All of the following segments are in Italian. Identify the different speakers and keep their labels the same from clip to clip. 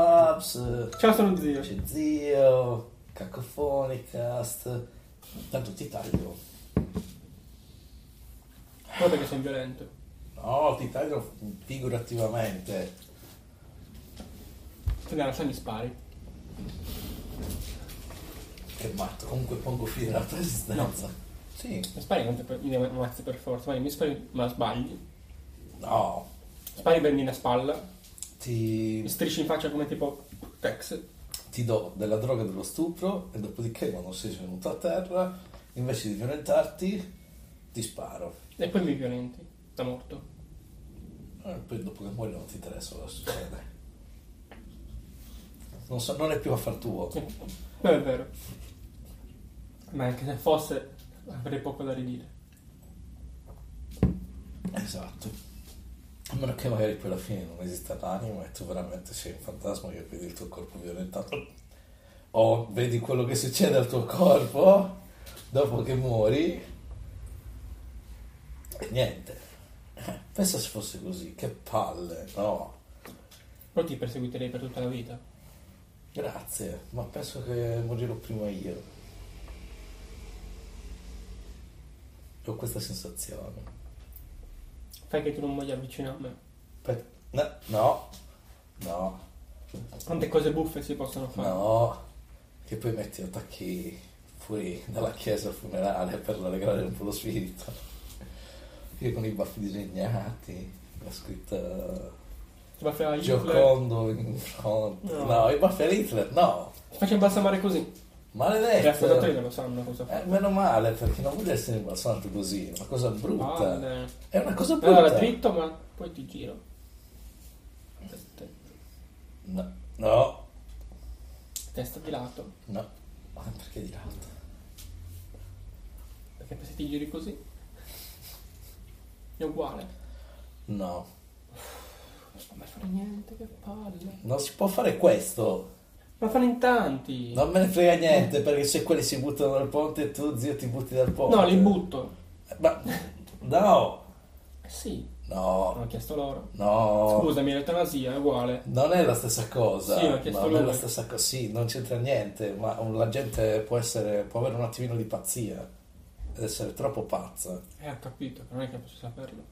Speaker 1: Labs,
Speaker 2: Ciao, sono zio.
Speaker 1: c'è Zio, Cacofonicast. Tanto ti taglio.
Speaker 2: Guarda che sono violento.
Speaker 1: No, ti taglio figurativamente.
Speaker 2: Se ne lascia mi spari.
Speaker 1: Che matto, comunque pongo fine alla resistenza. Sì,
Speaker 2: Mi spari non te per- mi ammazzi per forza, vai, mi spari, ma sbagli.
Speaker 1: no,
Speaker 2: Spari prendi una spalla, mi
Speaker 1: ti,
Speaker 2: strisci in faccia come tipo Tex.
Speaker 1: ti do della droga e dello stupro e dopodiché quando sei venuto a terra, invece di violentarti, ti sparo.
Speaker 2: E poi mi violenti, da morto.
Speaker 1: E Eh, poi dopo che muori non ti interessa cosa succede. Non, so, non è più affar tuo.
Speaker 2: Non è vero. Ma anche se fosse, avrei poco da ridire.
Speaker 1: Esatto. A meno che magari poi alla fine non esista l'anima e tu veramente sei un fantasma che vedi il tuo corpo violentato. O vedi quello che succede al tuo corpo dopo che muori. E niente. Eh, Pensa se fosse così. Che palle, no.
Speaker 2: Poi ti perseguiterei per tutta la vita.
Speaker 1: Grazie, ma penso che morirò prima io. Ho questa sensazione.
Speaker 2: Fai che tu non muoia vicino a me.
Speaker 1: Per- No, no, no.
Speaker 2: Quante cose buffe si possono fare.
Speaker 1: No, che poi metti attacchi fuori dalla chiesa al funerale per rallegrare un po' lo spirito. Io con i baffi disegnati, la scritta
Speaker 2: Ti va a fare Hitler.
Speaker 1: Giocondo in fronte.
Speaker 2: No.
Speaker 1: No, i baffi a Hitler, no,
Speaker 2: Ti faccio imbalsamare così.
Speaker 1: Eh,
Speaker 2: Gli affidatori
Speaker 1: maledetto.
Speaker 2: non lo sanno cosa fare.
Speaker 1: Eh, meno male perché non vuole essere imbalzato così, è una cosa brutta.
Speaker 2: Palle.
Speaker 1: È una cosa brutta.
Speaker 2: Allora, dritto, ma poi ti giro. Testa,
Speaker 1: No, no,
Speaker 2: testa di lato.
Speaker 1: no. Ma perché di lato?
Speaker 2: Perché se ti giri così è uguale.
Speaker 1: No,
Speaker 2: Non so mai fare niente, che palle.
Speaker 1: non si può fare questo.
Speaker 2: Ma fanno in tanti.
Speaker 1: Non me ne frega niente perché se quelli si buttano dal ponte tu zio ti butti dal ponte. Eh,
Speaker 2: No, li butto.
Speaker 1: Ma no,
Speaker 2: Eh Sì,
Speaker 1: no,
Speaker 2: l'ho chiesto loro.
Speaker 1: no.
Speaker 2: Scusami, l'eutanasia è uguale.
Speaker 1: Non è la stessa cosa.
Speaker 2: Sì, l'ho chiesto
Speaker 1: ma non è
Speaker 2: lui.
Speaker 1: la stessa cosa. Sì, non c'entra niente, ma un- la gente può essere può avere un attimino di pazzia ed essere troppo pazza.
Speaker 2: Eh, ho capito, però non è che posso saperlo.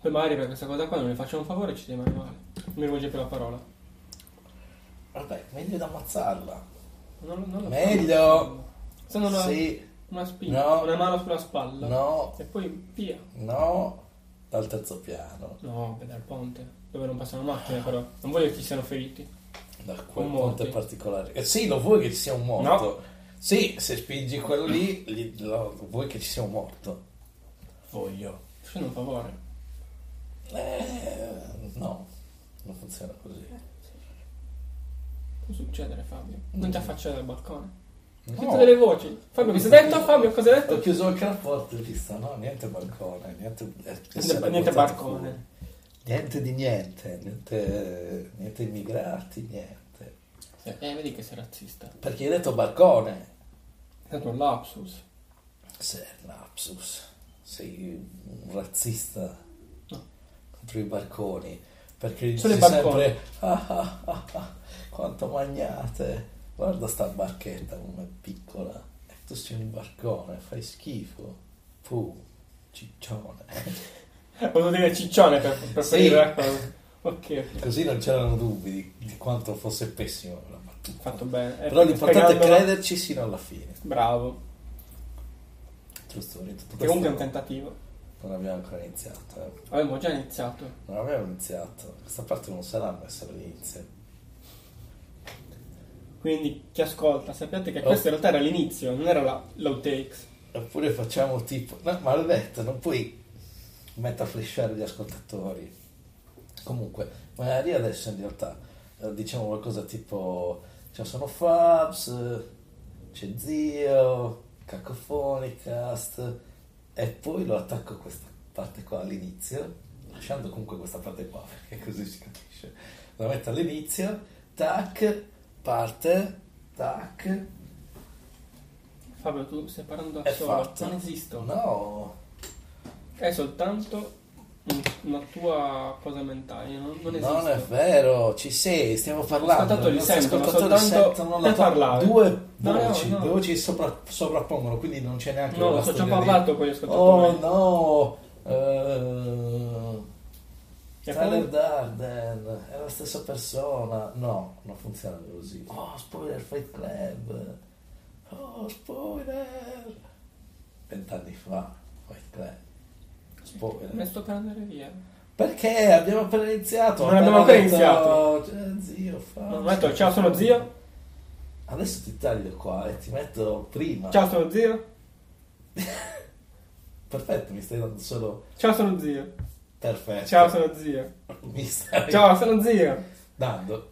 Speaker 2: Poi magari per questa cosa qua non mi faccio un favore e ci rimane male. Non mi rivolge più la parola.
Speaker 1: Vabbè, meglio da ammazzarla.
Speaker 2: Non, non lo
Speaker 1: Meglio.
Speaker 2: faccio. Se non ho
Speaker 1: Sì,
Speaker 2: una spina,
Speaker 1: No.
Speaker 2: una mano sulla spalla.
Speaker 1: no,
Speaker 2: E poi via.
Speaker 1: no, dal terzo piano,
Speaker 2: No, beh, dal ponte, dove non passano macchine però. Non voglio che ci siano feriti.
Speaker 1: da quel
Speaker 2: Un
Speaker 1: ponte
Speaker 2: morti.
Speaker 1: particolare. Eh, sì, lo vuoi che ci sia un morto? Sì, se spingi quello lì, gli- lo- vuoi che ci sia un morto? Voglio.
Speaker 2: Ti facendo un favore.
Speaker 1: Eh, no, non funziona così.
Speaker 2: Può succedere, Fabio. Non ti affacciare dal balcone. Ho
Speaker 1: No.
Speaker 2: sentito delle voci. Fabio, cosa hai detto? Fabio, cosa hai
Speaker 1: Ho
Speaker 2: detto?
Speaker 1: chiuso anche la porta e vista, no? Niente balcone, niente... eh,
Speaker 2: Niente,
Speaker 1: sarebbe
Speaker 2: niente
Speaker 1: buttato
Speaker 2: balcone.
Speaker 1: fuori. Niente di niente, niente, niente immigrati, niente.
Speaker 2: Eh, vedi che sei razzista.
Speaker 1: Perché hai detto balcone?
Speaker 2: È stato un lapsus.
Speaker 1: Sei un lapsus, sei un razzista
Speaker 2: No.
Speaker 1: contro i balconi, perché gli dici
Speaker 2: Solo i balconi.
Speaker 1: sempre ah, ah, ah, ah, quanto magnate, guarda sta barchetta com'è piccola, e tu sei un barcone, fai schifo, fu, ciccione.
Speaker 2: Volevo dire ciccione per, per
Speaker 1: Sì.
Speaker 2: finire la cosa. Ok, ok.
Speaker 1: Così non c'erano dubbi di, di quanto fosse pessimo la battuta.
Speaker 2: Fatto bene. Eh,
Speaker 1: Però l'importante è
Speaker 2: spiegandola-
Speaker 1: crederci sino alla fine.
Speaker 2: Bravo.
Speaker 1: Giusto, tutto
Speaker 2: Che comunque è un
Speaker 1: questo
Speaker 2: tentativo.
Speaker 1: non abbiamo ancora iniziato. eh.
Speaker 2: Abbiamo già iniziato.
Speaker 1: Non abbiamo iniziato, questa parte non sarà messa all'inizio.
Speaker 2: Quindi chi ascolta, sappiate che
Speaker 1: Oh.
Speaker 2: questo in realtà era l'inizio, non era la low takes.
Speaker 1: Oppure facciamo tipo... No, ma l'ho detto, non puoi mettere a flashare gli ascoltatori. Comunque, magari adesso in realtà eh, diciamo qualcosa tipo... Ci sono Fabs, eh, c'è Zio, Cacofonicast e poi lo attacco questa parte qua all'inizio, lasciando comunque questa parte qua perché così si capisce. La metto all'inizio, tac, parte, tac,
Speaker 2: Fabio, tu stai parlando da
Speaker 1: È
Speaker 2: solo.
Speaker 1: fatto.
Speaker 2: Non esisto.
Speaker 1: no...
Speaker 2: È soltanto un- una tua cosa mentale, io non, non esiste.
Speaker 1: Non è vero, ci sei, stiamo parlando.
Speaker 2: ascoltatori
Speaker 1: I nostri
Speaker 2: sentono
Speaker 1: ascoltatori
Speaker 2: soltanto
Speaker 1: sentono
Speaker 2: te
Speaker 1: la tua-
Speaker 2: parlare.
Speaker 1: Due
Speaker 2: No, no,
Speaker 1: voci,
Speaker 2: no.
Speaker 1: due voci sopra- sovrappongono, quindi non c'è neanche la
Speaker 2: No, ho già
Speaker 1: storia di-
Speaker 2: parlato con gli
Speaker 1: Oh
Speaker 2: ascoltatori.
Speaker 1: no, eh,
Speaker 2: E
Speaker 1: Tyler
Speaker 2: poi-
Speaker 1: Darden è la stessa persona. No, non funziona così. Oh, spoiler Fight Club. Oh, spoiler. Vent'anni fa, Fight Club.
Speaker 2: Mi
Speaker 1: Spoiler.
Speaker 2: sto per andare via.
Speaker 1: Perché abbiamo appena iniziato?
Speaker 2: Non abbiamo
Speaker 1: Appena
Speaker 2: ancora
Speaker 1: detto, "Eh, zio, fa.
Speaker 2: No, ho detto, ciao sono zio,
Speaker 1: Adesso ti taglio qua e ti metto prima.
Speaker 2: ciao sono zio,
Speaker 1: Perfetto, mi stai dando solo.
Speaker 2: ciao sono zio,
Speaker 1: Perfetto.
Speaker 2: ciao sono zio,
Speaker 1: Mi stai
Speaker 2: ciao sono zio,
Speaker 1: dando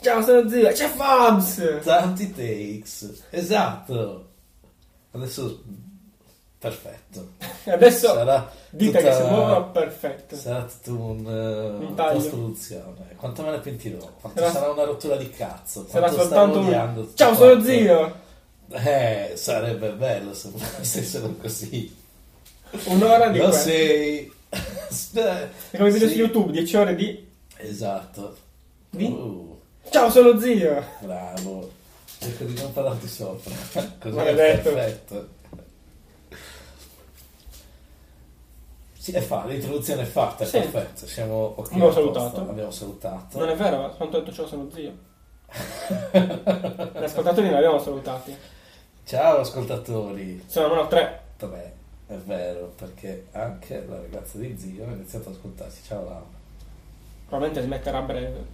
Speaker 2: ciao sono zio, c'è Fabs!
Speaker 1: tanti takes. Esatto. Adesso. Perfetto.
Speaker 2: E Adesso
Speaker 1: Sarà
Speaker 2: dite
Speaker 1: tutta-
Speaker 2: che si muovono, perfetto.
Speaker 1: Sarà tutto un, eh,
Speaker 2: Un taglio.
Speaker 1: post-produzione. Quanto me ne pentirò? Quanto
Speaker 2: Sarà-
Speaker 1: sarà una rottura di cazzo?
Speaker 2: Sarà
Speaker 1: Quanto
Speaker 2: soltanto
Speaker 1: stavo odiando
Speaker 2: un...
Speaker 1: tutto
Speaker 2: Ciao sono
Speaker 1: quanto.
Speaker 2: zio!
Speaker 1: Eh, sarebbe bello se fossero così.
Speaker 2: Un'ora Ah, di
Speaker 1: Lo
Speaker 2: questo.
Speaker 1: sei.
Speaker 2: È come video
Speaker 1: Sì.
Speaker 2: su YouTube, 10 ore di...
Speaker 1: Esatto.
Speaker 2: Di?
Speaker 1: Uh,
Speaker 2: Ciao sono zio!
Speaker 1: bravo. Cerco di non parlarti sopra. Così è
Speaker 2: Maledetto.
Speaker 1: perfetto. Sì, è fatta, l'introduzione è fatta, è
Speaker 2: Sì.
Speaker 1: perfetto. Siamo ok.
Speaker 2: Abbiamo
Speaker 1: a posto,
Speaker 2: salutato.
Speaker 1: Abbiamo salutato.
Speaker 2: Non è vero, quanto ho detto ciao sono zio. Gli ascoltatori non li abbiamo salutati.
Speaker 1: Ciao ascoltatori.
Speaker 2: Sono almeno tre.
Speaker 1: Vabbè, è vero, perché anche la ragazza di zio ha iniziato ad ascoltarci. Ciao Laura.
Speaker 2: Probabilmente smetterà a breve.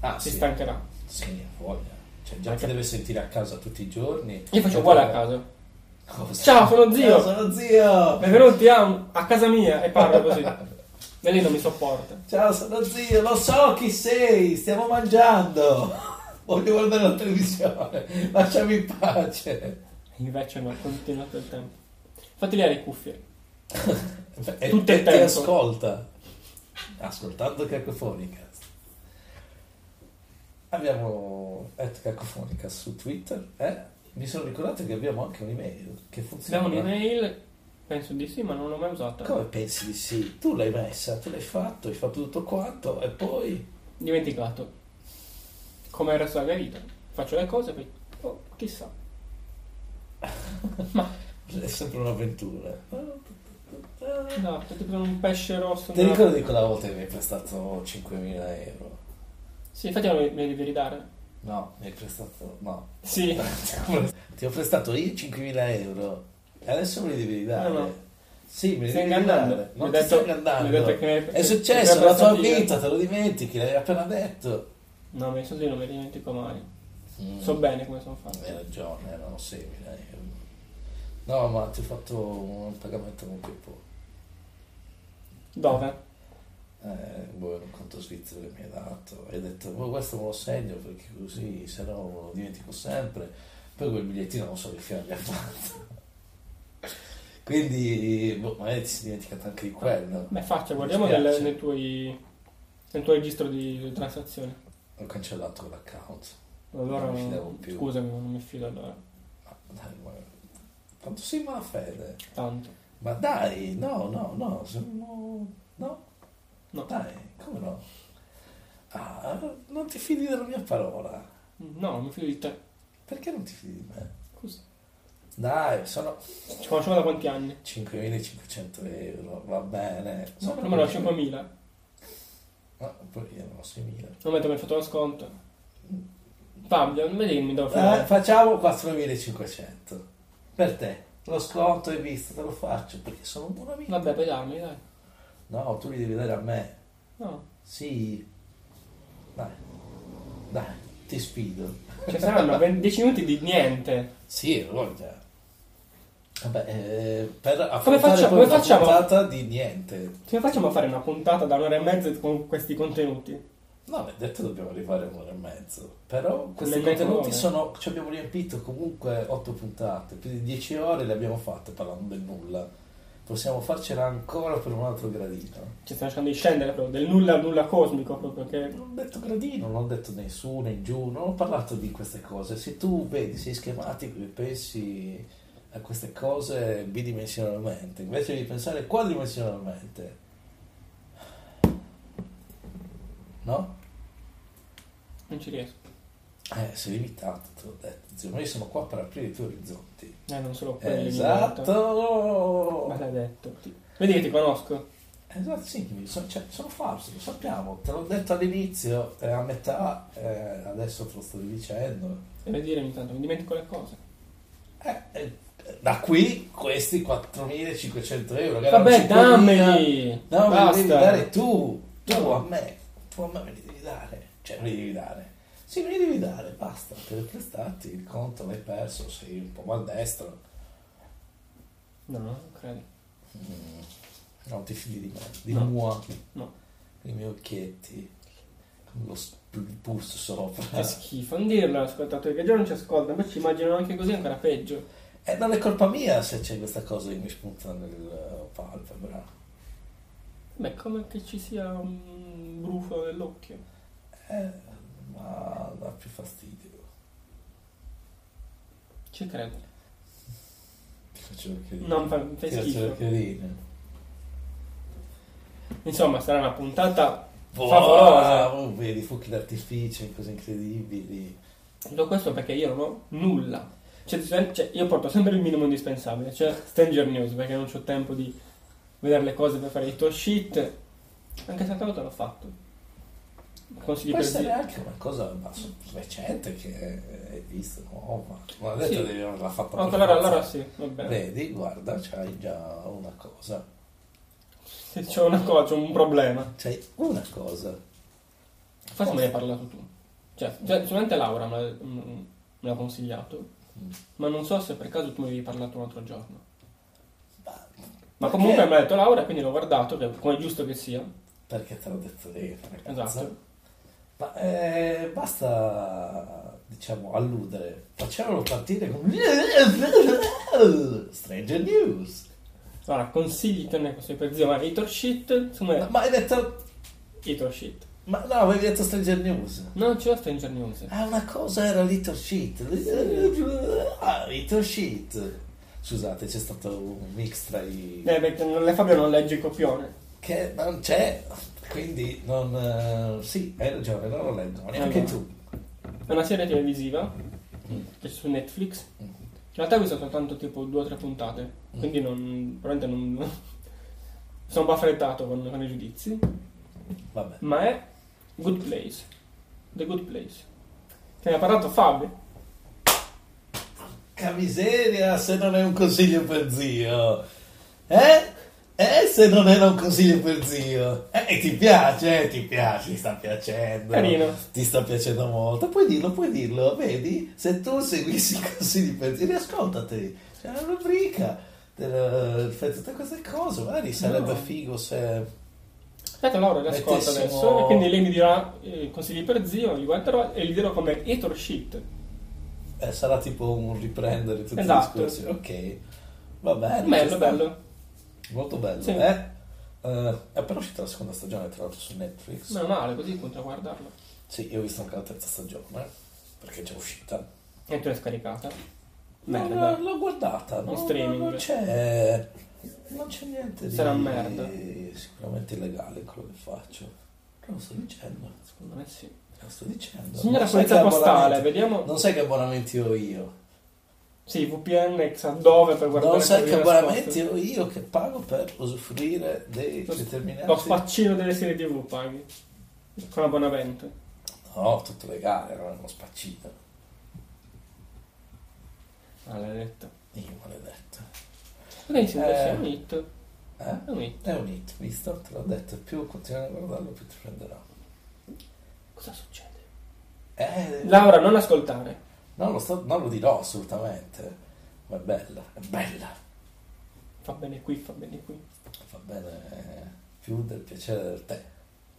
Speaker 1: Ah,
Speaker 2: Si
Speaker 1: sì.
Speaker 2: stancherà.
Speaker 1: Sì, ha voglia. Cioè, già che deve sentire a casa tutti i giorni. Cioè,
Speaker 2: Io faccio uguale a casa.
Speaker 1: Cosa?
Speaker 2: Ciao, sono zio.
Speaker 1: Ciao, sono zio.
Speaker 2: Benvenuti a, a casa mia e parlo così. E lì non mi sopporta.
Speaker 1: Ciao, sono zio. Lo so chi sei. Stiamo mangiando. Voglio guardare la televisione. Lasciami in pace.
Speaker 2: Invece no, continua tutto il tempo. Fatti lì le cuffie.
Speaker 1: E,
Speaker 2: Tutto il
Speaker 1: e ti
Speaker 2: tempo.
Speaker 1: ascolta. Ascoltando Cacofonica. Abbiamo at Cacofonica su Twitter. Eh? Mi sono ricordato che abbiamo anche un'email che funziona.
Speaker 2: Abbiamo un'email, penso di sì, ma non l'ho mai usata.
Speaker 1: Come pensi di sì? Tu l'hai messa, tu l'hai fatto, hai fatto tutto quanto e poi...
Speaker 2: Dimenticato. Come il resto della mia vita. Faccio le cose poi... oh, chissà.
Speaker 1: È sempre un'avventura.
Speaker 2: No, è tipo un pesce rosso.
Speaker 1: Ti
Speaker 2: nella-
Speaker 1: ricordi quella volta che mi hai prestato 5.000 euro?
Speaker 2: Sì, infatti me lo devi ridare.
Speaker 1: No, mi hai prestato... No.
Speaker 2: Sì.
Speaker 1: Ti ho prestato io 5.000 euro e adesso me li devi dare.
Speaker 2: No, no.
Speaker 1: Sì, me li
Speaker 2: Stai
Speaker 1: devi
Speaker 2: ingannando.
Speaker 1: dare.
Speaker 2: Mi
Speaker 1: Non ti
Speaker 2: hai detto-
Speaker 1: sto
Speaker 2: mi hai
Speaker 1: ingannando.
Speaker 2: detto che-
Speaker 1: Ah, È
Speaker 2: che
Speaker 1: successo,
Speaker 2: mi
Speaker 1: la
Speaker 2: hai
Speaker 1: tua
Speaker 2: prestato io.
Speaker 1: vita, te lo dimentichi, l'hai appena detto.
Speaker 2: No, ma i soldi non me li dimentico mai.
Speaker 1: Mm.
Speaker 2: So bene come sono fatto.
Speaker 1: Hai ragione, erano 6.000 euro. No, ma ti ho fatto un pagamento con PayPal.
Speaker 2: Dove?
Speaker 1: Eh, boh, era un conto svizzero che mi hai dato. Hai detto, boh, questo me lo segno perché così, se no me lo dimentico sempre. Poi quel bigliettino non so che fine abbia fatto. Quindi, boh, magari ti sei dimenticato anche di quello.
Speaker 2: Beh, faccia, guardiamo
Speaker 1: Mi spiace.
Speaker 2: nel, nei tuoi- nel tuo registro di transazioni.
Speaker 1: Ho cancellato quell'account.
Speaker 2: Allora,
Speaker 1: Non mi fidavo più.
Speaker 2: scusami, ma non mi fido allora.
Speaker 1: Ma dai, ma... Quanto sei malafede?
Speaker 2: Tanto.
Speaker 1: Ma dai, no, no, no, sono... No?
Speaker 2: No.
Speaker 1: Dai, come no? Ah, non ti fidi della mia parola.
Speaker 2: No, non mi fido di te.
Speaker 1: Perché non ti fidi di me?
Speaker 2: Scusa.
Speaker 1: Dai, sono
Speaker 2: Ci conosciamo da quanti anni?
Speaker 1: 5.500 euro, va bene.
Speaker 2: No,
Speaker 1: Sono
Speaker 2: prima ero a 5.000.
Speaker 1: Ah, poi io non ho 6.000.
Speaker 2: Non metto mi hai fatto lo sconto. Fabio, non vedi che mi devo
Speaker 1: Eh,
Speaker 2: fare.
Speaker 1: facciamo 4.500. Per te. Lo sconto hai visto, te lo faccio perché sono un buon amico.
Speaker 2: Vabbè, puoi darmi, dai.
Speaker 1: No, tu li devi dare a me.
Speaker 2: No.
Speaker 1: Sì. Dai. Dai, ti sfido.
Speaker 2: Ci Cioè, saranno 20 10 minuti di niente.
Speaker 1: Sì, voglia. Vabbè, eh, per affrontare
Speaker 2: facciamo-
Speaker 1: poi
Speaker 2: come
Speaker 1: una
Speaker 2: facciamo?
Speaker 1: puntata di niente.
Speaker 2: Cioè, Come facciamo a fare una puntata da un'ora e mezza con questi contenuti? Cioè,
Speaker 1: No, beh, detto dobbiamo arrivare a un'ora e mezzo. Però questi
Speaker 2: Nelle
Speaker 1: contenuti
Speaker 2: colonne.
Speaker 1: sono. ci abbiamo riempito comunque otto puntate, più di 10 ore le abbiamo fatte parlando del nulla. Possiamo farcela ancora per un altro gradino.
Speaker 2: Ci stiamo cercando di scendere proprio del nulla al nulla cosmico proprio che.
Speaker 1: Non ho detto gradino, non ho detto nessuno in giù, non ho parlato di queste cose. Se tu vedi, sei schematico e pensi a queste cose bidimensionalmente, invece di pensare quadrimensionalmente, no?
Speaker 2: Non ci riesco.
Speaker 1: Eh, sei limitato, te l'ho detto. Zio, ma io sono qua per aprire i tuoi orizzonti.
Speaker 2: Eh, non solo quelli. ogni volta.
Speaker 1: Esatto!
Speaker 2: Maledetto. Vedi che ti conosco?
Speaker 1: Esatto, sì, sono, cioè, sono falso, lo sappiamo. Te l'ho detto all'inizio, eh, a metà, eh, adesso te lo sto dicendo.
Speaker 2: Devi dire ogni tanto, mi dimentico le cose.
Speaker 1: Eh, eh, da qui questi 4.500 euro. che
Speaker 2: Vabbè,
Speaker 1: erano 5.000,
Speaker 2: dammeli!
Speaker 1: No, me li
Speaker 2: Basta.
Speaker 1: devi dare tu, tu
Speaker 2: No.
Speaker 1: a me, tu a me me li devi dare, cioè me li devi dare. Sì, me li devi dare, basta, te li ho prestati, il conto l'hai perso, sei un po' maldestro,
Speaker 2: No, non
Speaker 1: Eh.
Speaker 2: credo.
Speaker 1: Mm, non ti fidi di me, di
Speaker 2: No.
Speaker 1: mua,
Speaker 2: No.
Speaker 1: i miei occhietti, con lo sp- pus sopra.
Speaker 2: Che schifo, non dirlo agli ascoltatori, che già non ci ascoltano, poi ci immaginano anche così ancora peggio.
Speaker 1: E Eh, non è colpa mia se c'è questa cosa che mi spunta nel eh, palpebra.
Speaker 2: Beh, come che ci sia un brufolo nell'occhio.
Speaker 1: Eh, ma dà più fastidio.
Speaker 2: Ci credo.
Speaker 1: Ti faccio le chioline.
Speaker 2: Non fa,
Speaker 1: Ti
Speaker 2: fai
Speaker 1: faccio le
Speaker 2: schifo.
Speaker 1: chioline.
Speaker 2: Insomma, sarà una puntata. Favolosa.
Speaker 1: Favolosa, oh, vedi, fuochi d'artificio, cose incredibili.
Speaker 2: Tutto questo perché io non ho nulla. Cioè, se- cioè, io porto sempre il minimo indispensabile, cioè Stranger News, perché non ho tempo di vedere le cose per fare il tuo shit. Anche se volta l'ho fatto. Consigli per
Speaker 1: Questa è
Speaker 2: dire.
Speaker 1: anche una cosa ma, so- recente che hai visto, nuova. Non ha detto
Speaker 2: Sì.
Speaker 1: che devi averla fatta per
Speaker 2: Allora,
Speaker 1: forza.
Speaker 2: Oh, allora sì, va bene.
Speaker 1: Vedi, guarda, c'hai già una cosa.
Speaker 2: Se c'è una cosa, c'è un problema.
Speaker 1: C'hai una cosa.
Speaker 2: Forse me ne hai parlato tu. Cioè, già- solamente Laura me l'ha- me l'ha consigliato.
Speaker 1: Mm.
Speaker 2: Ma non so se per caso tu mi avevi parlato un altro giorno.
Speaker 1: Ma,
Speaker 2: Ma
Speaker 1: perché-
Speaker 2: comunque me l'ha detto Laura, quindi l'ho guardato, che- come è giusto che sia.
Speaker 1: Perché te l'ho detto lei, ragazza?
Speaker 2: Esatto.
Speaker 1: Ma eh, basta, diciamo, alludere. Facciamolo partire con... Stranger News.
Speaker 2: Allora, consigli te ne questo per zio, ma Hitor Shit, secondo me
Speaker 1: Ma hai detto...
Speaker 2: Hitor Shit.
Speaker 1: Ma no, avevi detto Stranger News.
Speaker 2: Non c'è Stranger News.
Speaker 1: Ah, una cosa era Little Shit. Ah, Little Shit. Scusate, c'è stato un mix tra i...
Speaker 2: Eh, perché non le Fabio non legge il copione.
Speaker 1: Che non c'è, quindi non... eh, sì, hai ragione, non lo leggo, ma neanche
Speaker 2: Allora.
Speaker 1: tu. Mm,
Speaker 2: È una serie televisiva che c'è su Netflix. In realtà ho visto soltanto tipo due o tre puntate, quindi non, veramente non... sono un po' affrettato con, con i giudizi.
Speaker 1: Vabbè.
Speaker 2: Ma è Good Place. The Good Place. Che ne ha parlato Fabio.
Speaker 1: Porca miseria, se non è un consiglio per zio. Eh? Eh, se non era un consiglio per zio. Eh, ti piace, eh, ti piace, ti sta piacendo.
Speaker 2: Carino.
Speaker 1: Ti sta piacendo molto. Puoi dirlo, puoi dirlo, vedi? Se tu seguissi i consigli per zio, riascoltati. C'è una rubrica del- per tutte queste cose. Magari sarebbe
Speaker 2: No.
Speaker 1: figo se...
Speaker 2: Aspetta Laura, l'ascolto
Speaker 1: Mettessimo-
Speaker 2: adesso. E quindi lei mi dirà eh, consigli per zio, li guarderò e li dirò come Hitor Shit.
Speaker 1: eh, sarà tipo un riprendere tutti
Speaker 2: Esatto.
Speaker 1: i discorsi. Ok. Va bene. ci
Speaker 2: Bello,
Speaker 1: sta.
Speaker 2: bello.
Speaker 1: Molto bello,
Speaker 2: Sì.
Speaker 1: eh? Eh, è appena uscita la seconda stagione, tra l'altro, su Netflix.
Speaker 2: Meno male, così continuo a guardarlo.
Speaker 1: Sì, io ho visto anche la terza stagione, perché è già uscita.
Speaker 2: E tu l'hai scaricata.
Speaker 1: Non
Speaker 2: Merda.
Speaker 1: l'ho guardata, non,
Speaker 2: streaming.
Speaker 1: non c'è... Non c'è niente di...
Speaker 2: Sarà merda.
Speaker 1: Sicuramente illegale quello che faccio. Non lo sto dicendo,
Speaker 2: Secondo me sì.
Speaker 1: non lo sto dicendo.
Speaker 2: Signora
Speaker 1: Non sai che
Speaker 2: polizia postale,
Speaker 1: abbonamenti-
Speaker 2: vediamo.
Speaker 1: Non sai che abbonamenti ho io.
Speaker 2: Sì, VPN sa dove per guardare.
Speaker 1: non sai
Speaker 2: cose
Speaker 1: che
Speaker 2: di nascosto.
Speaker 1: abbonamenti ho io che pago per usufruire dei
Speaker 2: Lo-
Speaker 1: determinati...
Speaker 2: Lo spaccino delle serie TV paghi. Con abbonamento.
Speaker 1: No, tutto legale, non è uno spaccino.
Speaker 2: Ah, l'hai detto.
Speaker 1: Io maledetto.
Speaker 2: Quindi sì,
Speaker 1: Eh.
Speaker 2: è un hit.
Speaker 1: Eh?
Speaker 2: È un hit.
Speaker 1: È un hit, visto? Te l'ho detto, più continuerai a guardarlo, più ti prenderà.
Speaker 2: Cosa succede?
Speaker 1: Eh,
Speaker 2: Laura, non ascoltare.
Speaker 1: non, lo sto- non lo dirò assolutamente, ma è bella, è bella.
Speaker 2: Fa bene qui, fa bene qui.
Speaker 1: Fa bene eh, più del piacere del tè.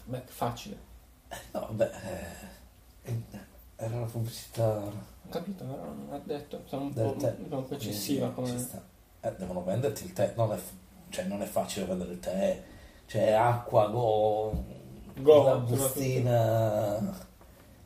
Speaker 2: Beh, facile.
Speaker 1: Eh, No, beh, eh, era una pubblicità
Speaker 2: Ho capito, però non ha detto. Sono un
Speaker 1: Del
Speaker 2: po',
Speaker 1: tè.
Speaker 2: un po' eccessiva
Speaker 1: Quindi, ci
Speaker 2: come.
Speaker 1: sta. Eh, devono venderti il tè, non è, f- cioè, non è facile vendere il tè, cioè acqua, go,
Speaker 2: Go,
Speaker 1: una bustina,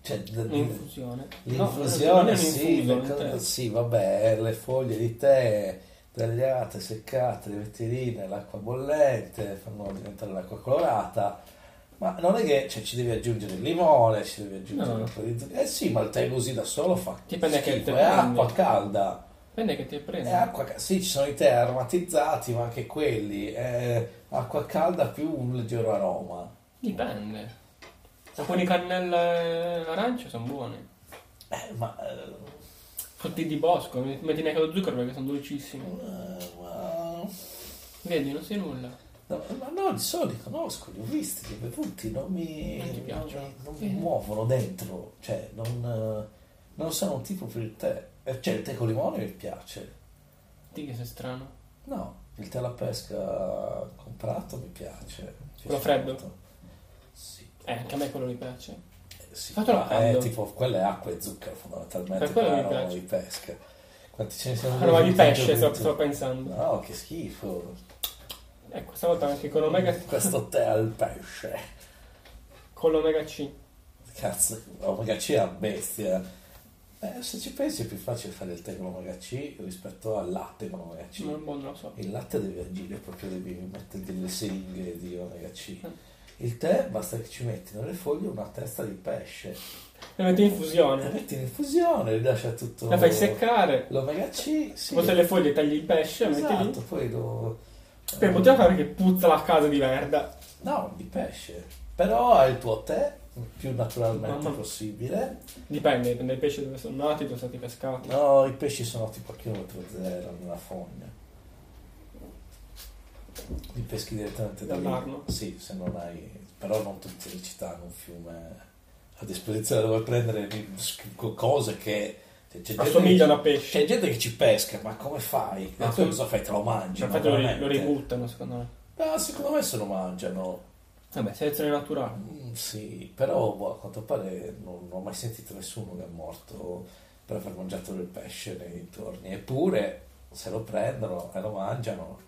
Speaker 1: cioè, de- de-
Speaker 2: Un'infusione. No, non
Speaker 1: L'infusione
Speaker 2: è cioè, un
Speaker 1: sì,
Speaker 2: infuso,
Speaker 1: perché-
Speaker 2: non è-
Speaker 1: sì, vabbè, eh, le foglie di tè tagliate, seccate, le vetterine, l'acqua bollente, fanno diventare l'acqua colorata, Ma non è che cioè, ci devi aggiungere il limone, ci devi aggiungere
Speaker 2: No.
Speaker 1: un po' di zucchero. Eh sì, ma il tè così da solo fa
Speaker 2: Dipende che
Speaker 1: schifo,
Speaker 2: tè
Speaker 1: è acqua
Speaker 2: prendi.
Speaker 1: calda.
Speaker 2: Dipende che ti prendi.
Speaker 1: È Eh, acqua ca- Sì, ci sono i tè aromatizzati, ma anche quelli. È acqua calda più un leggero aroma.
Speaker 2: Dipende. Alcuni cannella e arancio sono buoni.
Speaker 1: Eh, ma, eh,
Speaker 2: Frutti di bosco, non metti neanche lo zucchero perché sono dolcissimi.
Speaker 1: eh, ma-
Speaker 2: Vedi, non sai nulla.
Speaker 1: No, ma no, li so, li conosco, li ho visti, li ho bevuti, non mi,
Speaker 2: Non ti piacciono?
Speaker 1: non- non
Speaker 2: Sì.
Speaker 1: mi muovono dentro, cioè non, eh, non sono un tipo per il tè. Eh, Cioè il tè con limone mi piace,
Speaker 2: Dì che sei strano.
Speaker 1: no, il tè alla pesca comprato mi piace. mi piace
Speaker 2: Quello freddo?
Speaker 1: molto. Sì,
Speaker 2: Eh, anche a me quello mi piace.
Speaker 1: eh, sì
Speaker 2: Fatelo
Speaker 1: ma
Speaker 2: caldo.
Speaker 1: è tipo, quella è acqua e zucchero fondamentalmente,
Speaker 2: Per quello
Speaker 1: quella
Speaker 2: mi
Speaker 1: non
Speaker 2: piace.
Speaker 1: di pesca. Quanti ce ne sono?
Speaker 2: Aroma
Speaker 1: bevuti
Speaker 2: di
Speaker 1: in
Speaker 2: pesce, sto,
Speaker 1: gioventù?
Speaker 2: sto pensando.
Speaker 1: No, che schifo.
Speaker 2: Ecco, stavolta anche con
Speaker 1: Mm.
Speaker 2: l'omega,
Speaker 1: Questo tè al pesce.
Speaker 2: con l'omega C.
Speaker 1: Cazzo, Omega C è una bestia. Eh, se ci pensi è più facile fare il tè con Omega C rispetto al latte con Omega C.
Speaker 2: Non, boh, non lo so.
Speaker 1: Il latte devi agire proprio, devi mettere delle siringhe di Omega C.
Speaker 2: Mm.
Speaker 1: Il tè basta che ci metti nelle foglie una testa di pesce.
Speaker 2: Le metti in
Speaker 1: La
Speaker 2: infusione.
Speaker 1: metti in infusione, li lascia tutto...
Speaker 2: La fai seccare.
Speaker 1: L'Omega C, Oh. sì.
Speaker 2: Poi se le foglie tagli il pesce, metti lì.
Speaker 1: Esatto, poi lo... eh,
Speaker 2: Per poter fare che puzza la casa di merda.
Speaker 1: No, di pesce. Però hai il tuo tè più naturalmente
Speaker 2: Mamma mia.
Speaker 1: possibile.
Speaker 2: Dipende, dipende dai pesci dove sono nati, dove sono stati pescati.
Speaker 1: No, i pesci sono tipo a chilometro zero nella fogna. Li peschi direttamente da lì.
Speaker 2: Dall'Arno?
Speaker 1: Sì, se non hai. Però non tutte le città hanno un fiume a disposizione dove prendere sch- cose che. cioè, c'è, gente
Speaker 2: Assomigliano a
Speaker 1: che
Speaker 2: pesce.
Speaker 1: c'è gente che ci pesca, ma come fai? Ma
Speaker 2: Ma
Speaker 1: tu
Speaker 2: Ah, sì.
Speaker 1: cosa fai? Te lo mangi?
Speaker 2: Cioè,
Speaker 1: ma
Speaker 2: infatti lo, ri- lo
Speaker 1: veramente?
Speaker 2: ributtano, secondo me.
Speaker 1: No, secondo me se lo mangiano.
Speaker 2: Vabbè, selezione naturale.
Speaker 1: Mm, sì, però boh, a quanto pare non, non ho mai sentito nessuno che è morto per aver mangiato del pesce nei dintorni. Eppure, se lo prendono e lo mangiano,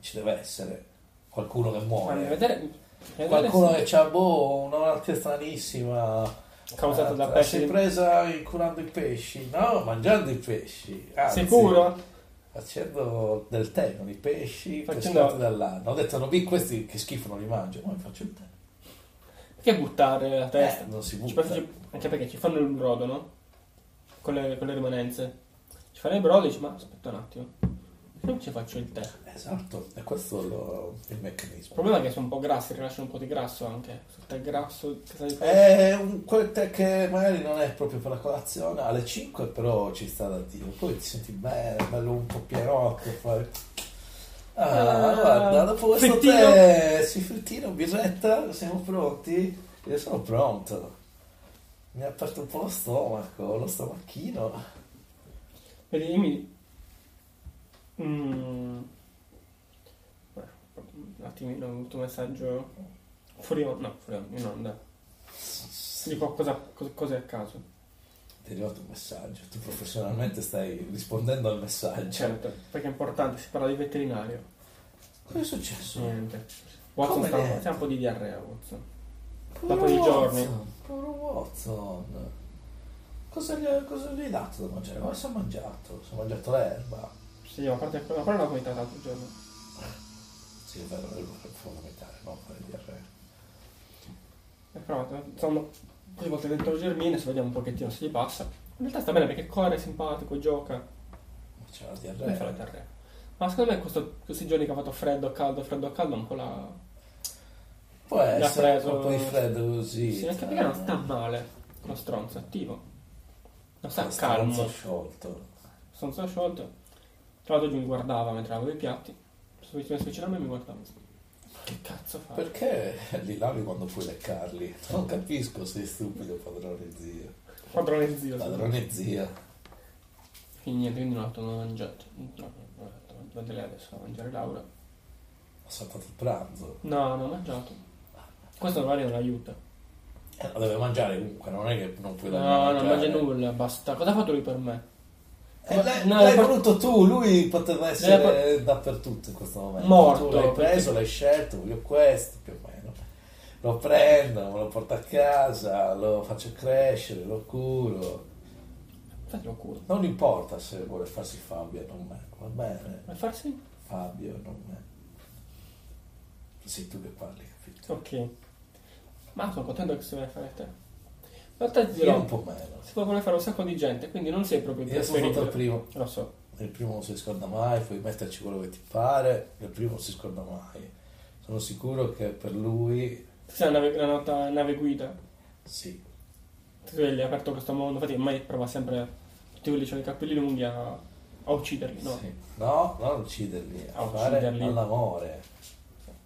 Speaker 1: ci deve essere qualcuno che
Speaker 2: Fammi
Speaker 1: muore.
Speaker 2: vedere. fammi vedere
Speaker 1: Qualcuno
Speaker 2: se-
Speaker 1: che ha boh, una malattia stranissima.
Speaker 2: Causata
Speaker 1: Ah,
Speaker 2: da
Speaker 1: te la
Speaker 2: pesci.
Speaker 1: Sei presa in- curando i pesci? No, mangiando i pesci. Ah, Anzi,
Speaker 2: Sicuro?
Speaker 1: Facendo del tè con i pesci
Speaker 2: Facendo-
Speaker 1: pescati dall'anno. Ho detto, no, mi- questi che schifo non li mangio. Ma faccio il tè.
Speaker 2: Perché buttare la testa?
Speaker 1: Eh, non si
Speaker 2: Ci
Speaker 1: butta.
Speaker 2: penso ci- anche perché ci fanno il brodo, no? Con le, con le rimanenze. Ci fanno il brodo e dici, ma aspetta un attimo. Perché non ci faccio il tè? Il
Speaker 1: Esatto, e questo è lo- il meccanismo.
Speaker 2: problema è che sono un po' grassi, rilasciano un po' di grasso anche. Sul tè grasso, che sai fare?
Speaker 1: È un, quel tè che magari non è proprio per la colazione, alle 5 però ci sta da Dio. Poi ti senti bello, bello un po' pienotto, fai... Ah,
Speaker 2: Ah,
Speaker 1: guarda, dopo questo
Speaker 2: frittino.
Speaker 1: tè, si frittino, birretta, siamo pronti? Io sono pronto. Mi ha aperto un po' lo stomaco, lo stomachino.
Speaker 2: Vedi, io mi... Mm. Beh, Un attimino, ho avuto un messaggio fuori onda, no, fuori onda, in onda. Dico cosa, cosa, cose a caso.
Speaker 1: Ti è arrivato un messaggio, tu professionalmente stai rispondendo al messaggio.
Speaker 2: Certo, perché è importante, si parla di veterinario.
Speaker 1: Cosa è successo?
Speaker 2: Niente. Watson
Speaker 1: Come
Speaker 2: sta
Speaker 1: niente?
Speaker 2: c'è un po' di diarrea, Watson.
Speaker 1: Povero
Speaker 2: Dopo dei
Speaker 1: Watson,
Speaker 2: giorni.
Speaker 1: Povero Watson. Cosa gli, cosa gli hai dato da mangiare? Cosa si è mangiato? Si è mangiato l'erba.
Speaker 2: Sì, ma a parte quella, però l'ho cominciata l'altro giorno.
Speaker 1: Sì, è vero, l'erba è fondamentale, non fare diarrea.
Speaker 2: E però, insomma, così volte dentro il germine, se vediamo un pochettino se gli passa. In realtà sta bene perché corre, è simpatico, gioca.
Speaker 1: Ma c'è la
Speaker 2: Come fa la
Speaker 1: diarrea.
Speaker 2: diarrea? Ma secondo me questo- questi giorni che ha fatto freddo, caldo, freddo, caldo, un po' la...
Speaker 1: Può essere
Speaker 2: preso-
Speaker 1: un po' di freddo così.
Speaker 2: Sì, anche perché non sta male. Uno stronzo attivo. Non sta
Speaker 1: Sta
Speaker 2: calmo.
Speaker 1: sciolto.
Speaker 2: Stronzo sciolto. Tra l'altro lui mi guardava mentre lavavo i piatti. Sono vicino vicino a me e mi guardava. Che cazzo fa?
Speaker 1: Perché li lavi quando puoi leccarli? Non capisco, sei stupido, padrone zio.
Speaker 2: Padrone zio.
Speaker 1: Padrone zio.
Speaker 2: Quindi niente, quindi non ho fatto- non ho mangiato. No, non ho fatto- vado lei adesso a mangiare Laura.
Speaker 1: Ho saltato il pranzo.
Speaker 2: No, non ho mangiato. Questo magari non aiuta.
Speaker 1: Eh, lo deve mangiare comunque, non è che non eh. puoi
Speaker 2: No,
Speaker 1: dargli
Speaker 2: no,
Speaker 1: mangiare.
Speaker 2: non mangia nulla, basta. Cosa ha fatto lui per me?
Speaker 1: Eh, l'hai,
Speaker 2: No,
Speaker 1: l'hai
Speaker 2: l'hai
Speaker 1: voluto tu, lui poteva essere dappertutto in questo momento.
Speaker 2: Morto,
Speaker 1: Tu l'hai
Speaker 2: perché-
Speaker 1: preso, l'hai scelto, voglio questo, più o meno. Lo prendo, me lo porto a casa, lo faccio crescere, lo curo.
Speaker 2: Infatti lo curo.
Speaker 1: Non importa se vuole farsi Fabio e non me, va bene?
Speaker 2: Per farsi?
Speaker 1: Fabio e non me. Sei tu che parli, capito?
Speaker 2: Ok. Ma sono contento che si vuole fare te. Ma te ti
Speaker 1: Io
Speaker 2: dirò,
Speaker 1: un po' meno.
Speaker 2: si può voler fare un sacco di gente, quindi non sei proprio
Speaker 1: Io sono stato il
Speaker 2: trasferito.
Speaker 1: primo.
Speaker 2: Lo so.
Speaker 1: Il primo non si scorda mai, puoi metterci quello che ti pare, il primo non si scorda mai. Sono sicuro che per lui
Speaker 2: Tu sei una nave, una nota- nave guida.
Speaker 1: sì.
Speaker 2: Tu hai aperto questo mondo. Infatti ormai prova sempre, tutti quelli che hanno i capelli lunghi a, a ucciderli, no?
Speaker 1: Sì. No, non ucciderli,
Speaker 2: Ah,
Speaker 1: a fare
Speaker 2: ucciderli.
Speaker 1: all'amore,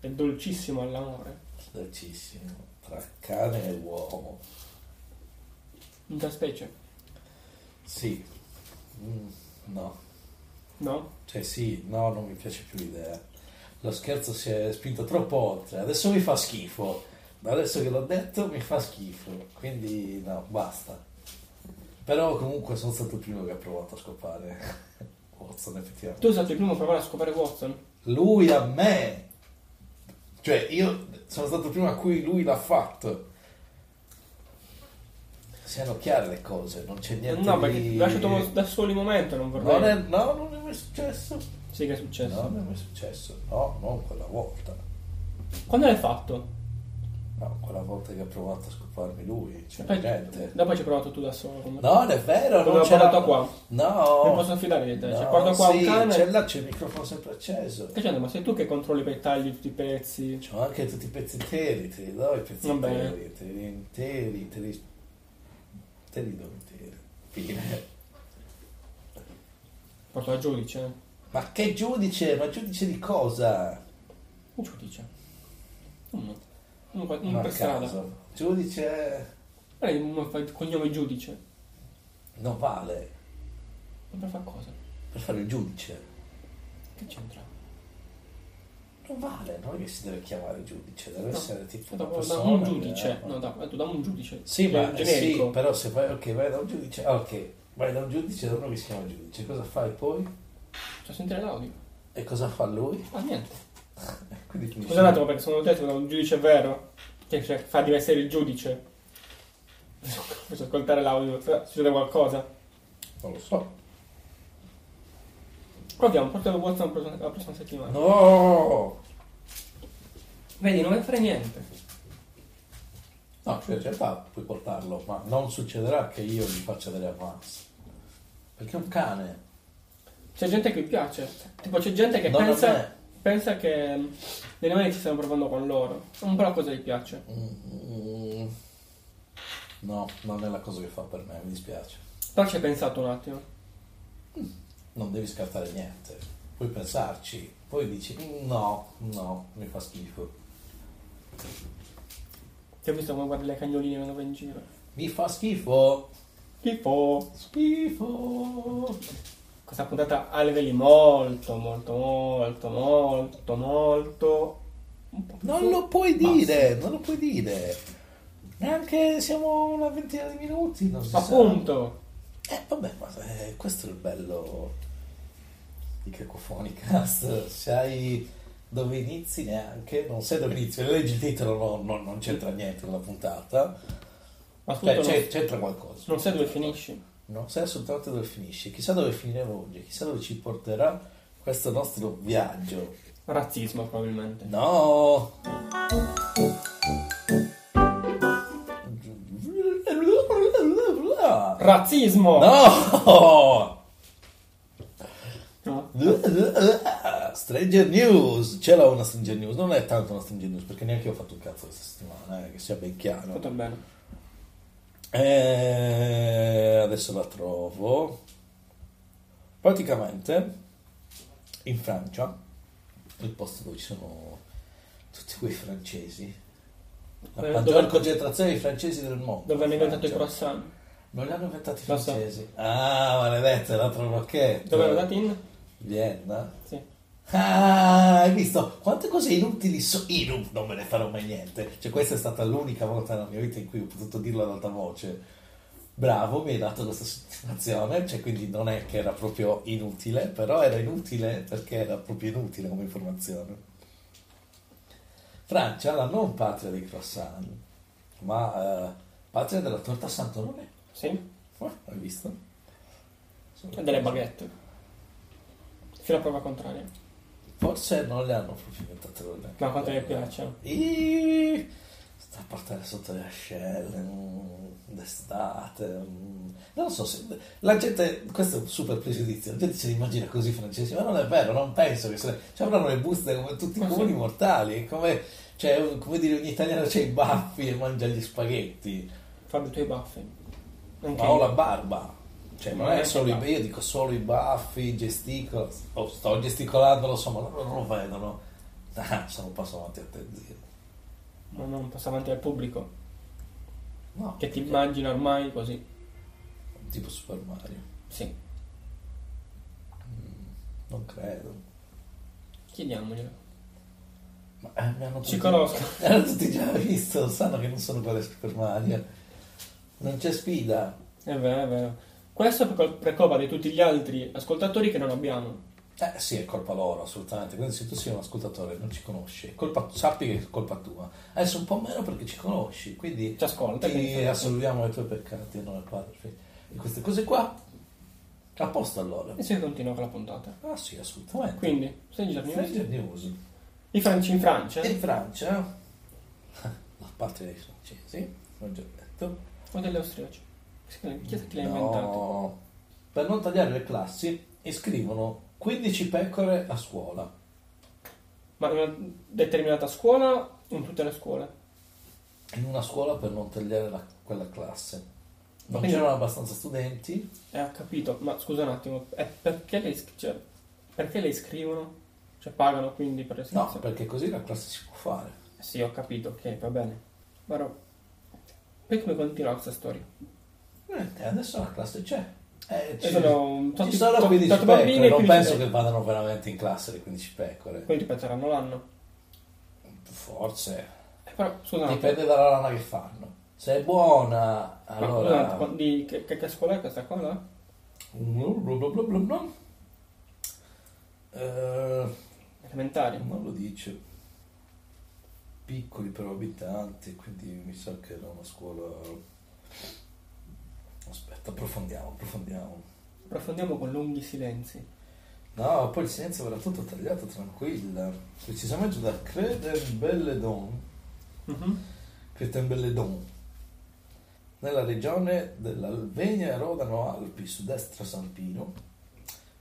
Speaker 2: È dolcissimo all'amore.
Speaker 1: dolcissimo, tra cane e uomo.
Speaker 2: Interspecie,
Speaker 1: Sì, Mm, no,
Speaker 2: no?
Speaker 1: cioè sì, no, non mi piace più l'idea. Lo scherzo si è spinto troppo oltre, adesso mi fa schifo. Da Adesso che l'ho detto mi fa schifo, quindi no, basta. Però comunque sono stato il primo che ha provato a scopare Watson effettivamente.
Speaker 2: Tu sei stato il primo a provare a scopare Watson.
Speaker 1: Lui a me. Cioè, io sono stato il primo a cui lui l'ha fatto. Siano chiare le cose, non c'è niente
Speaker 2: no, perché
Speaker 1: di...
Speaker 2: ti ho lasciato mo- da soli momento, non vorrei.
Speaker 1: Non è, no, non è mai successo.
Speaker 2: Sì, che è successo.
Speaker 1: No, non è mai successo. No, non quella volta.
Speaker 2: Quando l'hai fatto?
Speaker 1: No, quella volta che ha provato a scoparmi lui. Cioè,
Speaker 2: Poi-
Speaker 1: niente.
Speaker 2: Dopo ci hai provato tu da solo. con me.
Speaker 1: No, non è vero,
Speaker 2: Te l'ho
Speaker 1: non c'era...
Speaker 2: portato qua. Non posso
Speaker 1: No.
Speaker 2: affidare di te.
Speaker 1: no,
Speaker 2: Cioè, porto qua
Speaker 1: sì,
Speaker 2: un cane.
Speaker 1: C'è là, c'è il microfono sempre acceso.
Speaker 2: Che c'è? Ma sei tu che controlli per i tagli tutti i pezzi?
Speaker 1: C'ho anche tutti i pezzi interi, te li do i pezzi
Speaker 2: Va bene.
Speaker 1: interi, te li interi, te li, te li do interi. Fine.
Speaker 2: Porto al giudice.
Speaker 1: Ma che giudice? Ma giudice di cosa?
Speaker 2: Un giudice. Uno. Uno, qua- uno
Speaker 1: Ma a
Speaker 2: per strada.
Speaker 1: caso. Giudice
Speaker 2: Guarda, uno fa il cognome giudice.
Speaker 1: non vale
Speaker 2: Ma per fare cosa?
Speaker 1: per fare il giudice.
Speaker 2: Che c'entra?
Speaker 1: Non vale, non è che si deve chiamare giudice, deve
Speaker 2: No.
Speaker 1: essere tipo una
Speaker 2: Da
Speaker 1: persona.
Speaker 2: un
Speaker 1: che-
Speaker 2: giudice. No, da, tu dammi un giudice.
Speaker 1: Sì,
Speaker 2: Cioè,
Speaker 1: ma eh,
Speaker 2: generico.
Speaker 1: sì, però se vai, ok, vai da un giudice, ah, ok, vai da un giudice, da uno che si chiama giudice, cosa fai poi?
Speaker 2: Cioè, sentire l'audio.
Speaker 1: E cosa fa lui?
Speaker 2: Ah, niente.
Speaker 1: Quindi finisce
Speaker 2: Scusa un attimo, perché sono detto da un giudice vero. Che cioè, fa di essere il giudice. Posso ascoltare l'audio. se Succede qualcosa.
Speaker 1: Non lo so.
Speaker 2: Proviamo, portiamo Watson la prossima- la prossima settimana.
Speaker 1: No!
Speaker 2: Vedi, non vuoi fare niente.
Speaker 1: No, cioè in realtà puoi portarlo, ma non succederà che io gli faccia delle avance. Perché è un cane.
Speaker 2: C'è gente che piace. Tipo, c'è gente che
Speaker 1: Non a
Speaker 2: pensa,
Speaker 1: me.
Speaker 2: pensa che mm, gli animali ci stanno provando con loro. Un po' la cosa gli piace.
Speaker 1: Mm, mm. No, non è la cosa che fa per me, mi dispiace.
Speaker 2: Però ci hai pensato un attimo.
Speaker 1: Non devi scartare niente. Puoi pensarci, poi dici "Mm, no, no, mi fa schifo.
Speaker 2: Ti ho visto come guardi le cagnoline quando vai in giro.
Speaker 1: Mi fa schifo.
Speaker 2: Tipo,
Speaker 1: Schifo.
Speaker 2: questa puntata a livelli molto, molto, molto, molto, molto. un po' più su.
Speaker 1: Non lo puoi
Speaker 2: Basta.
Speaker 1: dire, non lo puoi dire. Neanche siamo una ventina di minuti, non si sa.
Speaker 2: Appunto.
Speaker 1: Eh, vabbè, ma eh, questo è il bello di Cacofonicast. Sai dove inizi neanche, non sai dove inizi, leggi il titolo, no, no, non c'entra niente con la puntata.
Speaker 2: Ma
Speaker 1: Cioè,
Speaker 2: scusa,
Speaker 1: c'è-
Speaker 2: non,
Speaker 1: c'entra qualcosa.
Speaker 2: non sai dove finisci.
Speaker 1: Non sai assolutamente dove finisce. Chissà dove finiremo oggi, chissà dove ci porterà questo nostro viaggio.
Speaker 2: Razzismo, probabilmente.
Speaker 1: No!
Speaker 2: Razzismo!
Speaker 1: No!
Speaker 2: No.
Speaker 1: Stranger News, ce l'ho una Stranger News, non è tanto una Stranger News perché neanche io ho fatto un cazzo questa settimana, eh, che sia ben chiaro.
Speaker 2: Tutto bene.
Speaker 1: Eh, adesso la trovo. Praticamente in Francia, il posto dove ci sono tutti quei francesi, la
Speaker 2: Eh,
Speaker 1: maggior
Speaker 2: dove-
Speaker 1: concentrazione di francesi del mondo.
Speaker 2: Dove hanno inventato i
Speaker 1: Francia.
Speaker 2: croissant?
Speaker 1: Non li hanno inventati i
Speaker 2: Lo so.
Speaker 1: francesi. Ah, maledetta, la trovo che.
Speaker 2: Dove hanno andato in?
Speaker 1: Vienna.
Speaker 2: Sì.
Speaker 1: Ah, hai visto? Quante cose inutili so io non me ne farò mai niente. Cioè, questa è stata l'unica volta nella mia vita in cui ho potuto dirlo ad alta voce. Bravo, mi hai dato questa soddisfazione, cioè quindi non è che era proprio inutile, però era inutile perché era proprio inutile come informazione. Francia, la non patria dei croissant, ma eh, patria della torta Santorone.
Speaker 2: Sì.
Speaker 1: Eh, hai visto?
Speaker 2: E delle baguette. Fino a prova contraria.
Speaker 1: Forse non le hanno proprio inventate loro.
Speaker 2: Ma quanto le piacciono?
Speaker 1: Ih, da portare sotto le ascelle mm, d'estate. mm. Non so se la gente, questo è un super pregiudizio, la gente se li immagina così francesi, ma non è vero, non penso che se cioè, avranno le buste come tutti i
Speaker 2: Ma sì.
Speaker 1: comuni mortali, è come, cioè, come dire ogni italiano c'è i baffi e mangia gli spaghetti,
Speaker 2: Fabio, tu hai i baffi. Anche
Speaker 1: ma ho
Speaker 2: io.
Speaker 1: la barba. Cioè, non
Speaker 2: Ma
Speaker 1: è
Speaker 2: anche
Speaker 1: solo i
Speaker 2: i baffi.
Speaker 1: io dico solo i baffi, gestico, oh, sto gesticolando, lo so, ma loro non lo vedono. Ah, sono un passo avanti a te, zio.
Speaker 2: Ma non passa avanti al pubblico.
Speaker 1: No,
Speaker 2: Che ti
Speaker 1: perché-
Speaker 2: immagina ormai così.
Speaker 1: Tipo Super Mario.
Speaker 2: Sì,
Speaker 1: Mm, Non credo.
Speaker 2: chiediamoglielo.
Speaker 1: Ma eh, mi hanno
Speaker 2: Ci
Speaker 1: tutti,
Speaker 2: conosco.
Speaker 1: mi hanno tutti già visto, sanno che non sono quelle Super Mario. Non c'è sfida.
Speaker 2: È vero, è vero. Questo è per per colpa di tutti gli altri ascoltatori che non abbiamo.
Speaker 1: Eh sì, è colpa loro, assolutamente. Quindi se tu sei un ascoltatore e non ci conosci, è colpa, sappi che è colpa tua. Adesso un po' meno perché ci conosci, quindi
Speaker 2: Ci ascolta.
Speaker 1: ti
Speaker 2: quindi-
Speaker 1: assolviamo dai tuoi peccati e non ai padri. E queste cose qua, a posto allora.
Speaker 2: E si continua con la puntata.
Speaker 1: Ah sì, assolutamente.
Speaker 2: Quindi, Stranger News.
Speaker 1: Stranger News.
Speaker 2: I franci in Francia.
Speaker 1: In Francia, la parte dei francesi, l'ho già detto,
Speaker 2: O delle austriaci. Chi è che le ha inventate?
Speaker 1: No, per non tagliare le classi, iscrivono 15 pecore a scuola.
Speaker 2: Ma in una determinata scuola o in tutte le scuole?
Speaker 1: In una scuola per non tagliare la- quella classe. Non
Speaker 2: Quindi-
Speaker 1: c'erano abbastanza studenti.
Speaker 2: Eh, ho capito, ma scusa un attimo, eh, perché, le is- cioè, perché le iscrivono? Cioè pagano quindi per
Speaker 1: No,
Speaker 2: l'iscrizione?
Speaker 1: perché così la classe si può fare.
Speaker 2: Sì, ho capito, ok, va bene. Però, poi come continua questa storia?
Speaker 1: E adesso la classe c'è. Eh,
Speaker 2: Ci
Speaker 1: ci,
Speaker 2: sono
Speaker 1: ci
Speaker 2: Eh. tanti,
Speaker 1: sono
Speaker 2: tanti
Speaker 1: 15
Speaker 2: bambini
Speaker 1: pecore.
Speaker 2: e
Speaker 1: Non
Speaker 2: 15
Speaker 1: penso
Speaker 2: bambini.
Speaker 1: che vadano veramente in classe le 15 pecore.
Speaker 2: Quindi penseranno l'anno.
Speaker 1: Forse.
Speaker 2: Eh, però, scusa un attimo,
Speaker 1: Dipende dalla lana che fanno. Se è buona,
Speaker 2: ma scusa un
Speaker 1: allora...
Speaker 2: attimo, di, che, che- che scuola è questa qua? là?
Speaker 1: Mm, Eh,
Speaker 2: Elementare.
Speaker 1: non lo dice. Piccoli però abitanti, quindi mi sa che era una scuola... Aspetta, approfondiamo, approfondiamo.
Speaker 2: Approfondiamo con lunghi silenzi.
Speaker 1: No, poi il silenzio verrà tutto tagliato, tranquilla. Precisamente da Cretenbelledon,
Speaker 2: Mhm.
Speaker 1: Cretenbelledon, nella regione dell'Alvenia Rodano Alpi, sud-est San Pino,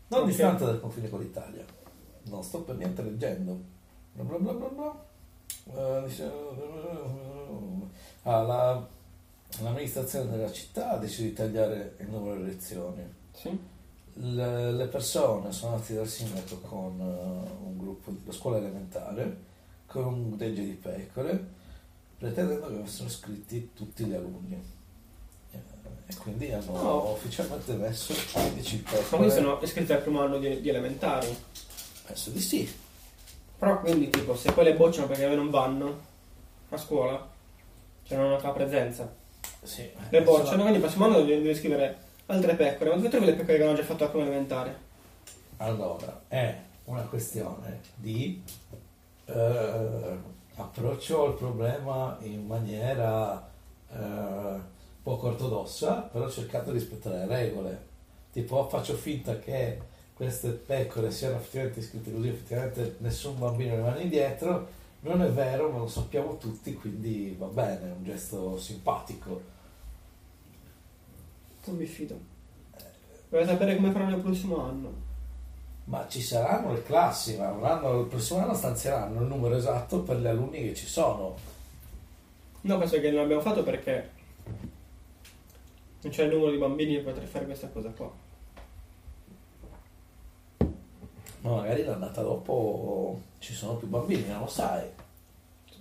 Speaker 1: non
Speaker 2: Ok.
Speaker 1: distante dal confine con l'Italia. Non sto per niente leggendo. Bla bla bla bla bla. Eh, dice- ah, la- l'amministrazione della città ha deciso di tagliare il numero di lezioni.
Speaker 2: Sì?
Speaker 1: Le, le persone sono andate dal sindaco con eh, un gruppo della scuola elementare, con un gregge di pecore, pretendendo che fossero iscritti tutti gli alunni. Eh, E quindi hanno
Speaker 2: No.
Speaker 1: ufficialmente messo 15
Speaker 2: Ma quindi
Speaker 1: pecore.
Speaker 2: sono iscritti al primo anno di, di elementari.
Speaker 1: Penso di sì.
Speaker 2: Però quindi tipo se poi le bocciano perché non vanno a scuola, cioè non hanno la presenza,
Speaker 1: Sì. eh,
Speaker 2: le
Speaker 1: sono-
Speaker 2: bocciano, quindi il prossimo anno devi, devi scrivere altre pecore, ma dove trovi le pecore che hanno già fatto la prima elementare?
Speaker 1: Allora, è una questione di eh, approccio al problema in maniera eh, poco ortodossa, però cercando di rispettare le regole. Tipo, faccio finta che queste pecore siano effettivamente iscritte così, effettivamente nessun bambino rimane indietro. Non è vero, ma lo sappiamo tutti, quindi va bene, è un gesto simpatico.
Speaker 2: Non mi fido. Voglio sapere come faranno il prossimo anno.
Speaker 1: Ma ci saranno le classi, ma avranno, il prossimo anno stanzieranno il numero esatto per gli alunni che ci sono.
Speaker 2: No, penso che non l'abbiamo fatto perché non c'è il numero di bambini che potrei fare questa cosa qua.
Speaker 1: Ma magari l'annata dopo ci sono più bambini, non lo sai.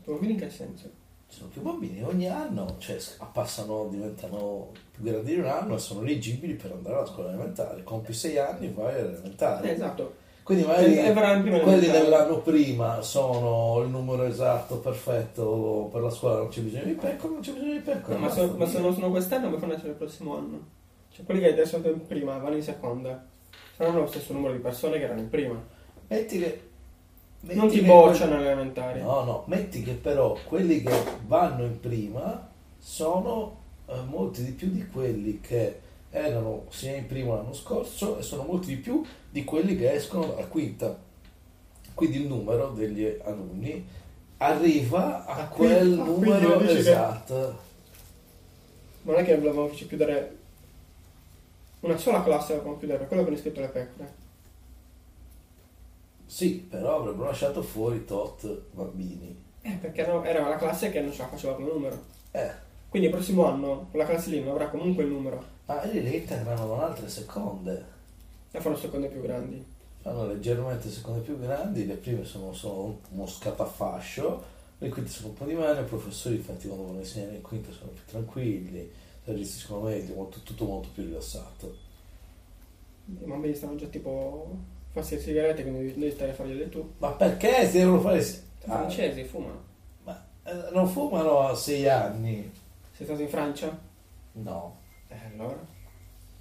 Speaker 2: Bambini in che senso?
Speaker 1: Ci sono più bambini ogni anno, cioè passano, diventano più grandi di un anno e sono elegibili per andare alla scuola elementare. Compi sei anni vai all'elementare.
Speaker 2: Eh, esatto.
Speaker 1: Quindi magari
Speaker 2: E faranno il primo
Speaker 1: quelli
Speaker 2: elementare.
Speaker 1: dell'anno prima sono il numero esatto, perfetto per la scuola, non c'è bisogno di pecore, non c'è bisogno di pecore.
Speaker 2: No, ma, se, ma se non sono quest'anno, come fanno a essere il prossimo anno? Cioè, quelli che adesso sono in prima vanno in seconda. Saranno lo stesso numero di persone che erano in prima.
Speaker 1: Metti che...
Speaker 2: Non
Speaker 1: metti
Speaker 2: ti
Speaker 1: che-
Speaker 2: bocciano alle elementari.
Speaker 1: No, no, metti che però quelli che vanno in prima sono eh, molti di più di quelli che erano sia in prima l'anno scorso e sono molti di più di quelli che escono dalla quinta. Quindi il numero degli alunni arriva a
Speaker 2: Ah,
Speaker 1: quel
Speaker 2: qui- ah, quindi
Speaker 1: numero
Speaker 2: dici che-
Speaker 1: esatto.
Speaker 2: Ma non è che volevamo chiudere una sola classe volevamo chiudere, quello con iscritto le pecore.
Speaker 1: Sì, però avrebbero lasciato fuori tot bambini.
Speaker 2: Eh, perché era, era la classe che non ce la faceva con il numero.
Speaker 1: Eh,
Speaker 2: Quindi il prossimo anno quella classe lì non avrà comunque il numero.
Speaker 1: ma lì le integrano con altre seconde.
Speaker 2: La faranno seconde più grandi.
Speaker 1: Fanno leggermente seconde più grandi, le prime sono, sono uno scatafascio, le quinte sono un po' di meno, i professori infatti quando vogliono insegnare in quinta sono più tranquilli, si gestiscono meglio, molto- tutto molto più rilassato.
Speaker 2: I bambini stanno già tipo farsi le sigarette, quindi devi- devi stare a fargliele tu.
Speaker 1: Ma perché si devono fare... si-
Speaker 2: I
Speaker 1: Ah,
Speaker 2: francesi fumano.
Speaker 1: ma eh, non fumano a sei anni?
Speaker 2: Sei stato in Francia?
Speaker 1: No.
Speaker 2: Eh, allora.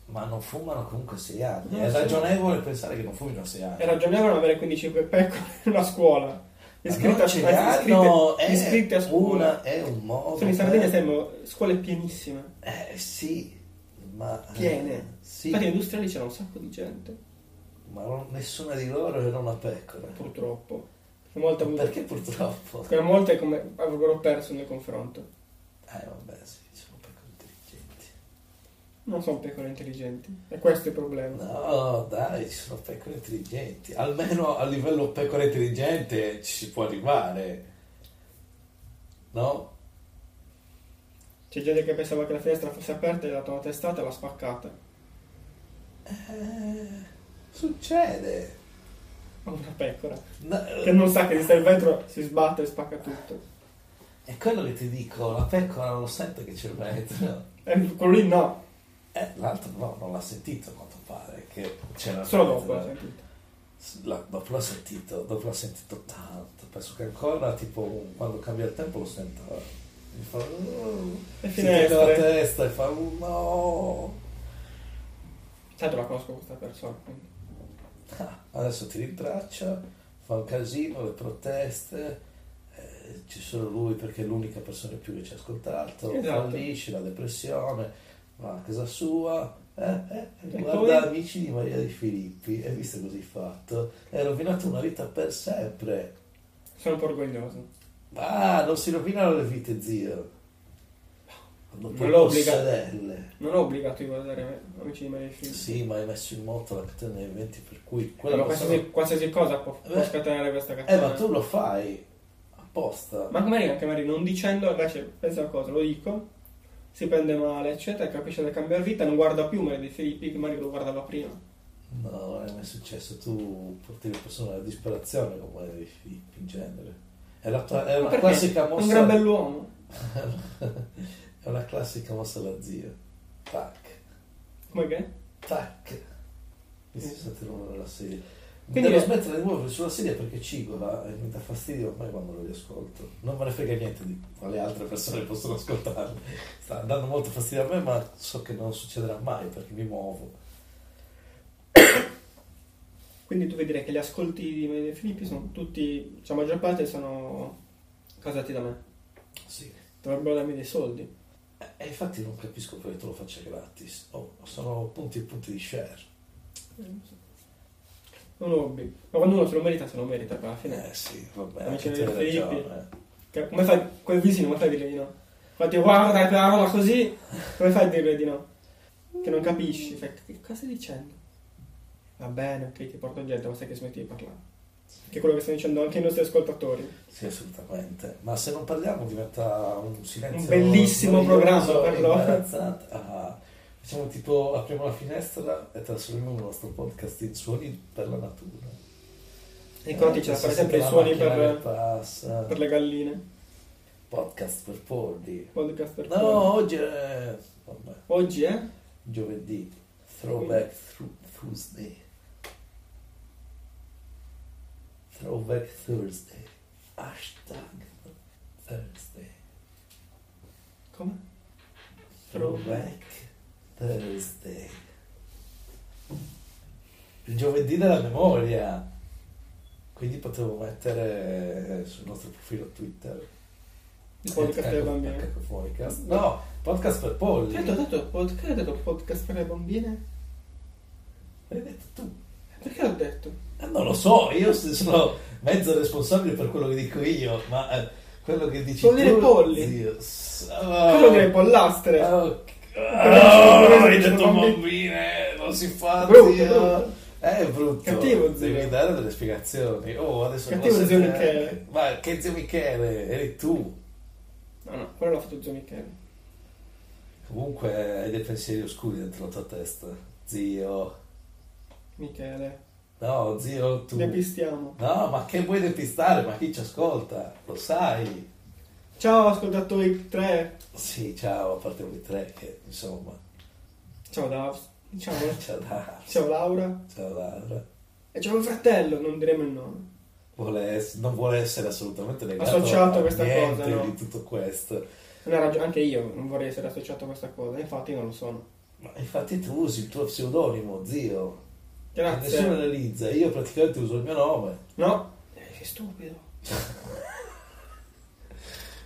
Speaker 1: Ma non fumano comunque a sei anni.
Speaker 2: Non
Speaker 1: È
Speaker 2: so.
Speaker 1: ragionevole pensare che non fumino a sei anni.
Speaker 2: È ragionevole avere 15 pecore in una scuola.
Speaker 1: Ma
Speaker 2: Iscritta
Speaker 1: non
Speaker 2: a
Speaker 1: ce
Speaker 2: anzi,
Speaker 1: li hanno,
Speaker 2: iscritte-
Speaker 1: è
Speaker 2: iscritte a scuola.
Speaker 1: una- eh. è un modo.
Speaker 2: Sono in
Speaker 1: per-
Speaker 2: Sardegna siamo scuole pienissime.
Speaker 1: Eh sì, ma. eh,
Speaker 2: Piene.
Speaker 1: Sì,
Speaker 2: Infatti industriali c'era un sacco di gente,
Speaker 1: ma non- nessuna di loro era una pecora.
Speaker 2: purtroppo. Perché molte,
Speaker 1: Ma
Speaker 2: avuto-
Speaker 1: Perché purtroppo?
Speaker 2: perché molte come avrebbero perso nel confronto.
Speaker 1: Eh vabbè, sì, sono pecore intelligenti.
Speaker 2: Non sono pecore intelligenti. E questo è il problema.
Speaker 1: No, dai, ci sono pecore intelligenti. Almeno a livello pecora intelligente ci si può arrivare. No?
Speaker 2: C'è gente che pensava che la finestra fosse aperta e gli ha dato una testata e l'ha spaccata.
Speaker 1: Eh, succede.
Speaker 2: A una pecora.
Speaker 1: No, eh,
Speaker 2: Che non sa che gli sta il vetro, si sbatte e spacca tutto.
Speaker 1: È quello che ti dico, la pecora non sente che c'è il vetro.
Speaker 2: E quello lì no,
Speaker 1: Eh, l'altro no, non l'ha sentito a quanto pare, che c'era
Speaker 2: solo
Speaker 1: il
Speaker 2: dopo cioè,
Speaker 1: vetro.
Speaker 2: l'ha sentito.
Speaker 1: La- dopo l'ha sentito, dopo l'ha sentito tanto. Penso che ancora, tipo, quando cambia il tempo lo senta. Mi fa... "Uh",
Speaker 2: Le
Speaker 1: si tende la
Speaker 2: finestre.
Speaker 1: testa e fa... "Uh, No!
Speaker 2: Tanto Certo, la conosco questa persona, quindi.
Speaker 1: Ah, adesso ti rintraccia, fa un casino, le proteste, eh, ci sono lui perché è l'unica persona in più che ci ha ascoltato,
Speaker 2: Esatto.
Speaker 1: fallisce la depressione, va a casa sua, eh, eh,
Speaker 2: E
Speaker 1: guarda
Speaker 2: poi?
Speaker 1: amici di Maria di Filippi, e visto così fatto, è rovinato una vita per sempre.
Speaker 2: Sono un po' orgoglioso.
Speaker 1: Ah, non si rovinano le vite, zio. Quando puoi
Speaker 2: Non lo obbliga.
Speaker 1: possedere.
Speaker 2: Non ho obbligato di guardare Amici di Maria e Figli.
Speaker 1: Sì, ma hai messo in moto la catena di eventi per cui quella
Speaker 2: Eh, Ma
Speaker 1: persona-
Speaker 2: qualsiasi, qualsiasi cosa può, può
Speaker 1: Beh.
Speaker 2: scatenare questa
Speaker 1: Eh,
Speaker 2: catena.
Speaker 1: ma tu lo fai apposta.
Speaker 2: Ma magari anche magari non dicendo, invece pensa a cosa, lo dico, si prende male, eccetera, capisce da cambiare vita, non guarda più Maria dei Filippi, che magari lo guardava prima.
Speaker 1: No, non è mai successo. Tu porti le persone alla disperazione come dei Filippi in genere. È, la tua- è
Speaker 2: Ma
Speaker 1: una
Speaker 2: perché?
Speaker 1: classica
Speaker 2: È un gran
Speaker 1: mossa.
Speaker 2: bell'uomo.
Speaker 1: è una classica mossa alla zia. Tac,
Speaker 2: Come che?
Speaker 1: tac. Mi si
Speaker 2: Mm.
Speaker 1: sente il rumore della sedia.
Speaker 2: Quindi
Speaker 1: Devo
Speaker 2: è-
Speaker 1: smettere di muovermi sulla sedia perché cigola e mi dà fastidio ormai quando lo riascolto. Non me ne frega niente di quale altre persone possono ascoltarlo. Sta dando molto fastidio a me, ma so che non succederà mai perché mi muovo.
Speaker 2: Quindi tu vuoi dire che gli ascolti di Maria dei Filippi sono tutti, cioè la maggior parte sono casati da me.
Speaker 1: Sì.
Speaker 2: Dovrebbero darmi dei soldi.
Speaker 1: E infatti non capisco perché tu lo faccia gratis. Oh, sono punti e punti di share.
Speaker 2: Non so. Un hobby. Ma quando uno se lo merita, se lo merita, poi alla fine.
Speaker 1: Eh sì, vabbè,
Speaker 2: Non
Speaker 1: anche
Speaker 2: c'è
Speaker 1: te hai eh.
Speaker 2: Filippi.
Speaker 1: ragione.
Speaker 2: Che- Come fai, quel visino, come fai a dire di no? Infatti, guarda quella roba così, come fai a dire di no? Che non capisci, fai, che cosa stai dicendo? Va bene, ok, ti porto gente, ma sai che smetti di parlare. Che è quello che stanno dicendo anche i nostri ascoltatori.
Speaker 1: Sì, assolutamente. Ma se non parliamo diventa un silenzio.
Speaker 2: Un bellissimo
Speaker 1: noioso,
Speaker 2: programma per loro.
Speaker 1: imbarazzante. Ah, diciamo tipo apriamo la finestra e trasformiamo il nostro podcast in suoni per la natura.
Speaker 2: Ricordati, c'è da
Speaker 1: Eh,
Speaker 2: fare
Speaker 1: si
Speaker 2: sempre i
Speaker 1: sente la
Speaker 2: suoni
Speaker 1: macchina
Speaker 2: per,
Speaker 1: che passa.
Speaker 2: per le galline.
Speaker 1: Podcast per polli.
Speaker 2: Podcast per
Speaker 1: No,
Speaker 2: polli.
Speaker 1: oggi è... Vabbè,
Speaker 2: Oggi, eh?
Speaker 1: giovedì. Throwback thru- Tuesday. Throwback Thursday. Hashtag Thursday.
Speaker 2: Come?
Speaker 1: Throwback Thursday. Il giovedì della memoria. Quindi potevo mettere eh, sul nostro profilo Twitter. Ecco,
Speaker 2: Il podcast per le bambine.
Speaker 1: Podcast. No, podcast per polli.
Speaker 2: Perché ho detto, pod- perché ho detto podcast per le bambine?
Speaker 1: L'hai detto tu.
Speaker 2: Perché l'ho detto?
Speaker 1: Eh, Non lo so, io se sono mezzo responsabile per quello che dico io, ma eh, quello che dici
Speaker 2: Vuol dire
Speaker 1: tu,
Speaker 2: polli.
Speaker 1: zio, s-
Speaker 2: Quello
Speaker 1: oh,
Speaker 2: che è pollastre.
Speaker 1: ah, ok.
Speaker 2: Però
Speaker 1: Oh,
Speaker 2: sono
Speaker 1: hai
Speaker 2: sono
Speaker 1: detto
Speaker 2: bambini.
Speaker 1: bambine, non si fa,
Speaker 2: Brutto,
Speaker 1: zio.
Speaker 2: brutto.
Speaker 1: Eh, È brutto.
Speaker 2: Cattivo, zio.
Speaker 1: Devi dare delle spiegazioni. Oh, adesso
Speaker 2: Cattivo
Speaker 1: posso
Speaker 2: zio
Speaker 1: entrare.
Speaker 2: Michele.
Speaker 1: Ma che zio Michele? Eri tu.
Speaker 2: No, no, quello l'ha fatto zio Michele.
Speaker 1: Comunque hai dei pensieri oscuri dentro la tua testa. Zio.
Speaker 2: Michele.
Speaker 1: No, zio, tu.
Speaker 2: Ne pistiamo.
Speaker 1: No, ma che vuoi depistare? Ma chi ci ascolta? Lo sai?
Speaker 2: Ciao ascoltatori 3.
Speaker 1: Sì, ciao, a parte voi tre che, insomma,
Speaker 2: Ciao Dav. Ciao.
Speaker 1: ciao da,
Speaker 2: Ciao Laura.
Speaker 1: ciao Laura.
Speaker 2: E ciao mio fratello, non diremo il nome.
Speaker 1: Vuole ess- non vuole essere assolutamente legato
Speaker 2: Associato
Speaker 1: a
Speaker 2: a questa
Speaker 1: niente
Speaker 2: cosa, no?
Speaker 1: di tutto questo.
Speaker 2: Non ha ragione, anche io non vorrei essere associato a questa cosa, infatti non lo sono.
Speaker 1: Ma infatti tu usi il tuo pseudonimo, zio. Nessuno
Speaker 2: Grazie.
Speaker 1: analizza, io praticamente uso il mio nome.
Speaker 2: No. Eh, sei stupido.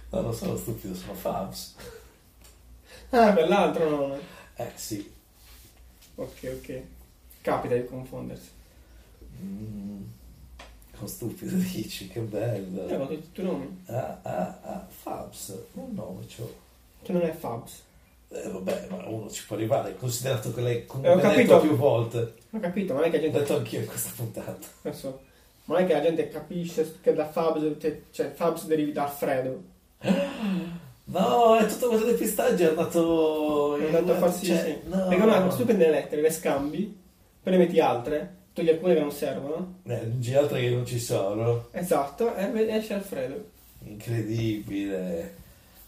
Speaker 1: No, non sono stupido, sono Fabs.
Speaker 2: Ah, quell'altro nome.
Speaker 1: Eh sì.
Speaker 2: Ok, ok. Capita di confondersi.
Speaker 1: Mm. Con stupido dici, che bello.
Speaker 2: Eh, ma tutti i tuoi nomi.
Speaker 1: Ah, ah, ah, Fabs, un nome c'ho.
Speaker 2: Cioè non è Fabs.
Speaker 1: Eh, vabbè, ma uno ci può arrivare, considerato che lei
Speaker 2: Eh, ho
Speaker 1: comunque l'ha detto
Speaker 2: capito.
Speaker 1: più volte.
Speaker 2: Ho capito, ma non è che la
Speaker 1: L'ho
Speaker 2: gente.
Speaker 1: detto anch'io in questa puntata.
Speaker 2: Adesso, ma non è che la gente capisce che da Fabs. che- Cioè, Fabs derivi da Alfredo.
Speaker 1: No, è tutto quello del pistaggio, è andato...
Speaker 2: È andato a farsi.
Speaker 1: cioè,
Speaker 2: sì.
Speaker 1: no.
Speaker 2: Perché no, tu prendi le lettere, le scambi, poi ne metti altre, togli alcune che non servono.
Speaker 1: Eh, non c'è altre che non ci sono.
Speaker 2: Esatto, e ve- esce Alfredo.
Speaker 1: Incredibile.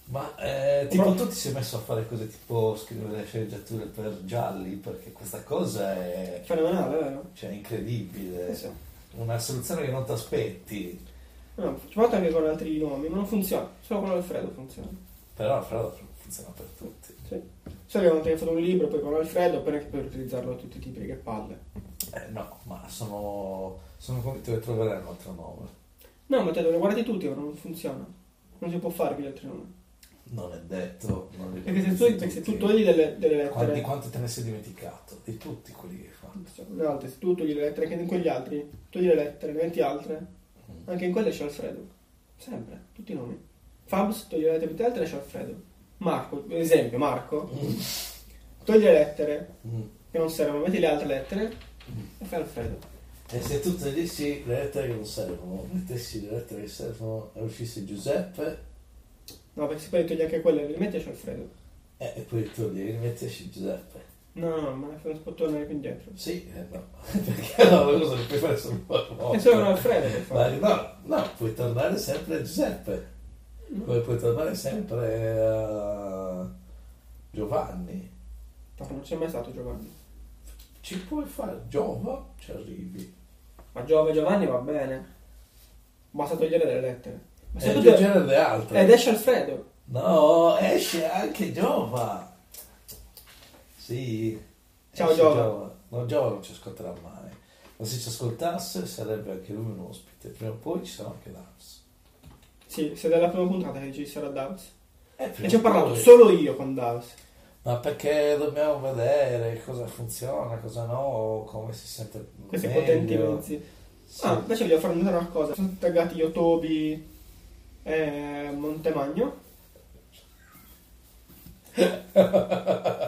Speaker 1: Ma eh, tipo tu ti sei messo a fare cose tipo scrivere le sceneggiature per gialli, perché questa cosa è...
Speaker 2: Fenomenale, vero? Eh,
Speaker 1: Cioè, incredibile.
Speaker 2: Adesso,
Speaker 1: Una soluzione che non ti aspetti.
Speaker 2: no, ci provato anche con altri nomi, ma non funziona. Solo con Alfredo funziona.
Speaker 1: Però, fra l'altro, funziona per tutti.
Speaker 2: Solo che non ti hai fatto un libro, poi con Alfredo, poi non è che puoi utilizzarlo a tutti i tipi, che palle.
Speaker 1: Eh, no, ma sono, sono convinto che troverai un altro nome.
Speaker 2: No, ma te lo guardi tutti, ora non funziona. Non si può fare con gli altri nomi.
Speaker 1: Non è detto. Non li
Speaker 2: Perché se tu,
Speaker 1: conosci
Speaker 2: perché se tu eh.
Speaker 1: tutti.
Speaker 2: togli delle, delle
Speaker 1: Qua- Di
Speaker 2: lettere,
Speaker 1: quanti te ne sei dimenticato? Di tutti quelli che hai fatto.
Speaker 2: le altre, se tu togli le lettere anche in quegli altri, togli le lettere, ne metti altre,
Speaker 1: Mm.
Speaker 2: anche in quelle c'è Alfredo. Sempre, tutti i nomi. Fabs, togli le lettere, metti altre, c'è Alfredo. Marco, per esempio, Marco, togli le lettere
Speaker 1: Mm.
Speaker 2: che non servono, metti le altre lettere e fai Alfredo.
Speaker 1: E se tu togliessi le lettere che non servono, mettessi le lettere che servono e uscisse Giuseppe,
Speaker 2: No, perché se poi togli anche quelle, le metti c'è Alfredo.
Speaker 1: eh, e poi togli, rimettesci Giuseppe.
Speaker 2: No, no, ma non si può tornare più indietro.
Speaker 1: Sì, eh, no. Perché no, la cosa che puoi fare sono due
Speaker 2: È
Speaker 1: volte.
Speaker 2: solo con Alfredo che
Speaker 1: Ma
Speaker 2: fa.
Speaker 1: no, no, puoi tornare sempre a Giuseppe. Come puoi tornare sempre a Giovanni.
Speaker 2: No, non c'è mai stato Giovanni.
Speaker 1: Ci puoi fare Giova, ci arrivi.
Speaker 2: Ma Giove Giovanni va bene. Basta togliere delle lettere. Ma
Speaker 1: E
Speaker 2: se tu
Speaker 1: aggiungere
Speaker 2: togli-
Speaker 1: le altre.
Speaker 2: Ed esce Alfredo.
Speaker 1: No, esce anche Giova. Sì.
Speaker 2: Ciao,
Speaker 1: esce
Speaker 2: Giova.
Speaker 1: No, Giova non ci ascolterà mai. Ma se ci ascoltasse sarebbe anche lui un ospite. Prima o poi ci sarà anche Dams.
Speaker 2: Sì, se è dalla prima puntata che ci sarà Davs.
Speaker 1: Eh,
Speaker 2: E
Speaker 1: prima
Speaker 2: ci ho
Speaker 1: o
Speaker 2: parlato
Speaker 1: poi.
Speaker 2: solo io con Davs.
Speaker 1: Ma perché dobbiamo vedere cosa funziona, cosa no, come si sente
Speaker 2: Questi
Speaker 1: meglio.
Speaker 2: potenti mezzi.
Speaker 1: Sì.
Speaker 2: Ah, invece voglio farvi notare una cosa. Sono taggati io, Tobi e Montemagno.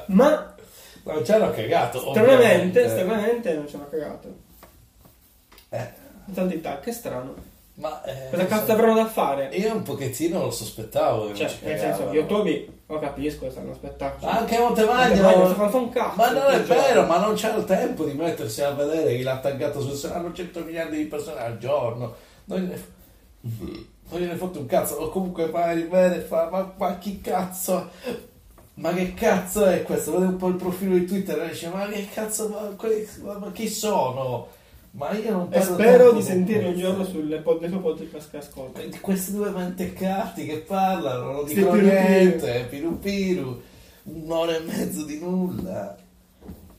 Speaker 2: Ma
Speaker 1: Non ci hanno cagato.
Speaker 2: stranamente,
Speaker 1: ovviamente.
Speaker 2: stranamente non ci hanno cagato.
Speaker 1: Eh,
Speaker 2: Tanti tag, che strano.
Speaker 1: ma... eh,
Speaker 2: Cosa cazzo
Speaker 1: so-
Speaker 2: avranno da fare?
Speaker 1: Io un pochettino lo sospettavo che
Speaker 2: Cioè,
Speaker 1: non ci
Speaker 2: nel senso,
Speaker 1: cagavano.
Speaker 2: io Tobi lo capisco, stanno spettacolo.
Speaker 1: Ma Anche
Speaker 2: Montemagno,
Speaker 1: Montemagno...
Speaker 2: sta fa un cazzo.
Speaker 1: Ma non è
Speaker 2: quel gioco.
Speaker 1: vero, ma non c'è il tempo di mettersi a vedere chi l'ha taggato sul saranno 100 miliardi di persone al giorno. Non gliene, non gliene fotte un cazzo, o comunque fa il vero e fa, ma, ma chi cazzo? Ma che cazzo è questo? Vede un po' il profilo di Twitter e dice, ma che cazzo, ma, quelli- ma- ma chi sono? Ma io non
Speaker 2: E
Speaker 1: perdo
Speaker 2: spero
Speaker 1: tempo
Speaker 2: di
Speaker 1: con
Speaker 2: sentirlo un
Speaker 1: questi.
Speaker 2: giorno sulle pod- nei suoi podcast che ascolta.
Speaker 1: Di Questi due mentecatti che parlano, non
Speaker 2: Sì,
Speaker 1: dicono
Speaker 2: piru piru.
Speaker 1: niente, piru piru, un'ora e mezzo di nulla.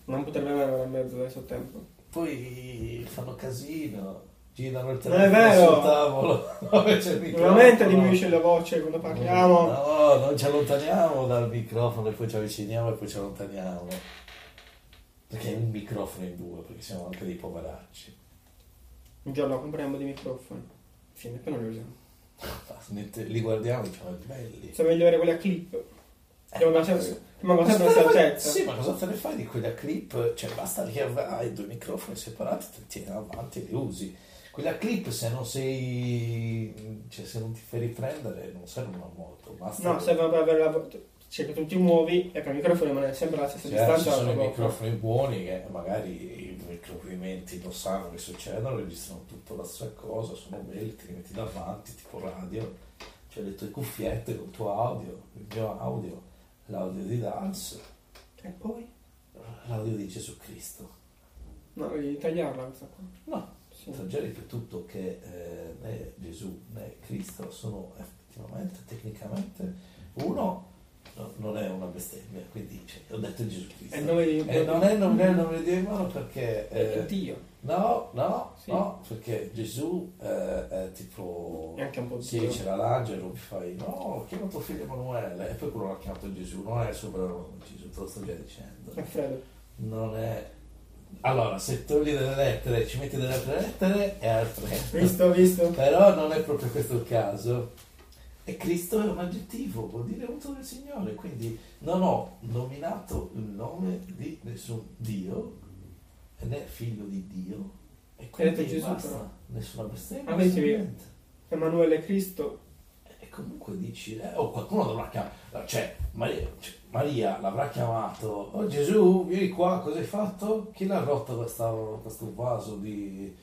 Speaker 2: Non potrebbe avere un'ora e mezzo adesso tempo.
Speaker 1: Poi fanno casino, girano il
Speaker 2: Non è
Speaker 1: telefono
Speaker 2: vero.
Speaker 1: sul tavolo. dove c'è il Mm. microfono.
Speaker 2: Veramente diminuisce la voce quando parliamo.
Speaker 1: No, non ci allontaniamo dal microfono e poi ci avviciniamo e poi ci allontaniamo. Perché è un microfono in due, perché siamo anche dei poveracci.
Speaker 2: Un giorno compriamo dei microfoni. Fine, poi non li usiamo.
Speaker 1: Basta, niente, li guardiamo e diciamo, belli.
Speaker 2: Se meglio avere quella clip. Dobbiamo passare ma
Speaker 1: Eh, Ma
Speaker 2: passare una
Speaker 1: cosa-
Speaker 2: saltezza.
Speaker 1: Sì, ma cosa te ne fai di quella clip? Cioè, basta che hai due microfoni separati, te li tieni avanti e li usi. Quella clip, se non sei. cioè, se non ti fai riprendere, non servono molto. Basta
Speaker 2: No,
Speaker 1: che-
Speaker 2: serve per avere la. Cioè, che tu ti muovi e per il microfono rimane sempre alla stessa
Speaker 1: Cioè, adesso ci
Speaker 2: distanza.
Speaker 1: sono i
Speaker 2: proprio.
Speaker 1: microfoni buoni che magari i micromovimenti lo sanno che succedono, registrano tutto la stessa cosa, sono belli, ti li metti davanti, tipo radio, cioè le tue cuffiette col tuo audio, il mio audio, l'audio di Dance,
Speaker 2: E poi?
Speaker 1: l'audio di Gesù Cristo.
Speaker 2: No, devi tagliarla questa qua.
Speaker 1: No.
Speaker 2: Sì.
Speaker 1: Senza già ripetuto che eh, né Gesù né Cristo sono effettivamente, tecnicamente, uno no- non è una bestemmia, quindi cioè, ho detto Gesù Cristo.
Speaker 2: E noi.
Speaker 1: E Eh, non è il nome del nome di Dio perché...
Speaker 2: È
Speaker 1: eh,
Speaker 2: Dio.
Speaker 1: No, no,
Speaker 2: Sì.
Speaker 1: no, perché Gesù eh, è tipo...
Speaker 2: È anche un po'
Speaker 1: Sì,
Speaker 2: Dio.
Speaker 1: c'era l'angelo, mi fai, no, chiama tuo figlio Emanuele, e poi quello l'ha chiamato Gesù, non è il soprannome di Gesù, te lo sto già dicendo.
Speaker 2: Alfredo.
Speaker 1: Non è... Allora, se togli delle lettere, ci metti delle altre lettere, è Alfredo.
Speaker 2: Visto, visto.
Speaker 1: Però non è proprio questo il caso. E Cristo è un aggettivo, vuol dire uso del Signore, quindi non ho nominato il nome di nessun Dio, né figlio di Dio, e quindi
Speaker 2: detto Gesù,
Speaker 1: basta,
Speaker 2: però.
Speaker 1: nessuna bestemmia,
Speaker 2: Ah, vedi,
Speaker 1: nessun
Speaker 2: vedi.
Speaker 1: niente.
Speaker 2: Emanuele Cristo.
Speaker 1: E comunque dici, eh, oh, qualcuno dovrà chiamare, cioè Maria, cioè, Maria l'avrà chiamato, oh Gesù, vieni qua, cosa hai fatto? Chi l'ha rotto questa- questo vaso di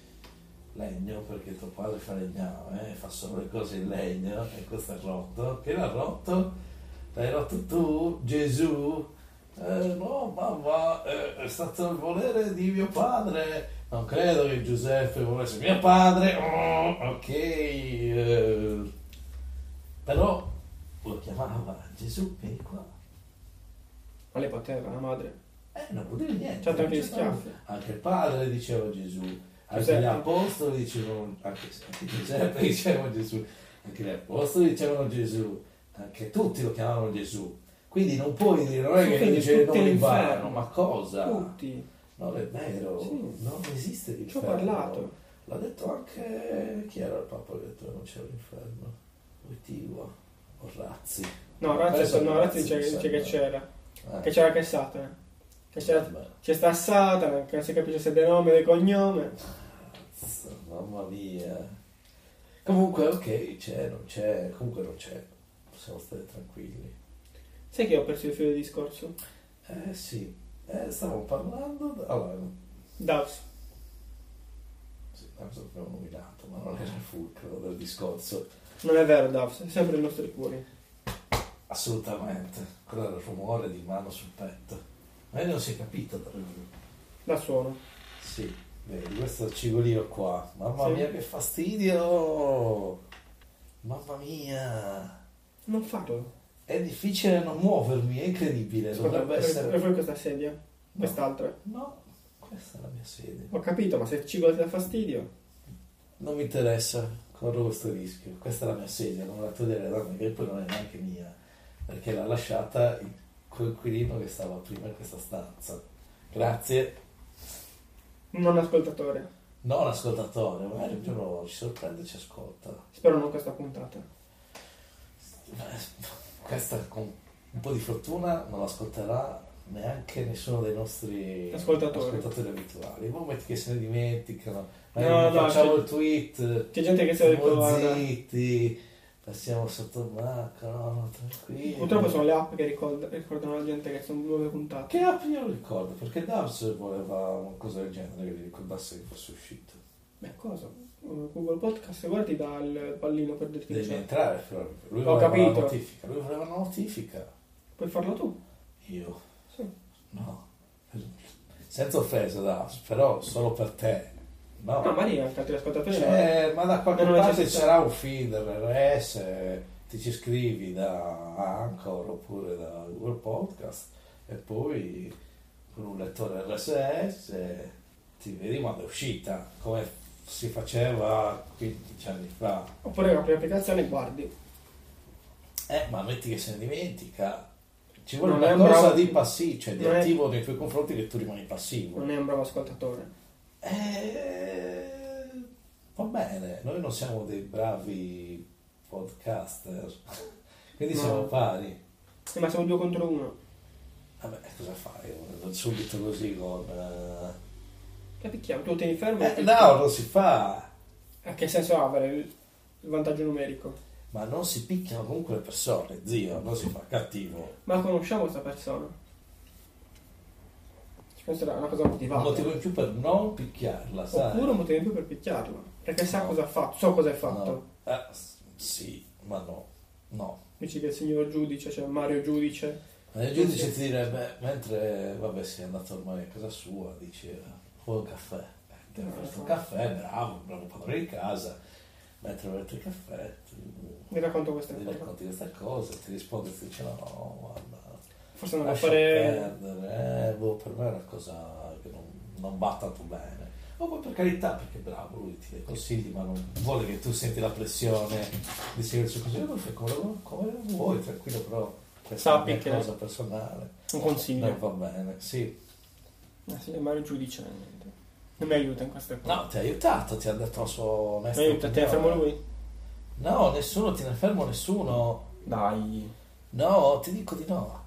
Speaker 1: legno? Perché tuo padre fa legname, eh, fa solo le cose in legno e questo è rotto. Chi l'ha rotto? L'hai rotto tu, Gesù? "Eh, no, mamma, eh, è stato il volere di mio padre. Non credo che Giuseppe volesse mio padre. Oh, ok. eh, però lo chiamava Gesù, vieni qua.
Speaker 2: Ma lei poteva, la madre.
Speaker 1: Eh, non vuol dire niente.
Speaker 2: Certo, anche gli
Speaker 1: Non c'era-
Speaker 2: schiaffi.
Speaker 1: Anche il padre diceva Gesù, anche
Speaker 2: Giuseppe.
Speaker 1: gli apostoli dicevano, anche, anche Giuseppe diceva Gesù, anche gli apostoli dicevano Gesù, anche tutti lo chiamavano Gesù. Quindi non puoi dire, non è che
Speaker 2: Quindi
Speaker 1: dice
Speaker 2: tutti
Speaker 1: non in
Speaker 2: l'inferno.
Speaker 1: vano, ma cosa?
Speaker 2: Tutti.
Speaker 1: Non è vero,
Speaker 2: Sì.
Speaker 1: non esiste l'inferno.
Speaker 2: Ci ho parlato.
Speaker 1: L'ha detto anche, chi era il Papa che ha detto che non c'era l'inferno? Voitiva, Orazzi.
Speaker 2: No,
Speaker 1: Adesso
Speaker 2: Razzi, no, Razzi
Speaker 1: Razzi
Speaker 2: dice,
Speaker 1: mi
Speaker 2: dice
Speaker 1: sembra.
Speaker 2: che c'era.
Speaker 1: Eh.
Speaker 2: Che c'era che Satana. Che c'era.
Speaker 1: Vabbè.
Speaker 2: C'è sta Satana, che non si capisce se è del nome o del cognome.
Speaker 1: Cazzo, Mamma mia. Comunque, ok, c'è, non c'è, comunque non c'è. Possiamo stare tranquilli.
Speaker 2: Sai che ho perso il filo di discorso?
Speaker 1: Eh sì, eh, stavo parlando... Allora,
Speaker 2: Davs.
Speaker 1: sì, adesso abbiamo nominato, ma non era il fulcro del discorso.
Speaker 2: Non è vero, Davs, è sempre il nostro cuore.
Speaker 1: Assolutamente. Quello era il rumore di mano sul petto. Ma non si è capito.
Speaker 2: Mm.
Speaker 1: però.
Speaker 2: Da suono.
Speaker 1: Sì, vedi, questo cigolio qua. Mamma
Speaker 2: Sì.
Speaker 1: mia, che fastidio! Mamma mia!
Speaker 2: Non farlo.
Speaker 1: È difficile non muovermi, è incredibile. Dovrebbe essere...
Speaker 2: per voi questa sedia? Quest'altra?
Speaker 1: No, questa è la mia sede.
Speaker 2: Ho capito, ma se il cibo ti dà fastidio.
Speaker 1: Non mi interessa, corro questo rischio. Questa è la mia sedia, non la toglierei da me, che poi non è neanche mia, perché l'ha lasciata il coinquilino che stava prima in questa stanza. Grazie.
Speaker 2: Non ascoltatore.
Speaker 1: Non ascoltatore, magari il giorno ci sorprende e ci ascolta.
Speaker 2: Spero non questa puntata.
Speaker 1: Eh, Questa con un po' di fortuna non l'ascolterà neanche nessuno dei nostri
Speaker 2: Ascoltatori.
Speaker 1: ascoltatori abituali. Voi metti che se ne dimenticano,
Speaker 2: No,
Speaker 1: no,
Speaker 2: no,
Speaker 1: facciamo
Speaker 2: c'è-
Speaker 1: il tweet.
Speaker 2: C'è gente che si ricorda.
Speaker 1: zitti, passiamo sotto il banco, no, no, tranquillo.
Speaker 2: Purtroppo sono le app che ricorda- ricordano la gente che sono nuove puntate.
Speaker 1: Che app io ricordo, perché Dubs voleva una cosa del genere che gli ricordasse che fosse uscito.
Speaker 2: Beh, cosa? Uh, Google Podcast, se guardi dal pallino per dirti che
Speaker 1: Devi
Speaker 2: c'è.
Speaker 1: entrare, però. Lui
Speaker 2: Ho
Speaker 1: voleva
Speaker 2: capito.
Speaker 1: una notifica, lui voleva una notifica.
Speaker 2: Puoi farlo tu.
Speaker 1: Io,
Speaker 2: Sì.
Speaker 1: no. Senza offesa, Dubs, però solo per te. No,
Speaker 2: No, Maria, Ah, anche altri ascoltatori.
Speaker 1: Cioè, ma da qualche
Speaker 2: Non ho
Speaker 1: parte
Speaker 2: necessità.
Speaker 1: c'era un feed RSS, ti ci scrivi da Anchor oppure da Google Podcast e poi con un lettore RSS ti vedi quando è uscita, come si faceva 15 anni fa.
Speaker 2: Oppure apri l'applicazione e guardi.
Speaker 1: Eh, ma metti che se ne dimentica. Ci vuole
Speaker 2: Non
Speaker 1: una
Speaker 2: è un
Speaker 1: cosa
Speaker 2: bravo-
Speaker 1: di passivo, cioè di
Speaker 2: non è-
Speaker 1: attivo nei tuoi confronti che tu rimani passivo.
Speaker 2: Non è un bravo ascoltatore.
Speaker 1: Eh, Va bene, noi non siamo dei bravi podcaster, quindi
Speaker 2: No.
Speaker 1: siamo pari.
Speaker 2: Eh, ma siamo due contro uno.
Speaker 1: Vabbè, cosa fai? Eh, Subito così con... eh,
Speaker 2: La picchiamo, tu tieni fermo. e
Speaker 1: eh,
Speaker 2: picchi.
Speaker 1: no, non si fa!
Speaker 2: A che senso ha avere il il vantaggio numerico?
Speaker 1: Ma non si picchiano comunque le persone, zio, non si fa cattivo.
Speaker 2: Ma conosciamo questa persona. Questa è una cosa
Speaker 1: Un
Speaker 2: motivata.
Speaker 1: motivo in più per non picchiarla, sai?
Speaker 2: Oppure un motivo in più per picchiarla. Perché sa
Speaker 1: No.
Speaker 2: cosa ha fatto, so cosa hai fatto.
Speaker 1: No. Eh, s- sì, ma no. No.
Speaker 2: Dici che il signor giudice, cioè Mario giudice.
Speaker 1: Ma il giudice ti direbbe, mentre, vabbè, si è andato ormai a casa sua, dice, vuoi un caffè? Eh, Ti ha
Speaker 2: Esatto.
Speaker 1: offerto un caffè, bravo, bravo padrone di casa. Mentre bevete il caffè, ti,
Speaker 2: Mi racconto questa
Speaker 1: ti
Speaker 2: cosa.
Speaker 1: racconti questa cosa, ti risponde e ti dice, no, no, guarda,
Speaker 2: Forse non va a
Speaker 1: lascia
Speaker 2: fare.
Speaker 1: perdere, eh, boh, per me è una cosa che non, non va tanto bene. O poi per carità, perché è bravo, lui ti dà i consigli, ma non vuole che tu senti la pressione di seguire il suo consiglio, lui fa come, come vuoi, tranquillo, però questa
Speaker 2: Sappi
Speaker 1: è una
Speaker 2: che-
Speaker 1: cosa personale.
Speaker 2: Un consiglio.
Speaker 1: Non Eh, va bene, sì.
Speaker 2: Ah, sì, Mario giudice. niente. Non mi aiuta in queste cose.
Speaker 1: No, ti ha aiutato, ti ha detto la sua onesta
Speaker 2: Mi aiuta, te ne fermo
Speaker 1: opinione.
Speaker 2: lui?
Speaker 1: No, nessuno, ti ne fermo nessuno.
Speaker 2: Dai.
Speaker 1: No, ti dico di no.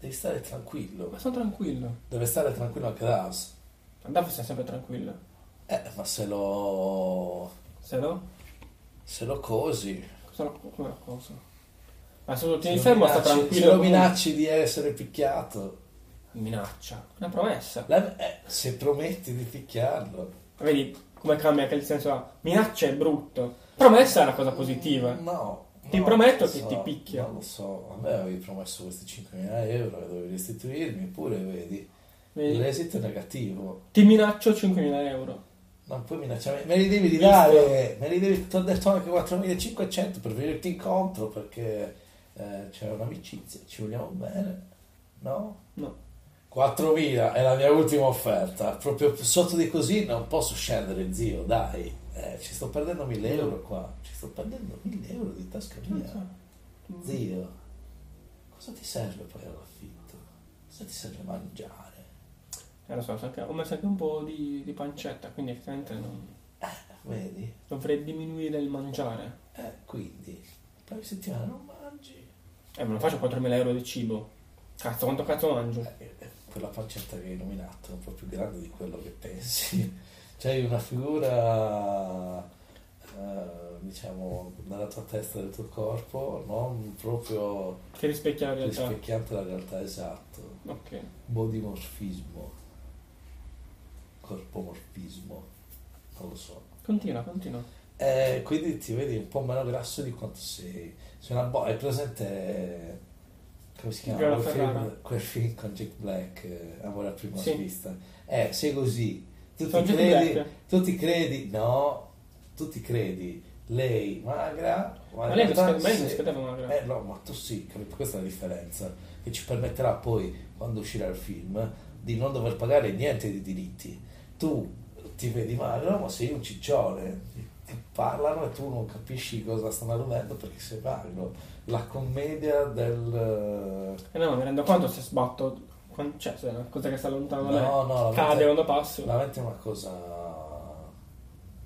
Speaker 1: Devi stare tranquillo.
Speaker 2: Ma sono tranquillo.
Speaker 1: Deve stare tranquillo anche Daus.
Speaker 2: Andavo sempre tranquillo.
Speaker 1: Eh, ma se lo...
Speaker 2: Se no,
Speaker 1: se lo cosi...
Speaker 2: cosa come la cosa? Ma se tu
Speaker 1: se
Speaker 2: tieni
Speaker 1: lo
Speaker 2: fermo sta
Speaker 1: minacci-
Speaker 2: tranquillo.
Speaker 1: Se lo
Speaker 2: comunque.
Speaker 1: minacci di essere picchiato.
Speaker 2: Minaccia. Una promessa.
Speaker 1: La- eh, se prometti di picchiarlo.
Speaker 2: Vedi come cambia che il senso ha. Minaccia è brutto. Promessa è una cosa positiva.
Speaker 1: No.
Speaker 2: Ti
Speaker 1: no,
Speaker 2: prometto
Speaker 1: lo
Speaker 2: che ti picchio.
Speaker 1: Non lo so, a me avevi promesso questi 5.000 euro che dovevi restituirmi, pure vedi.
Speaker 2: Vedi?
Speaker 1: Il L'esito è negativo.
Speaker 2: Ti minaccio 5.000 euro.
Speaker 1: Non puoi minacciare, me li devi
Speaker 2: Visto?
Speaker 1: ridare, me li devi, ti ho detto anche 4500 per venirti incontro perché eh, c'è un'amicizia, ci vogliamo bene, no?
Speaker 2: No.
Speaker 1: 4000 è la mia ultima offerta, proprio sotto di così non posso scendere zio, dai, Eh, ci sto perdendo 1000 euro qua, ci sto perdendo 1000 euro di tasca mia, zio, cosa ti serve poi all'affitto? Cosa ti serve mangiare?
Speaker 2: Eh, lo so, ho anche- ho messo anche un po' di, di pancetta, quindi effettivamente non,
Speaker 1: Vedi?
Speaker 2: dovrei diminuire il mangiare.
Speaker 1: Eh, quindi, poi settimana non mangi.
Speaker 2: Eh, ma non faccio 4.000 euro di cibo. Cazzo, quanto cazzo mangio?
Speaker 1: Eh, quella pancetta che hai nominato è un po' più grande di quello che pensi. C'hai una figura, eh, diciamo, nella tua testa e nel tuo corpo, non proprio
Speaker 2: Che rispecchia la realtà.
Speaker 1: rispecchiante la realtà esatto.
Speaker 2: Ok.
Speaker 1: Bodimorfismo, corpomorfismo, non lo so.
Speaker 2: Continua, continua.
Speaker 1: Eh, quindi ti vedi un po' meno grasso di quanto sei. sei una bo- hai presente eh, come si chiama?
Speaker 2: Giorgio
Speaker 1: Quel
Speaker 2: Ferrara.
Speaker 1: film, quel film con Jack Black, eh, Amore a prima
Speaker 2: Sì.
Speaker 1: vista. Eh, sei così. Tu ti,
Speaker 2: Sono già
Speaker 1: credi,
Speaker 2: black.
Speaker 1: tu ti credi, no, tu ti credi, lei magra,
Speaker 2: Ma lei non
Speaker 1: in realtà
Speaker 2: scade- ma lei non
Speaker 1: se-
Speaker 2: scadeva magra.
Speaker 1: eh no, ma tu sì, capi- questa è la differenza, che ci permetterà poi, quando uscirà il film, di non dover pagare niente di diritti. Tu ti vedi magro, ma sei un ciccione, ti ti parlano e tu non capisci cosa stanno alludendo perché sei magro. La commedia del...
Speaker 2: Eh no, mi rendo conto se sbatto. quan- Cioè, se è una cosa che sta lontano da
Speaker 1: No, no,
Speaker 2: me. Cade
Speaker 1: la
Speaker 2: quando passo.
Speaker 1: mente, la mente è una cosa...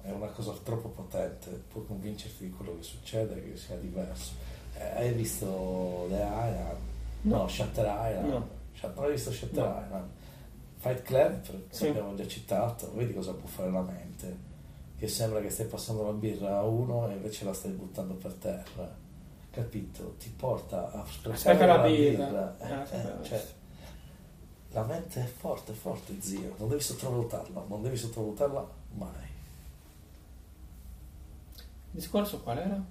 Speaker 1: È una cosa troppo potente, può convincerti di quello che succede, che sia diverso. Eh, hai visto The Island? No, Shutter Island.
Speaker 2: No.
Speaker 1: Shutter- non hai visto Shutter
Speaker 2: No.
Speaker 1: Island? Fight Club, per-
Speaker 2: Sì.
Speaker 1: l'abbiamo già citato, vedi cosa può fare la mente. Che sembra che stai passando la birra a uno e invece la stai buttando per terra. Capito? Ti porta a sprecare
Speaker 2: Aspetta
Speaker 1: la,
Speaker 2: la birra.
Speaker 1: birra.
Speaker 2: Ah,
Speaker 1: Eh, eh,
Speaker 2: aspetta.
Speaker 1: cioè, la mente è forte, forte, zio. Non devi sottovalutarla, non devi sottovalutarla mai.
Speaker 2: Il discorso qual era?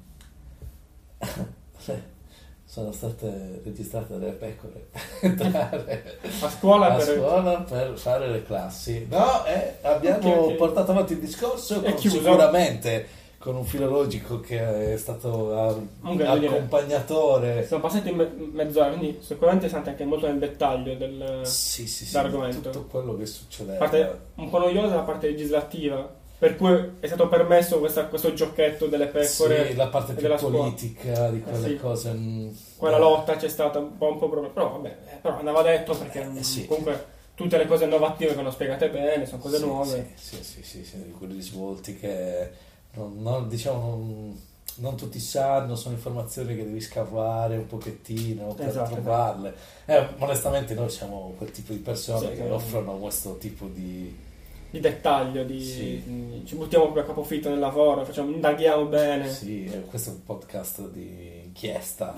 Speaker 1: Sono state registrate delle pecore entrare.
Speaker 2: A scuola
Speaker 1: a
Speaker 2: per.
Speaker 1: scuola per fare le classi. No, eh, abbiamo
Speaker 2: Ok, ok.
Speaker 1: portato avanti il discorso
Speaker 2: È
Speaker 1: con-
Speaker 2: chiuso.
Speaker 1: sicuramente con un filologico che è stato ah,
Speaker 2: Un grande
Speaker 1: accompagnatore.
Speaker 2: Sono passati me- mezz'ora, quindi sicuramente state anche molto nel dettaglio del.
Speaker 1: Sì, sì, sì,
Speaker 2: L'argomento.
Speaker 1: tutto quello che succedeva.
Speaker 2: Eh, parte un po' noiosa la parte legislativa, per cui è stato permesso questa- questo giochetto delle pecore,
Speaker 1: Sì, la parte
Speaker 2: e
Speaker 1: più
Speaker 2: della scuola.
Speaker 1: politica di quelle
Speaker 2: sì.
Speaker 1: cose. mm,
Speaker 2: quella
Speaker 1: eh,
Speaker 2: lotta c'è stata un po' un po' problema, però vabbè, eh, però andava detto perché
Speaker 1: Eh, sì.
Speaker 2: comunque tutte le cose innovative vanno spiegate bene, sono cose
Speaker 1: Sì,
Speaker 2: nuove.
Speaker 1: Sì, sì, sì, sì, sì, quelli risvolti che non, non- diciamo non, non tutti sanno, sono informazioni che devi scavare un pochettino per
Speaker 2: Esatto,
Speaker 1: trovarle. Eh, ma onestamente noi siamo quel tipo di persone
Speaker 2: Sì,
Speaker 1: che
Speaker 2: che-
Speaker 1: offrono questo tipo di...
Speaker 2: Di dettaglio, di,
Speaker 1: Sì.
Speaker 2: mh, ci buttiamo proprio a capofitto nel lavoro, facciamo, indaghiamo bene.
Speaker 1: Sì, eh, questo è un podcast di inchiesta.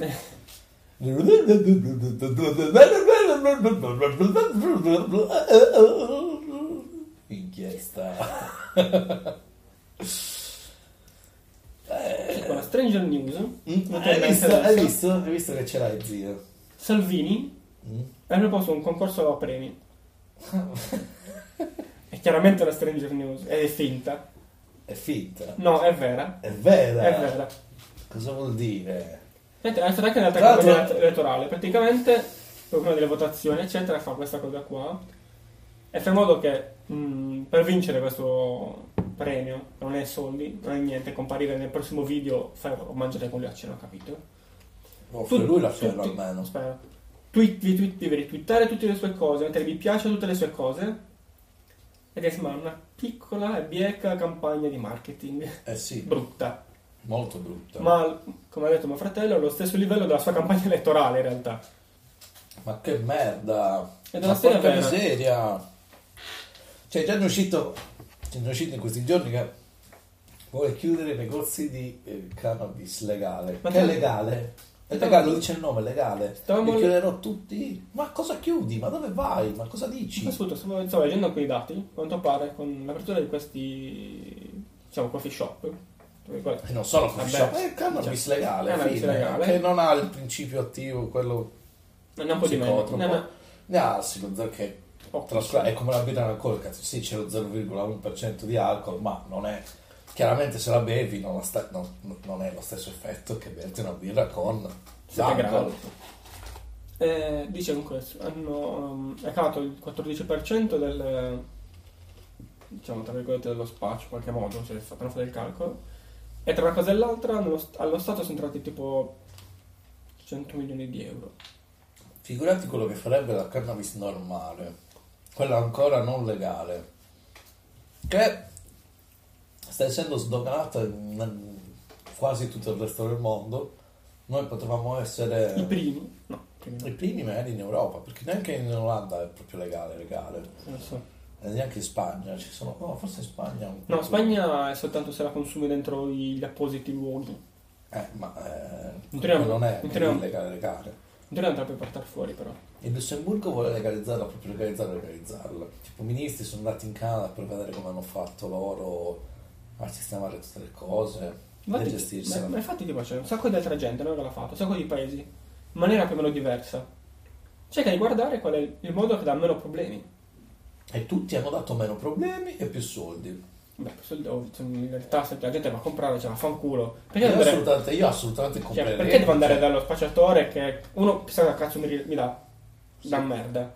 Speaker 1: Inchiesta. Eh.
Speaker 2: Piccola Ecco, Stranger News,
Speaker 1: Mm?
Speaker 2: Non ti
Speaker 1: Hai,
Speaker 2: ho
Speaker 1: visto,
Speaker 2: mai
Speaker 1: hai
Speaker 2: visto?
Speaker 1: visto? Hai visto che ce l'hai, zio?
Speaker 2: Salvini
Speaker 1: Mm?
Speaker 2: ha proposto un concorso a premi. è chiaramente una Stranger News, è finta.
Speaker 1: È finta.
Speaker 2: No, è vera.
Speaker 1: È vera.
Speaker 2: È vera.
Speaker 1: Cosa vuol dire?
Speaker 2: Mentre è stata anche un'altra
Speaker 1: Tra
Speaker 2: campagna
Speaker 1: l'altro-
Speaker 2: elettorale, praticamente per una delle votazioni, eccetera, fa questa cosa qua e fa in modo che mh, per vincere questo premio, che non è soldi, non è niente, comparire nel prossimo video, fai o mangiare con gli acci, non ho capito.
Speaker 1: Offre
Speaker 2: Tu-
Speaker 1: Boh, lui la ferro
Speaker 2: tutti-
Speaker 1: almeno.
Speaker 2: Spero. Tweet, vi tweet, devi twittare tutte le sue cose, mettere mi piace a tutte le sue cose. Ed è insomma una piccola e bieca campagna di marketing
Speaker 1: Eh sì,
Speaker 2: brutta.
Speaker 1: molto brutta. Ma,
Speaker 2: Boh. Ma come ha detto mio fratello, è allo stesso livello della sua campagna elettorale in realtà.
Speaker 1: che merda.
Speaker 2: È della
Speaker 1: Ma
Speaker 2: storia
Speaker 1: porca
Speaker 2: vera.
Speaker 1: miseria. Cioè, già ne è uscito, ce ne è uscito in questi giorni che vuole chiudere i negozi di eh, cannabis legale.
Speaker 2: Ma
Speaker 1: che è
Speaker 2: te-
Speaker 1: legale. È
Speaker 2: te-
Speaker 1: legale, lo dice il nome, è legale. Li
Speaker 2: Stavamo le-
Speaker 1: chiuderò tutti. Ma cosa chiudi? Ma dove vai? Ma cosa dici?
Speaker 2: Ascolta, stavo, stavo leggendo quei dati, a quanto pare, con l'apertura di questi diciamo coffee shop. dove qua-
Speaker 1: E non solo coffee
Speaker 2: Vabbè. Cioè,
Speaker 1: shop, è il cannabis legale,
Speaker 2: Cannabis
Speaker 1: fine,
Speaker 2: legale.
Speaker 1: che non ha il principio attivo, quello
Speaker 2: Non è un po' di meno. Eh,
Speaker 1: psicotropo.
Speaker 2: No, no.
Speaker 1: Ne ha, sì, lo zero che
Speaker 2: Oh,
Speaker 1: trascura- è come la birra in alcol, cazzo, sì, c'è lo 0,1% di alcol, ma non è... Chiaramente se la bevi non, la sta- non- non è lo stesso effetto che berti una birra con
Speaker 2: Sette
Speaker 1: l'alcol.
Speaker 2: gradi. Eh, dice comunque, hanno um, è calato il 14% del, eh, diciamo, tra virgolette, dello spaccio, in qualche modo, cioè fa- per fare il calcolo. E tra una cosa e l'altra, nello st- allo Stato sono entrati tipo 100 milioni di euro.
Speaker 1: Figurati quello che farebbe la cannabis normale, quella ancora non legale, che sta essendo sdoganata in quasi tutto il resto del mondo. Noi potevamo essere
Speaker 2: I primi? No, i primi no.
Speaker 1: i primi magari in Europa, perché neanche in Olanda è proprio legale, legale.
Speaker 2: Non so.
Speaker 1: E neanche in Spagna, ci sono... No, forse in Spagna... un po'
Speaker 2: No,
Speaker 1: più.
Speaker 2: Spagna è soltanto se la consumi dentro i- gli appositi luoghi.
Speaker 1: Eh, ma eh,
Speaker 2: Entriamo,
Speaker 1: non è
Speaker 2: entriamo.
Speaker 1: legale, legale.
Speaker 2: Non andrà per portare fuori, però.
Speaker 1: Il Lussemburgo vuole legalizzarla, proprio legalizzarla, legalizzarla. Tipo, i ministri sono andati in Canada per vedere come hanno fatto loro a sistemare tutte le cose, a
Speaker 2: Infatti, ma,
Speaker 1: gestirsela.
Speaker 2: ma infatti tipo c'è un sacco di altra gente no, che l'ha fatto, un sacco di paesi, in maniera più o meno diversa. Cerca di guardare qual è il modo che dà meno problemi.
Speaker 1: E tutti hanno dato meno problemi e più soldi.
Speaker 2: Beh, questo è ovvio, cioè, in realtà se la gente va a comprare, cioè, fanculo. Perché,
Speaker 1: Io
Speaker 2: andare-
Speaker 1: assolutamente, io assolutamente
Speaker 2: cioè,
Speaker 1: comprerei.
Speaker 2: perché devo andare dallo spacciatore che uno chissà che cazzo mi, ri- mi dà? Da
Speaker 1: Sì. eh.
Speaker 2: merda.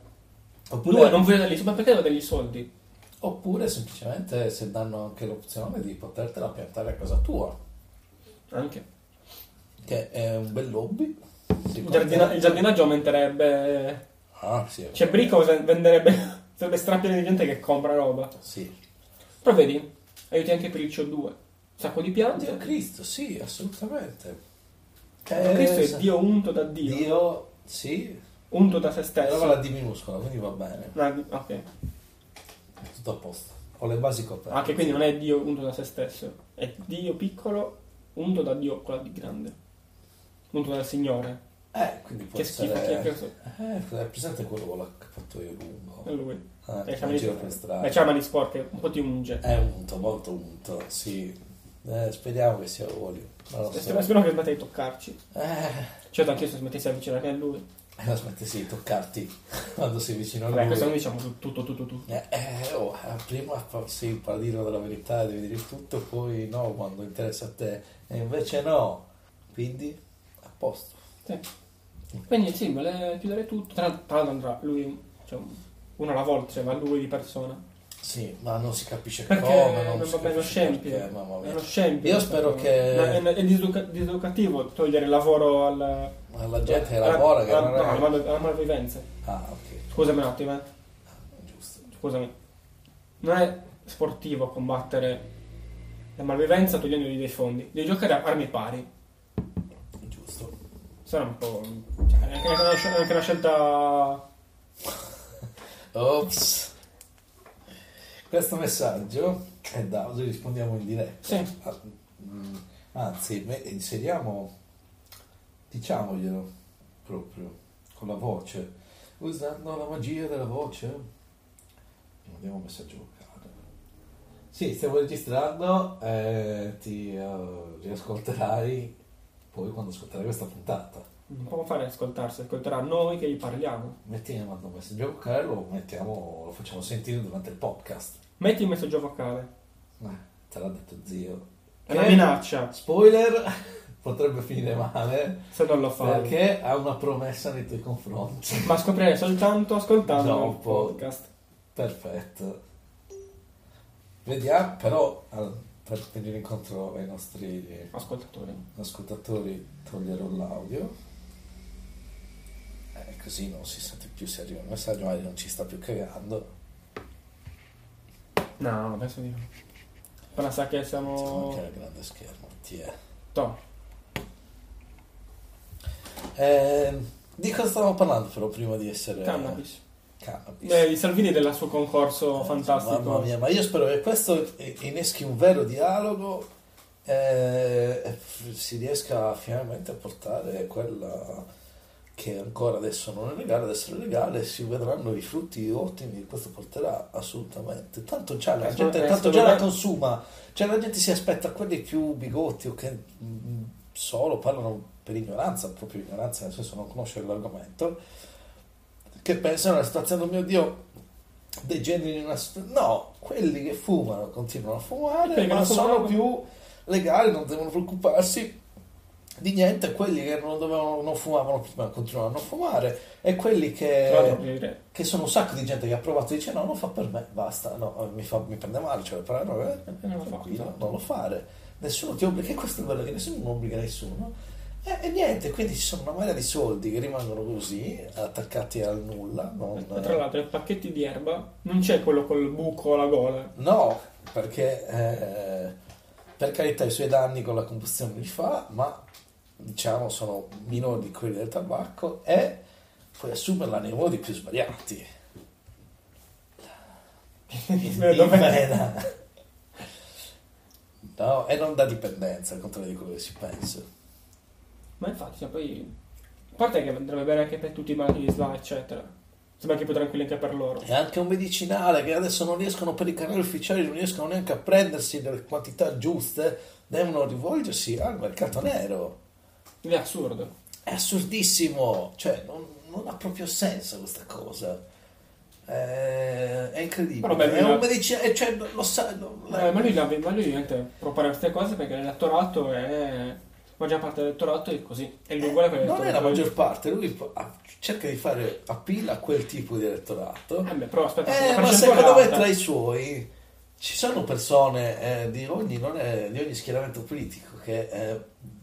Speaker 1: Oppure,
Speaker 2: Due, non voglio dargli soldi, ma perché devo dargli soldi?
Speaker 1: oppure semplicemente se danno anche l'opzione di potertela piantare a casa tua,
Speaker 2: Anche.
Speaker 1: che è un bel lobby. Si
Speaker 2: Il,
Speaker 1: può
Speaker 2: giardina-
Speaker 1: andare-
Speaker 2: il giardinaggio aumenterebbe...
Speaker 1: Ah, sì.
Speaker 2: Cioè, Brico se- venderebbe... Sarebbe strapieno di gente che compra roba.
Speaker 1: Sì.
Speaker 2: Però vedi, aiuti anche per il CO2. Un sacco di
Speaker 1: Dio
Speaker 2: piante.
Speaker 1: Cristo, sì, assolutamente.
Speaker 2: Ma Cristo
Speaker 1: Eh,
Speaker 2: è Dio unto da Dio,
Speaker 1: Dio, sì,
Speaker 2: unto da se
Speaker 1: è roba
Speaker 2: stesso.
Speaker 1: la D minuscola, quindi va bene,
Speaker 2: No, ok.
Speaker 1: è tutto a posto. Ho le basi coperte.
Speaker 2: Anche quindi non è Dio unto da se stesso, è Dio piccolo unto da Dio quella di grande. Unto dal Signore.
Speaker 1: Eh, quindi può
Speaker 2: Ah. Che schifo chi è
Speaker 1: essere...
Speaker 2: questo?
Speaker 1: Eh, è presente quello con la- che ho fatto io lungo?
Speaker 2: È
Speaker 1: Eh,
Speaker 2: lui.
Speaker 1: che
Speaker 2: camminista.
Speaker 1: gira per strada.
Speaker 2: Ma c'ha le mani sporche, un po' ti unge.
Speaker 1: È unto, molto unto, sì. Eh, speriamo che sia olio. Non lo
Speaker 2: E
Speaker 1: so.
Speaker 2: Spero spero che smetta di toccarci.
Speaker 1: Eh,
Speaker 2: Certo, anche io se smettessi di avvicinarmi a lui.
Speaker 1: eh, aspetta, sì, toccarti quando sei vicino a lui.
Speaker 2: Vabbè, questo non diciamo tu- tutto, tutto, tutto.
Speaker 1: Eh, eh, oh, eh, prima fa- sei il paladino della verità, devi dire tutto, poi no quando interessa a te, e invece no. Quindi, a posto.
Speaker 2: Sì. Quindi sì, vuole chiudere tutto. Tra tra l'altro andrà lui, cioè, uno alla volta, cioè va lui di persona.
Speaker 1: Sì, ma non si capisce
Speaker 2: Perché
Speaker 1: come, non
Speaker 2: non
Speaker 1: si
Speaker 2: va bene lo
Speaker 1: capisce
Speaker 2: scempio.
Speaker 1: perché, mamma
Speaker 2: È uno
Speaker 1: mia.
Speaker 2: scempio.
Speaker 1: Io spero che-
Speaker 2: Ma È, è diseduca- diseducativo togliere il lavoro al...
Speaker 1: Ma la gente che lavora, che
Speaker 2: alla,
Speaker 1: non
Speaker 2: Ah, no,
Speaker 1: è...
Speaker 2: alla mal- alla malvivenza.
Speaker 1: Ah, ok.
Speaker 2: Scusami un attimo, eh. scusami, non è sportivo combattere la malvivenza togliendogli dei fondi, devi giocare a armi pari.
Speaker 1: Giusto.
Speaker 2: Sarà un po'. cioè, è anche una, scel- è anche una scelta.
Speaker 1: Ops. Questo messaggio è da oggi rispondiamo in diretta.
Speaker 2: Sì,
Speaker 1: Ah, mm, Anzi, me- inseriamo, diciamoglielo proprio con la voce, usando la magia della voce. Mandiamo un messaggio vocale. Sì, stiamo registrando, eh, ti eh, riascolterai poi quando ascolterai questa puntata.
Speaker 2: non può fare ascoltarsi, ascolterà noi che gli parliamo.
Speaker 1: Metti mando un messaggio vocale, lo mettiamo, lo facciamo sentire durante il podcast.
Speaker 2: Metti il messaggio vocale.
Speaker 1: Eh, te l'ha detto zio.
Speaker 2: È una
Speaker 1: Che-
Speaker 2: minaccia
Speaker 1: Spoiler, potrebbe finire male.
Speaker 2: se non lo fai.
Speaker 1: Perché ha una promessa nei tuoi confronti.
Speaker 2: Ma scoprirei soltanto ascoltando il
Speaker 1: Dopo.
Speaker 2: podcast.
Speaker 1: Perfetto. Vediamo, però, al- per venire incontro ai nostri
Speaker 2: Ascoltatori.
Speaker 1: ascoltatori, toglierò l'audio. Eh, così non si sente più serio il messaggio, magari non ci sta più cagando.
Speaker 2: No, no, penso di no. Però sa che
Speaker 1: Secondo
Speaker 2: siamo.
Speaker 1: me che era il grande schermo, ti è.
Speaker 2: Toh.
Speaker 1: Ehm, di cosa stavamo parlando però prima di essere...
Speaker 2: Cannabis.
Speaker 1: Cannabis.
Speaker 2: Beh, di Salvini e della suo concorso
Speaker 1: Mamma
Speaker 2: fantastico.
Speaker 1: mia, ma io spero che questo inneschi un vero dialogo eh, e f- si riesca finalmente a portare quella che ancora adesso non è legale ad essere legale e si vedranno i frutti ottimi che questo porterà assolutamente. Tanto già la
Speaker 2: Eh,
Speaker 1: gente
Speaker 2: eh,
Speaker 1: tanto
Speaker 2: secondo
Speaker 1: già la
Speaker 2: me-
Speaker 1: consuma, cioè la gente si aspetta quelli più bigotti o che mh, solo parlano per ignoranza, proprio ignoranza, nel senso non conoscere l'argomento, che pensano alla situazione, oh mio Dio, degeneri in una situ- No, quelli che fumano continuano a fumare,
Speaker 2: Quelli che
Speaker 1: ma
Speaker 2: non
Speaker 1: sono
Speaker 2: fumavano.
Speaker 1: più legali, non devono preoccuparsi di niente, quelli che non, dovevano, non fumavano prima continuano a fumare e quelli
Speaker 2: Tra l'altro,
Speaker 1: che,
Speaker 2: voglio dire,
Speaker 1: che sono un sacco di gente che ha provato e dice no, non fa per me, basta, no, eh, mi, fa, mi prende male, cioè, però no, eh,
Speaker 2: Non lo fa,
Speaker 1: tranquillo,
Speaker 2: esatto.
Speaker 1: non lo fare. Nessuno ti obbliga, e questo è il bello che nessuno non obbliga nessuno. E, e niente, quindi ci sono una marea di soldi che rimangono così, attaccati al nulla. Non,
Speaker 2: E tra l'altro, nei pacchetti di erba non c'è quello col buco alla gola.
Speaker 1: No, perché eh, per carità i suoi danni con la combustione li fa, ma diciamo sono minori di quelli del tabacco e puoi assumerla nei modi più sbagliati. In
Speaker 2: Cioè, Dove-
Speaker 1: vena. No, e non da dipendenza, al contrario di quello che si pensa.
Speaker 2: Ma infatti, cioè, poi. A parte che andrebbe bene anche per tutti i malati di SLA, eccetera. Sembra che più tranquilli anche per loro.
Speaker 1: È anche un medicinale che adesso non riescono per i canali ufficiali, non riescono neanche a prendersi delle quantità giuste, devono rivolgersi al mercato nero.
Speaker 2: Ed è assurdo.
Speaker 1: È assurdissimo, cioè non, non ha proprio senso questa cosa. Eh, È incredibile.
Speaker 2: Però beh,
Speaker 1: è
Speaker 2: lui
Speaker 1: un
Speaker 2: la-
Speaker 1: medicinale, cioè, lo sa, lo-
Speaker 2: Eh, ma lui, la- ma lui ovviamente propone queste cose perché l'elettorato è. La maggior parte dell'elettorato è così. È uguale a quello
Speaker 1: eh, non è la
Speaker 2: dell'elettorato.
Speaker 1: maggior parte, lui fa- cerca di fare appeal a quel tipo di elettorato.
Speaker 2: Eh, beh, però aspetta,
Speaker 1: Eh,
Speaker 2: la
Speaker 1: ma
Speaker 2: percentuale
Speaker 1: secondo me
Speaker 2: alta.
Speaker 1: tra i suoi ci sono persone eh, di, ogni, non è- di ogni schieramento politico che eh,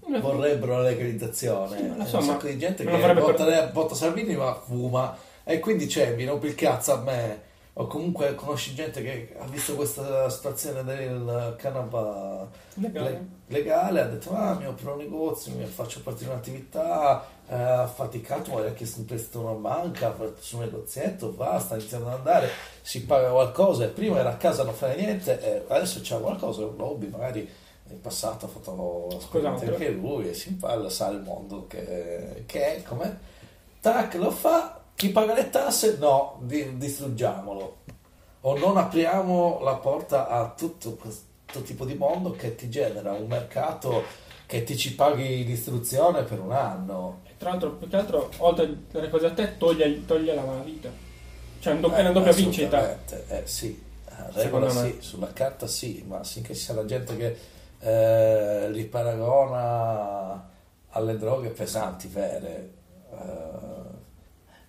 Speaker 2: Mm.
Speaker 1: vorrebbero la legalizzazione.
Speaker 2: Sì, ma lo
Speaker 1: C'è
Speaker 2: so,
Speaker 1: un
Speaker 2: ma
Speaker 1: sacco di gente che
Speaker 2: non avrebbe
Speaker 1: vota, vota Salvini ma fuma e quindi c'è, mi rompe il cazzo a me. O comunque conosci gente che ha visto questa situazione del canapa
Speaker 2: Legale.
Speaker 1: le- legale, ha detto ah mi apro un negozio, mi faccio partire un'attività, eh, ha faticato, magari ha chiesto un prestito a una banca, ha fatto su un negozietto, va, sta iniziando ad andare, si paga qualcosa, e prima era a casa non fare niente, e adesso c'è qualcosa, un hobby magari in passato ha fatto
Speaker 2: Scusate,
Speaker 1: anche lui e si impalla, sa il mondo che, che è, com'è? Tac, lo fa, chi paga le tasse? No, di- distruggiamolo. O non apriamo la porta a tutto questo tipo di mondo che ti genera un mercato che ti ci paghi l'istruzione per un anno.
Speaker 2: Eh, Tra l'altro, più che altro, oltre a dare cose a te, toglie, toglie la malavita. Cioè, è una doppia, una doppia vincita.
Speaker 1: Assolutamente, Eh sì, a
Speaker 2: Secondo
Speaker 1: regola
Speaker 2: me.
Speaker 1: sì, sulla carta sì, ma finché ci sarà gente che eh, li paragona alle droghe pesanti, vere. eh,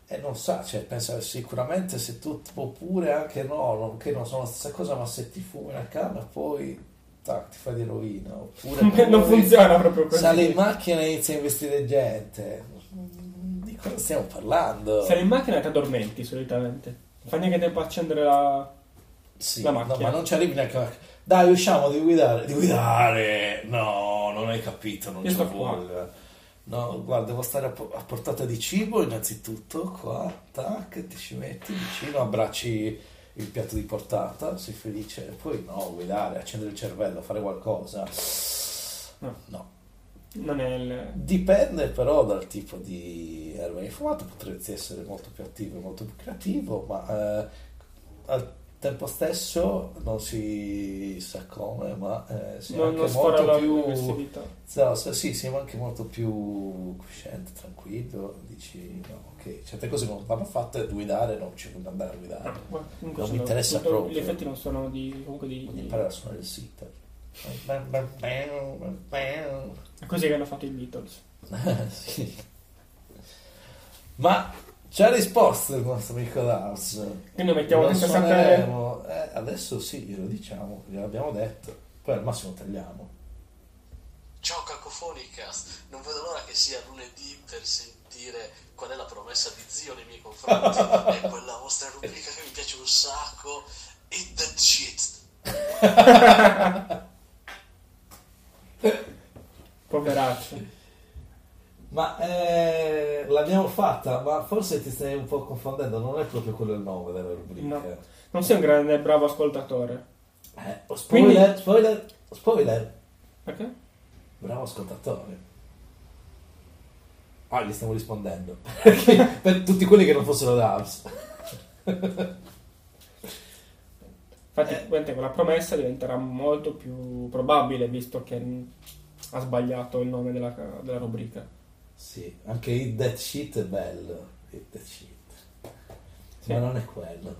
Speaker 1: E non sa, cioè, pensa sicuramente se tu, oppure anche no, non- che non sono la stessa cosa, ma se ti fumi una canna poi tac, ti fai di rovina. Oppure
Speaker 2: non
Speaker 1: poi
Speaker 2: funziona proprio così.
Speaker 1: sale in macchina e inizia a investire gente. Di cosa stiamo parlando?
Speaker 2: Sali in macchina e ti addormenti solitamente. fa neanche tempo a accendere la...
Speaker 1: Sì,
Speaker 2: La
Speaker 1: no,
Speaker 2: macchina.
Speaker 1: ma non ci arrivi neanche la- Dai, usciamo di guidare. Di guidare! No, non hai capito, non
Speaker 2: Io
Speaker 1: ci
Speaker 2: sto qua.
Speaker 1: vuole. No, guarda, devo stare a, po- a portata di cibo innanzitutto, qua, tac, ti ci metti vicino, abbracci il piatto di portata, sei felice. Poi no, guidare, accendere il cervello, fare qualcosa.
Speaker 2: No.
Speaker 1: No.
Speaker 2: Non è il...
Speaker 1: Dipende però dal tipo di erba che hai fumato, potresti essere molto più attivo, e molto più creativo, ma eh, al tempo stesso non si sa come, ma eh, si è
Speaker 2: non, non
Speaker 1: anche
Speaker 2: sfora
Speaker 1: molto
Speaker 2: la
Speaker 1: più...
Speaker 2: l'università.
Speaker 1: No, se- sì, siamo anche molto più cosciente, tranquillo, dici no, ok, certe cose non vanno fatte, guidare non ci vuole andare a guidare,
Speaker 2: Guarda,
Speaker 1: Ah,
Speaker 2: comunque
Speaker 1: Non
Speaker 2: sono-
Speaker 1: mi interessa
Speaker 2: tutto-
Speaker 1: proprio.
Speaker 2: Gli effetti non sono di... comunque di...
Speaker 1: quindi
Speaker 2: di-
Speaker 1: imparare a suonare il sitar.
Speaker 2: È così che hanno fatto i Beatles.
Speaker 1: Sì. Ma ci ha risposto il nostro amico Lars.
Speaker 2: Quindi mettiamo
Speaker 1: Lo
Speaker 2: questa sempre...
Speaker 1: suoneremo. Eh, adesso sì, glielo diciamo, gliel'abbiamo detto. Poi al massimo tagliamo.
Speaker 3: Ciao Cacofonicast, non vedo l'ora che sia lunedì per sentire qual è la promessa di zio nei miei confronti. è quella vostra rubrica che mi piace un sacco. Eat the shit.
Speaker 2: Poveraccio.
Speaker 1: Ma eh, l'abbiamo fatta, ma forse ti stai un po' confondendo, non è proprio quello il nome della rubrica.
Speaker 2: No. Non sei un grande bravo ascoltatore.
Speaker 1: Eh, oh, spoiler,
Speaker 2: Quindi-
Speaker 1: spoiler, spoiler.
Speaker 2: Perché?
Speaker 1: Bravo ascoltatore. Ah, gli stiamo rispondendo. Perché- per tutti quelli che non fossero Lars. Eh.
Speaker 2: Infatti, ovviamente quella promessa diventerà molto più probabile visto che mm, ha sbagliato il nome della, della rubrica.
Speaker 1: Sì, anche il Dead Sheet è bello. It That Shit.
Speaker 2: Sì.
Speaker 1: Ma non è quello.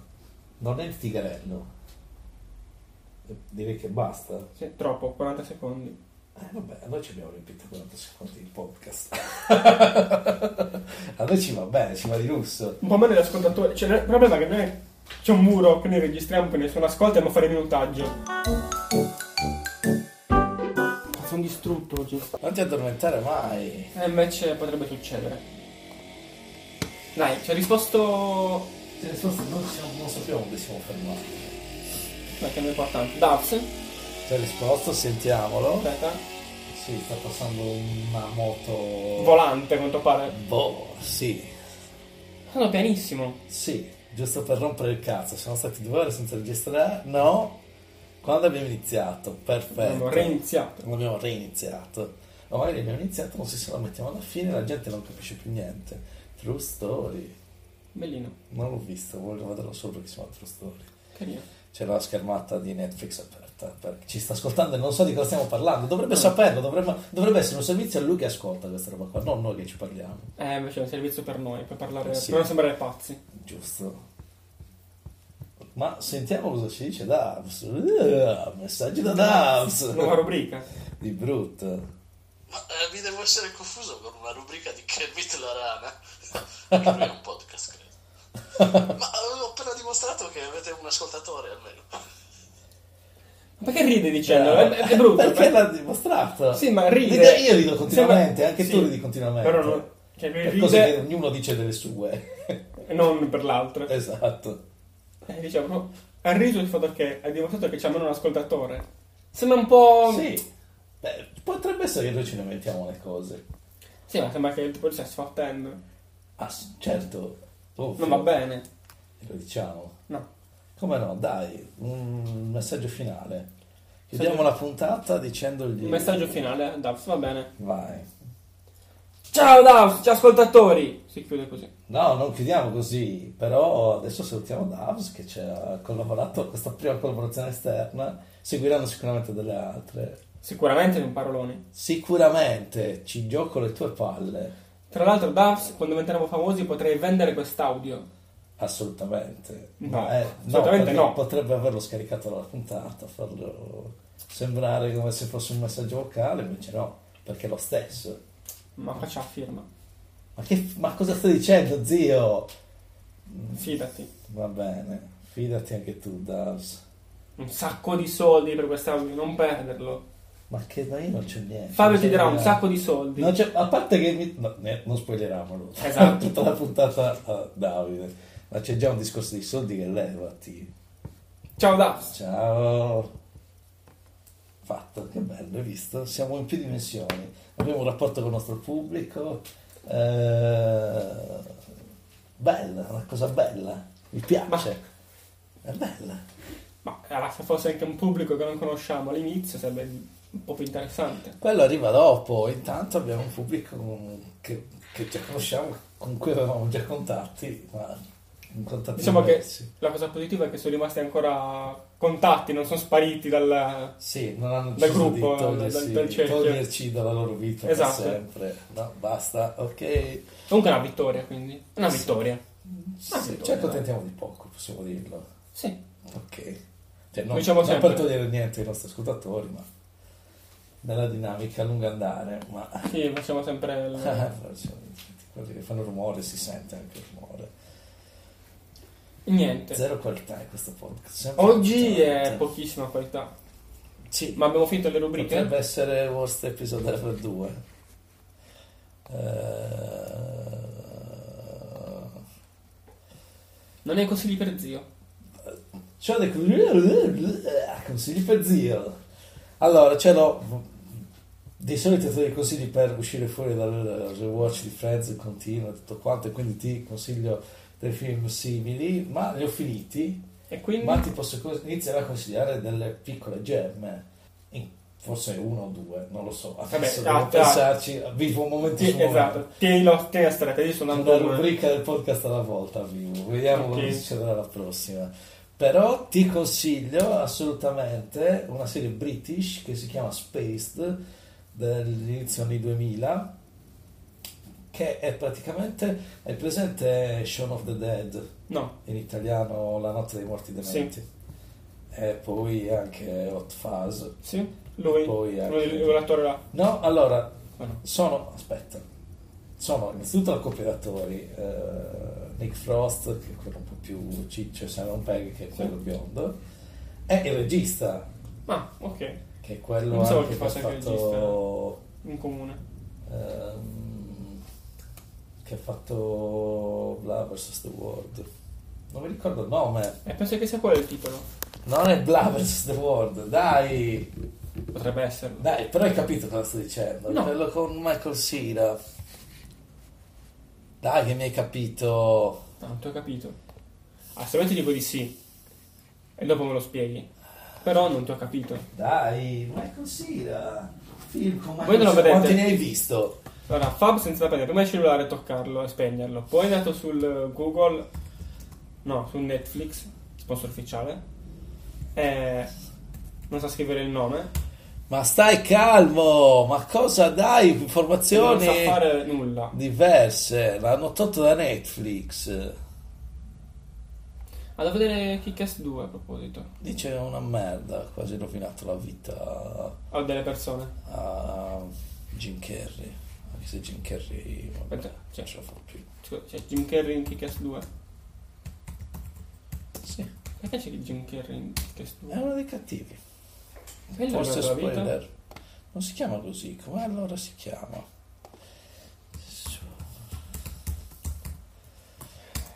Speaker 1: Non è il Tigrello. Direi che basta.
Speaker 2: Sì, troppo, 40 secondi.
Speaker 1: Eh, vabbè, noi ci abbiamo riempito 40 secondi di podcast. a noi ci va bene, ci va di lusso.
Speaker 2: Un po' meno l'ascoltatore. Cioè, il problema è che noi c'è un muro che noi registriamo che nessuno ascolta e non fare minutaggio. Sono distrutto oggi.
Speaker 1: Non ti addormentare mai.
Speaker 2: E invece potrebbe succedere. Dai, ci ha risposto.
Speaker 1: Cioè, forse non, siamo- non sappiamo dove siamo fermati.
Speaker 2: Perché non è importante. Daz,
Speaker 1: Ti ha risposto, sentiamolo.
Speaker 2: aspetta.
Speaker 1: Sì, sta passando una moto...
Speaker 2: Volante, a quanto pare.
Speaker 1: Boh, sì,
Speaker 2: Sono pianissimo.
Speaker 1: Sì, giusto per rompere il cazzo, siamo stati due ore senza registrare. No, quando abbiamo iniziato, perfetto.
Speaker 2: Abbiamo reiniziato.
Speaker 1: Quando abbiamo reiniziato. Ma magari abbiamo iniziato, non si se la mettiamo alla fine, la gente non capisce più niente. True story.
Speaker 2: Bellino,
Speaker 1: Non l'ho visto, voglio vederlo solo perché si chiama True Story.
Speaker 2: carino.
Speaker 1: C'è la schermata di Netflix aperta. perché ci sta ascoltando e non so di cosa stiamo parlando. Dovrebbe saperlo, dovrebbe, dovrebbe essere un servizio a lui che ascolta questa roba qua, non noi che ci parliamo.
Speaker 2: Eh, invece è un servizio per noi, per parlare.
Speaker 1: Eh sì.
Speaker 2: Per non sembrare pazzi.
Speaker 1: Giusto. Ma sentiamo cosa ci dice Davs. Uh, messaggio da Davs.
Speaker 2: Nuova rubrica.
Speaker 1: Di brutto.
Speaker 3: Ma eh, mi devo essere confuso con una rubrica di Kermit la rana. Che non è un podcast, credo. Ma eh, ho appena dimostrato che avete un ascoltatore almeno.
Speaker 2: Ma perché ride dicendo? È, è brutto.
Speaker 1: Perché
Speaker 2: ma-
Speaker 1: l'ha dimostrato?
Speaker 2: Sì, ma ride.
Speaker 1: Ride- Io rido continuamente,
Speaker 2: Sembra-
Speaker 1: anche
Speaker 2: sì.
Speaker 1: tu ridi continuamente.
Speaker 2: Però non. Cioè, lui
Speaker 1: Per cose che
Speaker 2: ride
Speaker 1: ognuno dice delle sue.
Speaker 2: e non per l'altro.
Speaker 1: esatto.
Speaker 2: Eh, diciamo, ha riso il fatto che ha dimostrato che c'è almeno un ascoltatore. Sembra un po'.
Speaker 1: Sì. Beh, potrebbe essere che noi ci inventiamo le cose.
Speaker 2: Sì, ma sembra che il tipo stia sfattendo.
Speaker 1: Ah, s- certo. ovvio.
Speaker 2: Non va bene.
Speaker 1: Lo diciamo.
Speaker 2: No.
Speaker 1: Come no, dai, un messaggio finale.
Speaker 2: Messaggio-
Speaker 1: Chiudiamo la puntata dicendogli...
Speaker 2: Il messaggio finale, Davs, va bene.
Speaker 1: Vai.
Speaker 2: Ciao Davs, ciao ascoltatori! Si chiude così.
Speaker 1: No, non chiudiamo così, però adesso salutiamo Davs che ci ha collaborato a questa prima collaborazione esterna, seguiranno sicuramente delle altre.
Speaker 2: Sicuramente non paroloni.
Speaker 1: Sicuramente ci gioco le tue palle,
Speaker 2: Tra l'altro, Davs, quando diventeremo famosi potrei vendere quest'audio.
Speaker 1: assolutamente.
Speaker 2: No,
Speaker 1: Ma, eh,
Speaker 2: assolutamente
Speaker 1: perché
Speaker 2: no.
Speaker 1: Potrebbe averlo scaricato dalla puntata, farlo sembrare come se fosse un messaggio vocale, invece no, perché è lo stesso.
Speaker 2: Ma faccia a firma.
Speaker 1: Ma, che, ma cosa stai dicendo, zio? Mm,
Speaker 2: Fidati.
Speaker 1: Va bene, fidati anche tu, Davs.
Speaker 2: Un sacco di soldi per quest'audio, non perderlo.
Speaker 1: Ma che ma io non c'ho niente.
Speaker 2: Fabio
Speaker 1: Non
Speaker 2: ti
Speaker 1: c'ho
Speaker 2: dirà un
Speaker 1: niente.
Speaker 2: sacco di soldi.
Speaker 1: Eh. Non c'è- a parte che mi- no, ne- non spoileriamolo
Speaker 2: Esatto.
Speaker 1: tutta la puntata a Davide ma c'è già un discorso di soldi che levati.
Speaker 2: Ciao Daps.
Speaker 1: Ciao. Fatto, che bello, hai visto? Siamo in più dimensioni. Abbiamo un rapporto con il nostro pubblico. eh, bella, una cosa bella. Mi piace. È bella.
Speaker 2: Ma allora, se fosse anche un pubblico che non conosciamo all'inizio sarebbe un po' più interessante.
Speaker 1: Quello arriva dopo, intanto abbiamo un pubblico che, che già conosciamo, con cui avevamo già contatti, ma in contatti
Speaker 2: Diciamo che
Speaker 1: diversi.
Speaker 2: la cosa positiva è che sono rimasti ancora contatti, non sono spariti dal...
Speaker 1: Sì, non hanno
Speaker 2: Dal
Speaker 1: deciso di
Speaker 2: gruppo,
Speaker 1: togliersi-
Speaker 2: dal- dal cerchio.
Speaker 1: togliersi dalla loro vita
Speaker 2: Esatto. Ah,
Speaker 1: per sempre. No, basta, ok.
Speaker 2: Comunque è una vittoria, quindi. Una
Speaker 1: Sì.
Speaker 2: vittoria.
Speaker 1: Sì, ci
Speaker 2: vittoria,
Speaker 1: accontentiamo Cioè, di poco, possiamo dirlo.
Speaker 2: Sì.
Speaker 1: Ok. Cioè, non,
Speaker 2: Diciamo
Speaker 1: non
Speaker 2: sempre.
Speaker 1: per togliere niente ai nostri ascoltatori, ma nella dinamica a lungo andare, ma
Speaker 2: Sì, facciamo sempre il...
Speaker 1: quelli che fanno rumore si sente anche il rumore.
Speaker 2: Niente.
Speaker 1: Zero qualità in questo podcast. sempre
Speaker 2: Oggi è
Speaker 1: zero.
Speaker 2: pochissima qualità,
Speaker 1: Sì,
Speaker 2: ma abbiamo finito le
Speaker 1: potrebbe
Speaker 2: rubriche.
Speaker 1: essere worst episode ever 2. Eh,
Speaker 2: Non hai consigli per zio.
Speaker 1: C'ho dei cioè, eh, consigli per zio. Allora, ce l'ho. Di solito ti do dei consigli per uscire fuori dal rewatch di Friends in continuo e tutto quanto, e quindi ti consiglio dei film simili, ma li ho finiti.
Speaker 2: E quindi...
Speaker 1: Ma ti posso cons- iniziare a consigliare delle piccole gemme, In- forse uno o due, non lo so. Adesso devo
Speaker 2: Vabbè, ah,
Speaker 1: pensarci, vivo un momento
Speaker 2: Sì,
Speaker 1: su momento.
Speaker 2: esatto. Tienilo, tieni la stretta, io sono
Speaker 1: Una
Speaker 2: andato...
Speaker 1: rubrica del podcast alla volta, vivo. Vediamo
Speaker 2: Ok.
Speaker 1: cosa succederà la prossima. Però ti consiglio assolutamente una serie british che si chiama Spaced dell'inizio anni 2000 che è praticamente è presente Shaun of the Dead
Speaker 2: No,
Speaker 1: in italiano La notte dei morti dementi e poi anche Hot Fuzz
Speaker 2: sì, lui,
Speaker 1: Poi, eh,
Speaker 2: uno dei- l'attore là.
Speaker 1: no allora
Speaker 2: Oh. Ah, no.
Speaker 1: sono, aspetta, sono innanzitutto la coppia d'attori, eh, Nick Frost, che è quello un po' più ciccio, Simon Pegg, che è quello biondo, e il regista,
Speaker 2: Ah, ok,
Speaker 1: che è quello
Speaker 2: Non so
Speaker 1: anche
Speaker 2: chi
Speaker 1: che ha
Speaker 2: fosse anche il eh.
Speaker 1: fatto...
Speaker 2: in comune.
Speaker 1: ehm, che ha fatto Blah vs. The World. Non mi ricordo il nome.
Speaker 2: E penso che sia quello il titolo.
Speaker 1: Non è Blah vs. The World, dai!
Speaker 2: Potrebbe esserlo.
Speaker 1: Dai, però hai capito cosa sto dicendo?
Speaker 2: No.
Speaker 1: Quello con Michael Cera. Dai, che mi hai capito.
Speaker 2: Ah, non ti ho capito. Ah, se vuoi ti dico di sì. E dopo me lo spieghi. Però non ti ho capito.
Speaker 1: Dai, Michael Cera. Film con
Speaker 2: Voi non lo
Speaker 1: Cera.
Speaker 2: vedete?
Speaker 1: Quanti ne hai visto?
Speaker 2: Allora, Fab senza la penna, prima il cellulare toccarlo e spegnerlo. Poi è andato sul eh, Google, no, su Netflix, sponsor ufficiale. E non sa scrivere il nome.
Speaker 1: Ma stai calmo, ma cosa dai?
Speaker 2: Non
Speaker 1: Informazioni
Speaker 2: sa fare nulla.
Speaker 1: diverse. L'hanno tolto da Netflix.
Speaker 2: Vado a vedere Kick-Ass 2 a proposito.
Speaker 1: Dice una merda, quasi rovinato la vita
Speaker 2: Ho delle persone.
Speaker 1: a Jim Carrey. Anche se Jim Carrey... Vabbè,
Speaker 2: Aspetta,
Speaker 1: non
Speaker 2: c'è,
Speaker 1: ce la fa più.
Speaker 2: scusa, c'è Jim Carrey in Kick-Ass 2.
Speaker 1: Sì.
Speaker 2: Perché c'è Jim Carrey in Kick-Ass 2?
Speaker 1: È uno dei cattivi.
Speaker 2: Quello
Speaker 1: Forse
Speaker 2: era la vita.
Speaker 1: spoiler. Non si chiama così, come allora si chiama?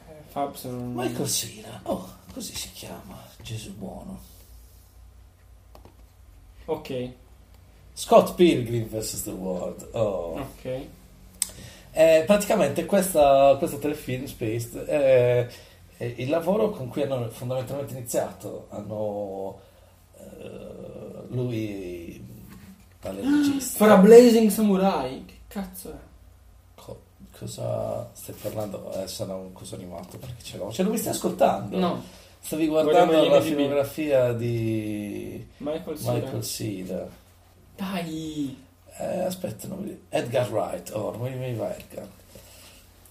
Speaker 2: Eh, Fabs non...
Speaker 1: Michael Cera. Oh, così si chiama. Gesù buono.
Speaker 2: Ok,
Speaker 1: Scott Pilgrim vs. The World. Oh.
Speaker 2: ok.
Speaker 1: Eh, praticamente questa, questo telefilm Spaced è, è il lavoro con cui hanno fondamentalmente iniziato. Hanno eh, lui tale regista.
Speaker 2: Fra Blazing Samurai. Che cazzo è?
Speaker 1: Co- cosa stai parlando? Eh, sarà un coso animato perché ce l'ho. Cioè, non mi stai ascoltando.
Speaker 2: No,
Speaker 1: Stavi guardando
Speaker 2: Guardiamo
Speaker 1: la
Speaker 2: gli IMDb.
Speaker 1: filmografia di
Speaker 2: Michael Cera.
Speaker 1: Michael Cera.
Speaker 2: Dai!
Speaker 1: Eh, aspetta, non mi- Edgar Wright, oh, non mi veniva Edgar.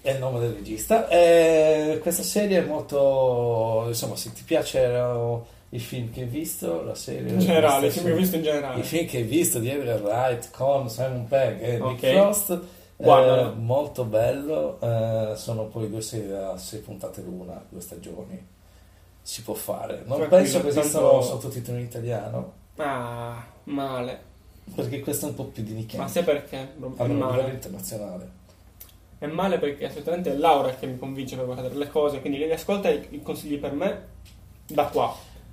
Speaker 1: È il nome del regista. Eh, questa serie è molto... Insomma, se ti piacciono i film che hai visto, la serie...
Speaker 2: In generale,
Speaker 1: la
Speaker 2: sempre
Speaker 1: serie-
Speaker 2: visto in generale.
Speaker 1: I film che hai visto di Edgar Wright con Simon Pegg e Nick
Speaker 2: Ok.
Speaker 1: Frost...
Speaker 2: Guardalo.
Speaker 1: eh, molto bello. eh, sono poi due serie da sei puntate l'una, due stagioni. Si può fare. Non
Speaker 2: Tranquillo,
Speaker 1: penso che
Speaker 2: tanto-
Speaker 1: esistano sottotitoli in italiano,
Speaker 2: Ah, male.
Speaker 1: perché questo è un po' più di nicchia.
Speaker 2: Ma sai perché? Bro-
Speaker 1: Allora,
Speaker 2: È
Speaker 1: a livello
Speaker 2: male.
Speaker 1: internazionale.
Speaker 2: è male perché assolutamente è Laura che mi convince per guardare le cose, quindi lei ascolta i, i consigli per me da qua.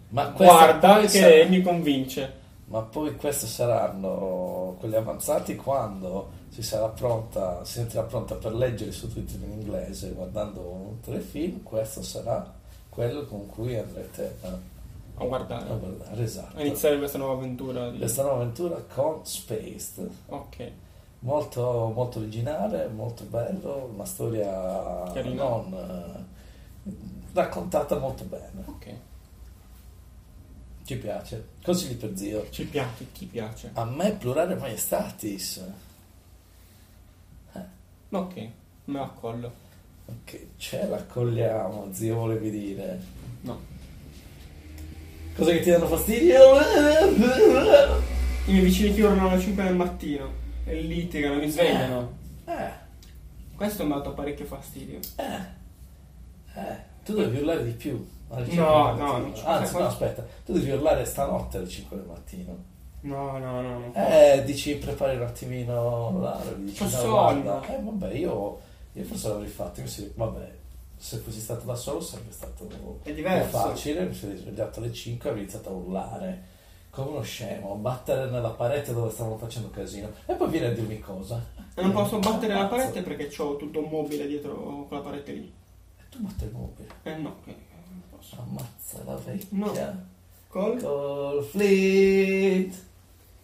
Speaker 1: Ma questa-
Speaker 2: Guarda
Speaker 1: questa-
Speaker 2: che mi convince.
Speaker 1: Ma poi questi saranno quelli avanzati quando si sarà pronta, si sentirà pronta per leggere i sottotitoli in inglese guardando un telefilm, questo sarà quello con cui andrete a,
Speaker 2: A guardare.
Speaker 1: a guardare, esatto.
Speaker 2: A iniziare questa nuova avventura. di-
Speaker 1: Questa nuova avventura con Spaced,
Speaker 2: Ok.
Speaker 1: molto, molto originale, molto bello, una storia
Speaker 2: Carina.
Speaker 1: non eh, raccontata molto bene,
Speaker 2: Ok.
Speaker 1: ci piace. Consigli per zio.
Speaker 2: Ci piace, chi piace.
Speaker 1: A me plurale maestatis.
Speaker 2: Ok, me la accollo.
Speaker 1: Che ce l'accogliamo, zio, volevi dire.
Speaker 2: No.
Speaker 1: Cosa che ti danno fastidio?
Speaker 2: I miei vicini chiudono alle 5 del mattino e litigano, mi svegliano.
Speaker 1: Eh,
Speaker 2: Questo mi ha dato parecchio fastidio.
Speaker 1: eh, tu devi urlare di più. alle
Speaker 2: No,
Speaker 1: cinque del
Speaker 2: no,
Speaker 1: mattino.
Speaker 2: non ci-
Speaker 1: Anzi, no,
Speaker 2: cosa-
Speaker 1: aspetta, tu devi urlare stanotte alle 5 del mattino.
Speaker 2: No, no, no, no.
Speaker 1: Eh, dici, prepari un attimino l'area, dici,
Speaker 2: Ho
Speaker 1: no,
Speaker 2: sonno.
Speaker 1: guarda. Eh, vabbè, io, io forse l'avrei fatto, io sì, vabbè. Se fossi stato da solo sarebbe stato
Speaker 2: È diverso.
Speaker 1: più facile, mi sono svegliato alle 5 e ho iniziato a urlare come uno scemo, a battere nella parete dove stavano facendo casino e poi viene a dirmi cosa.
Speaker 2: E non posso battere la parete perché ho tutto un mobile dietro quella parete lì.
Speaker 1: E tu batti il mobile,
Speaker 2: Eh no, che che non posso.
Speaker 1: ammazza la vecchia
Speaker 2: Col?
Speaker 1: col fleet.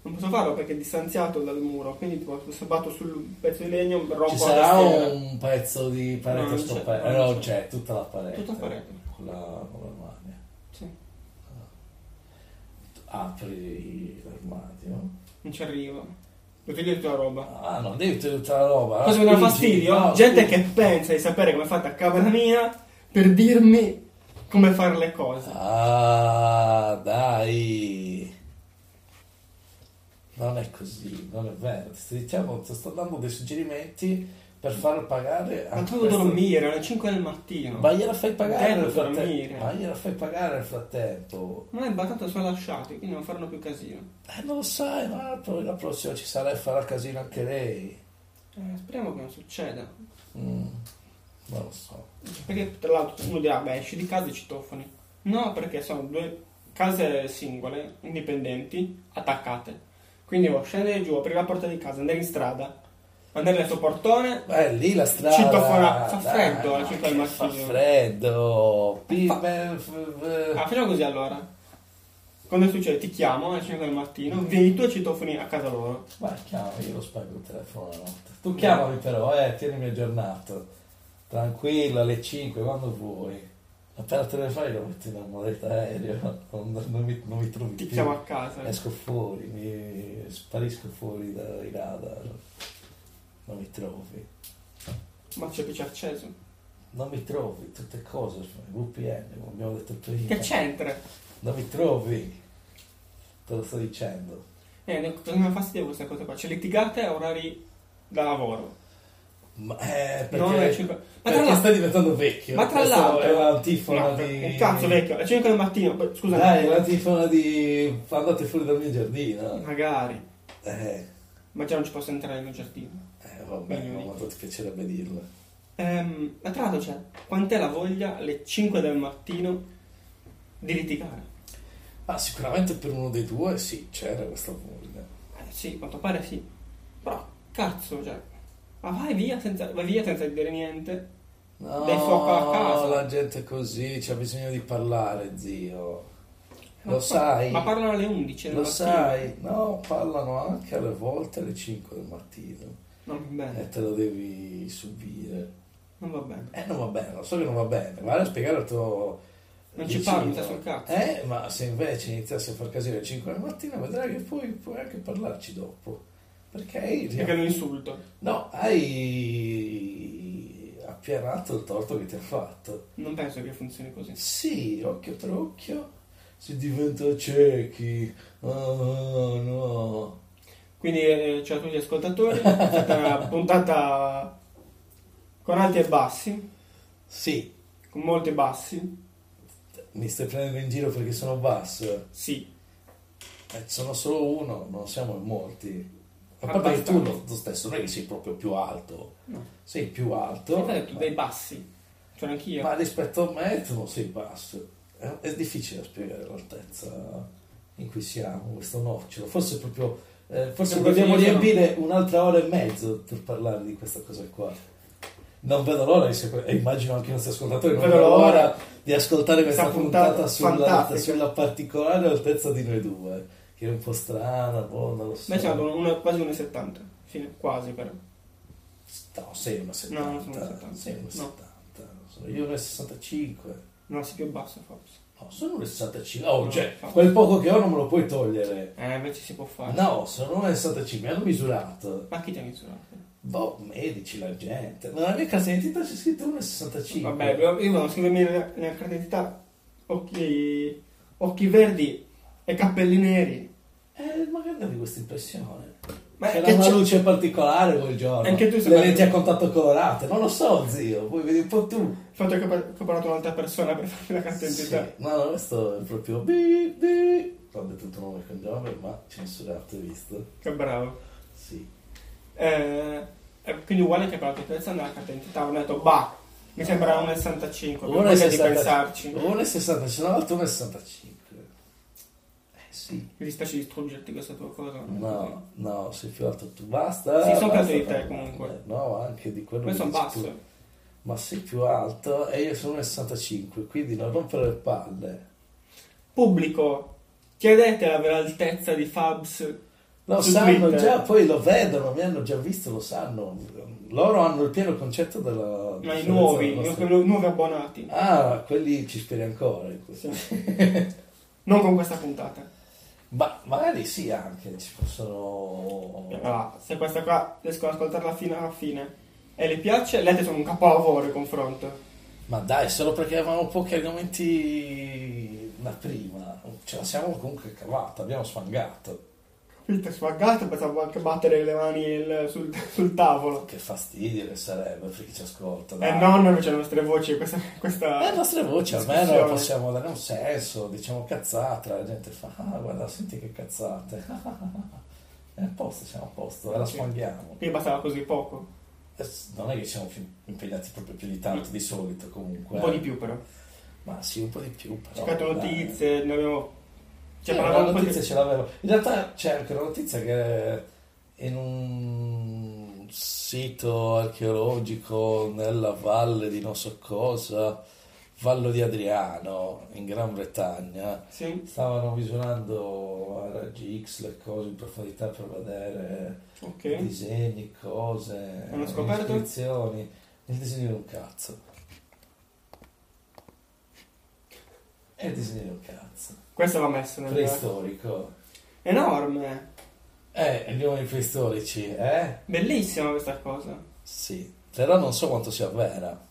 Speaker 2: Non posso farlo perché è distanziato dal muro, quindi tipo, se batto sul pezzo di legno
Speaker 1: Ci
Speaker 2: rompo la
Speaker 1: sarà
Speaker 2: schiena.
Speaker 1: un pezzo di
Speaker 2: No,
Speaker 1: parete
Speaker 2: non c'è,
Speaker 1: scoperta? Eh,
Speaker 2: non
Speaker 1: no,
Speaker 2: c'è.
Speaker 1: c'è tutta la parete.
Speaker 2: Tutta la parete.
Speaker 1: Con la, con l'armadio. Ah.
Speaker 2: Sì,
Speaker 1: Apri l'armadio.
Speaker 2: non ci arrivo. Lo vedo tutta la roba.
Speaker 1: Ah, non devi tenere tutta la roba.
Speaker 2: Cosa mi dà
Speaker 1: Luigi,
Speaker 2: fastidio?
Speaker 1: Ah, no,
Speaker 2: Gente
Speaker 1: scusa.
Speaker 2: che pensa di sapere come è fatta a camera mia per dirmi come fare le cose.
Speaker 1: Ah, dai. Non è così, non è vero. Ti sto, diciamo, ti sto dando dei suggerimenti per far pagare
Speaker 2: Ma
Speaker 1: anche
Speaker 2: tu devo
Speaker 1: Ah, questo-
Speaker 2: dormire alle 5 del mattino.
Speaker 1: Ma gliela fai pagare
Speaker 2: Devo
Speaker 1: nel frattempo.
Speaker 2: dormire.
Speaker 1: Ma gliela fai pagare nel frattempo.
Speaker 2: Ma le patate sono lasciate, quindi non faranno più casino.
Speaker 1: Eh, non lo sai, ma poi la prossima ci sarà e farà casino anche lei.
Speaker 2: Eh, speriamo che non succeda.
Speaker 1: Mm, non lo so.
Speaker 2: Perché tra l'altro uno dirà, beh, esci di casa e ci tofani. No, perché sono due case singole, indipendenti, attaccate. Quindi devo scendere giù, aprire la porta di casa, andare in strada, andare nel suo portone.
Speaker 1: Eh, lì la strada...
Speaker 2: Citofono- fa
Speaker 1: dai,
Speaker 2: freddo alle
Speaker 1: ma
Speaker 2: cinque del
Speaker 1: che
Speaker 2: mattino.
Speaker 1: Fa freddo. Pime-
Speaker 2: Ah, facciamo così allora. Quando succede? Ti chiamo alle 5 del mattino, vieni tu e ci tofani a casa loro.
Speaker 1: Ma chiama, io lo spengo il telefono la notte. Tu chiamami però, eh, tienimi aggiornato. Tranquillo, alle 5, quando vuoi. Appena te ne fai lo metti nella moneta aereo, non, non mi, non mi trovi
Speaker 2: Ti
Speaker 1: più.
Speaker 2: chiamo a casa.
Speaker 1: Esco fuori, mi sparisco fuori dai radar. Non mi trovi.
Speaker 2: Ma c'è che ci ha acceso.
Speaker 1: Non mi trovi, tutte cose, VPN, come abbiamo detto prima.
Speaker 2: Che c'entra?
Speaker 1: Non mi trovi. Te lo sto dicendo.
Speaker 2: Eh, ne- cosa mi fa fastidio questa cosa qua? C'è litigate a orari da lavoro.
Speaker 1: Ma, eh, perché...
Speaker 2: Non alle 5. Ma tra
Speaker 1: Perché
Speaker 2: l'altro.
Speaker 1: stai diventando vecchio.
Speaker 2: Ma tra
Speaker 1: Questa
Speaker 2: l'altro.
Speaker 1: è l'antifona
Speaker 2: No,
Speaker 1: di. Eh,
Speaker 2: Un cazzo vecchio, alle 5 del mattino. beh, Scusa.
Speaker 1: Dai, è l'antifona di. Andate fuori dal mio giardino.
Speaker 2: Magari.
Speaker 1: Eh,
Speaker 2: Ma già non ci posso entrare certo nel mio giardino.
Speaker 1: eh, vabbè, ma quanto ti piacerebbe dirlo.
Speaker 2: Ehm, ma tra l'altro, cioè, quant'è la voglia alle 5 del mattino di litigare?
Speaker 1: Ma Ah, sicuramente per uno dei due sì, c'era questa voglia.
Speaker 2: Eh sì, a quanto pare sì. Però, cazzo, cioè. Ma vai via senza, vai via senza dire niente.
Speaker 1: No,
Speaker 2: Dai fuoco a casa.
Speaker 1: la gente è così, c'ha bisogno di parlare, zio.
Speaker 2: Ma
Speaker 1: Lo
Speaker 2: poi-
Speaker 1: sai.
Speaker 2: Ma parlano alle 11 del
Speaker 1: Lo
Speaker 2: mattino.
Speaker 1: sai, no, parlano anche alle volte alle 5 del mattino
Speaker 2: Non va bene.
Speaker 1: e te lo devi subire.
Speaker 2: Non va bene.
Speaker 1: Eh, non va bene, lo so che non va bene. Vai a spiegare al tuo.
Speaker 2: Non ci
Speaker 1: vicino.
Speaker 2: parli, mi sta sul cazzo.
Speaker 1: Eh, ma se invece iniziassi a far casino alle 5 del mattino, vedrai che poi puoi anche parlarci dopo. Perché hai,
Speaker 2: Perché lo insulto.
Speaker 1: no, hai appianato il torto che ti ha fatto.
Speaker 2: Non penso che funzioni così.
Speaker 1: Sì, occhio per occhio, si diventa ciechi. Oh no.
Speaker 2: Quindi eh, ciao a tutti gli ascoltatori, è stata una puntata con alti e bassi,
Speaker 1: Sì,
Speaker 2: con molti bassi,
Speaker 1: mi stai prendendo in giro perché sono basso.
Speaker 2: sì,
Speaker 1: Eh, sono solo uno, non siamo in molti. Ma poi perché tu
Speaker 2: Abbastanza.
Speaker 1: lo, lo stesso, non è che sei proprio più alto,
Speaker 2: No.
Speaker 1: sei più alto, Eh.
Speaker 2: Ho detto dei bassi. Cioè anch'io.
Speaker 1: ma rispetto a me tu non sei basso. È, è difficile spiegare l'altezza in cui siamo, questo nocciolo. Forse proprio, eh, forse
Speaker 2: Non
Speaker 1: dobbiamo
Speaker 2: definiscono.
Speaker 1: riempire un'altra ora e mezzo per parlare di questa cosa qua. Non vedo l'ora, di sequ- e immagino anche i nostri ascoltatori, non vedo l'ora di ascoltare questa
Speaker 4: Questa
Speaker 1: puntata,
Speaker 4: puntata
Speaker 1: sulla,
Speaker 4: fantastica.
Speaker 1: sulla particolare altezza di noi due, che è un po' strana, boh, non lo so.
Speaker 2: Ma c'è stato una- quasi 1,70. Fine, quasi però.
Speaker 1: No, sei una 70.
Speaker 2: No, non sono una 70.
Speaker 1: Sei una
Speaker 2: No.
Speaker 1: 70. non so, Io una 65.
Speaker 2: Non si più basso forse.
Speaker 1: No, sono una 65. Oh,
Speaker 2: No,
Speaker 1: cioè,
Speaker 2: infatti.
Speaker 1: quel poco che ho non me lo puoi togliere.
Speaker 2: Eh, invece si può fare.
Speaker 1: No, sono una 65. Mi hanno misurato.
Speaker 2: Ma chi ti ha misurato?
Speaker 1: Boh, medici, la gente. Ma nella mia casa d'identità c'è scritto una 65.
Speaker 2: Vabbè, io io devo scrivermi nella, nella carta d'identità occhi, occhi verdi e cappelli neri.
Speaker 1: Eh, magari avevi questa impressione.
Speaker 2: Ma
Speaker 1: C'era
Speaker 2: che
Speaker 1: una
Speaker 2: c'è-
Speaker 1: luce particolare quel giorno.
Speaker 2: Anche tu
Speaker 1: Le
Speaker 2: sembra-
Speaker 1: lenti a contatto colorate. Non lo so, zio. Poi vedi un po' tu.
Speaker 2: Il fatto che ho par- che ho parlato con un'altra persona per farmi la carta d'identità.
Speaker 1: Sì, No, no, questo è proprio. bi, bi. Ho detto il tuo nome e cognome, ma censurato, hai visto?
Speaker 2: Che bravo.
Speaker 1: Sì.
Speaker 2: Eh, eh, quindi uguale che per la tua terza nella carta d'identità ho detto bah, mi sembra 1,65.
Speaker 1: Uno
Speaker 2: Ora
Speaker 1: e
Speaker 2: di
Speaker 1: 60
Speaker 2: pensarci.
Speaker 1: Uno e 60, se no l'altro uno e 65. Eh sì.
Speaker 2: Mi dispiace distruggerti questa tua cosa.
Speaker 1: No, no, sei più alto tu. Basta.
Speaker 2: Sì, sono
Speaker 1: basta
Speaker 2: più alto di te,
Speaker 1: parlare.
Speaker 2: comunque.
Speaker 1: No, anche di quello
Speaker 2: Poi sono
Speaker 1: dici
Speaker 2: basso.
Speaker 1: tu. Ma sei più alto e io sono 65, quindi non rompere le palle.
Speaker 2: Pubblico, chiedete la vera altezza di Fabs.
Speaker 1: Lo
Speaker 2: Su
Speaker 1: sanno
Speaker 2: Twitter.
Speaker 1: già, poi lo vedono, mi hanno già visto, lo sanno. Loro hanno il pieno concetto della...
Speaker 2: Ma i
Speaker 1: differenza
Speaker 2: nuovi,
Speaker 1: della nostra-
Speaker 2: i nuovi abbonati.
Speaker 1: Ah, quelli ci speri ancora. in questo.
Speaker 2: Non con questa puntata.
Speaker 1: Ma magari sì anche, ci possono...
Speaker 2: Allora, Ah, se questa qua riescono ad ascoltarla fino alla fine e le piace, le altre sono un capolavoro in confronto.
Speaker 1: Ma dai, solo perché avevamo pochi argomenti da prima, ce la siamo comunque cavata, abbiamo sfangato.
Speaker 2: Capito? Sfagato, pensavo anche battere le mani il- sul, sul tavolo.
Speaker 1: Che fastidio che sarebbe per chi ci ascolta.
Speaker 2: E
Speaker 1: dai.
Speaker 2: Eh,
Speaker 1: Eh,
Speaker 2: non invece le nostre voci, questa... questa...
Speaker 1: Le nostre voci almeno
Speaker 2: Discussione.
Speaker 1: possiamo dare un senso, diciamo cazzate, la gente fa, ah guarda, senti che cazzate. È a posto, siamo a posto, e la
Speaker 2: Sì.
Speaker 1: sfanghiamo. Eh,
Speaker 2: Qui bastava così poco.
Speaker 1: Non è che siamo più impegnati proprio più di tanto di solito comunque. eh.
Speaker 2: Un po' di più però. Ho
Speaker 1: Ma sì, un po' di più. Però,
Speaker 2: cercato
Speaker 1: dai.
Speaker 2: notizie, ne abbiamo...
Speaker 1: Cioè,
Speaker 2: Cioè, parlavamo
Speaker 1: la
Speaker 2: un po'
Speaker 1: notizia
Speaker 2: di...
Speaker 1: ce l'avevo. In realtà c'è anche una notizia che in un sito archeologico nella valle di non so cosa, Vallo di Adriano, in Gran Bretagna,
Speaker 2: Sì?
Speaker 1: stavano misurando a raggi X le cose in profondità per vedere
Speaker 2: Ok.
Speaker 1: disegni, cose,
Speaker 2: Hanno scoperto?
Speaker 1: iscrizioni. Il disegno di un cazzo. È il disegno di un cazzo.
Speaker 2: Questo va messo nel...
Speaker 1: Preistorico.
Speaker 2: Enorme.
Speaker 1: Eh, gli uomini preistorici, eh?
Speaker 2: Bellissima questa cosa.
Speaker 1: Sì. Però non so quanto sia vera.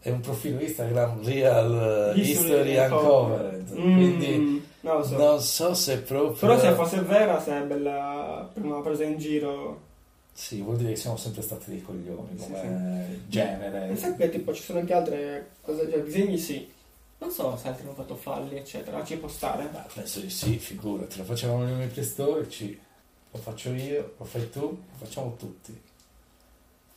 Speaker 1: È un profilo Instagram Real eh, History Uncovered.
Speaker 2: Mm,
Speaker 1: Quindi
Speaker 2: non lo so.
Speaker 1: non so se proprio...
Speaker 2: Però se fosse vera sarebbe la prima presa in giro.
Speaker 1: Sì, vuol dire che siamo sempre stati dei coglioni
Speaker 2: Sì,
Speaker 1: come genere. Eh,
Speaker 2: E sai che tipo ci sono anche altre cose, cioè disegni sì. Non so se altri hanno fatto falli, eccetera, ci può stare.
Speaker 1: Ma penso di sì, figurati. Lo facevano gli uomini preistorici. Lo faccio io, lo fai tu, lo facciamo tutti.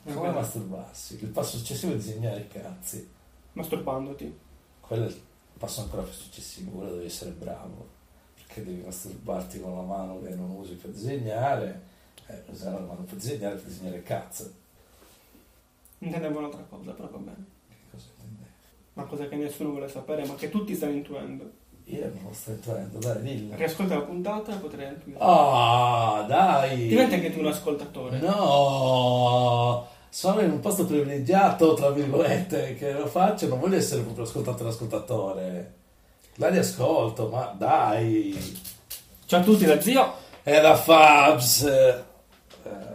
Speaker 1: Come
Speaker 2: Vabbè,
Speaker 1: masturbarsi? Il passo successivo è disegnare i cazzi.
Speaker 2: Masturbandoti.
Speaker 1: Quello è il passo ancora più successivo, quello devi essere bravo, perché devi masturbarti con la mano che non usi per disegnare, eh, usare la mano per disegnare, per disegnare cazzo.
Speaker 2: Intendevo un'altra cosa, però va bene.
Speaker 1: Che cosa intendevi?
Speaker 2: Una cosa che nessuno vuole sapere, ma che tutti stanno intuendo.
Speaker 1: Io non lo sto intuendo, dai, dillo.
Speaker 2: Riascolta la puntata e potrai intuire.
Speaker 1: Ah, dai!
Speaker 2: Diventa anche tu un ascoltatore.
Speaker 1: No! Sono in un posto privilegiato, tra virgolette, che lo faccio, non voglio essere proprio ascoltato l'ascoltatore. La riascolto, ma dai!
Speaker 2: Ciao a tutti da zio.
Speaker 1: Era Fabs! Eh,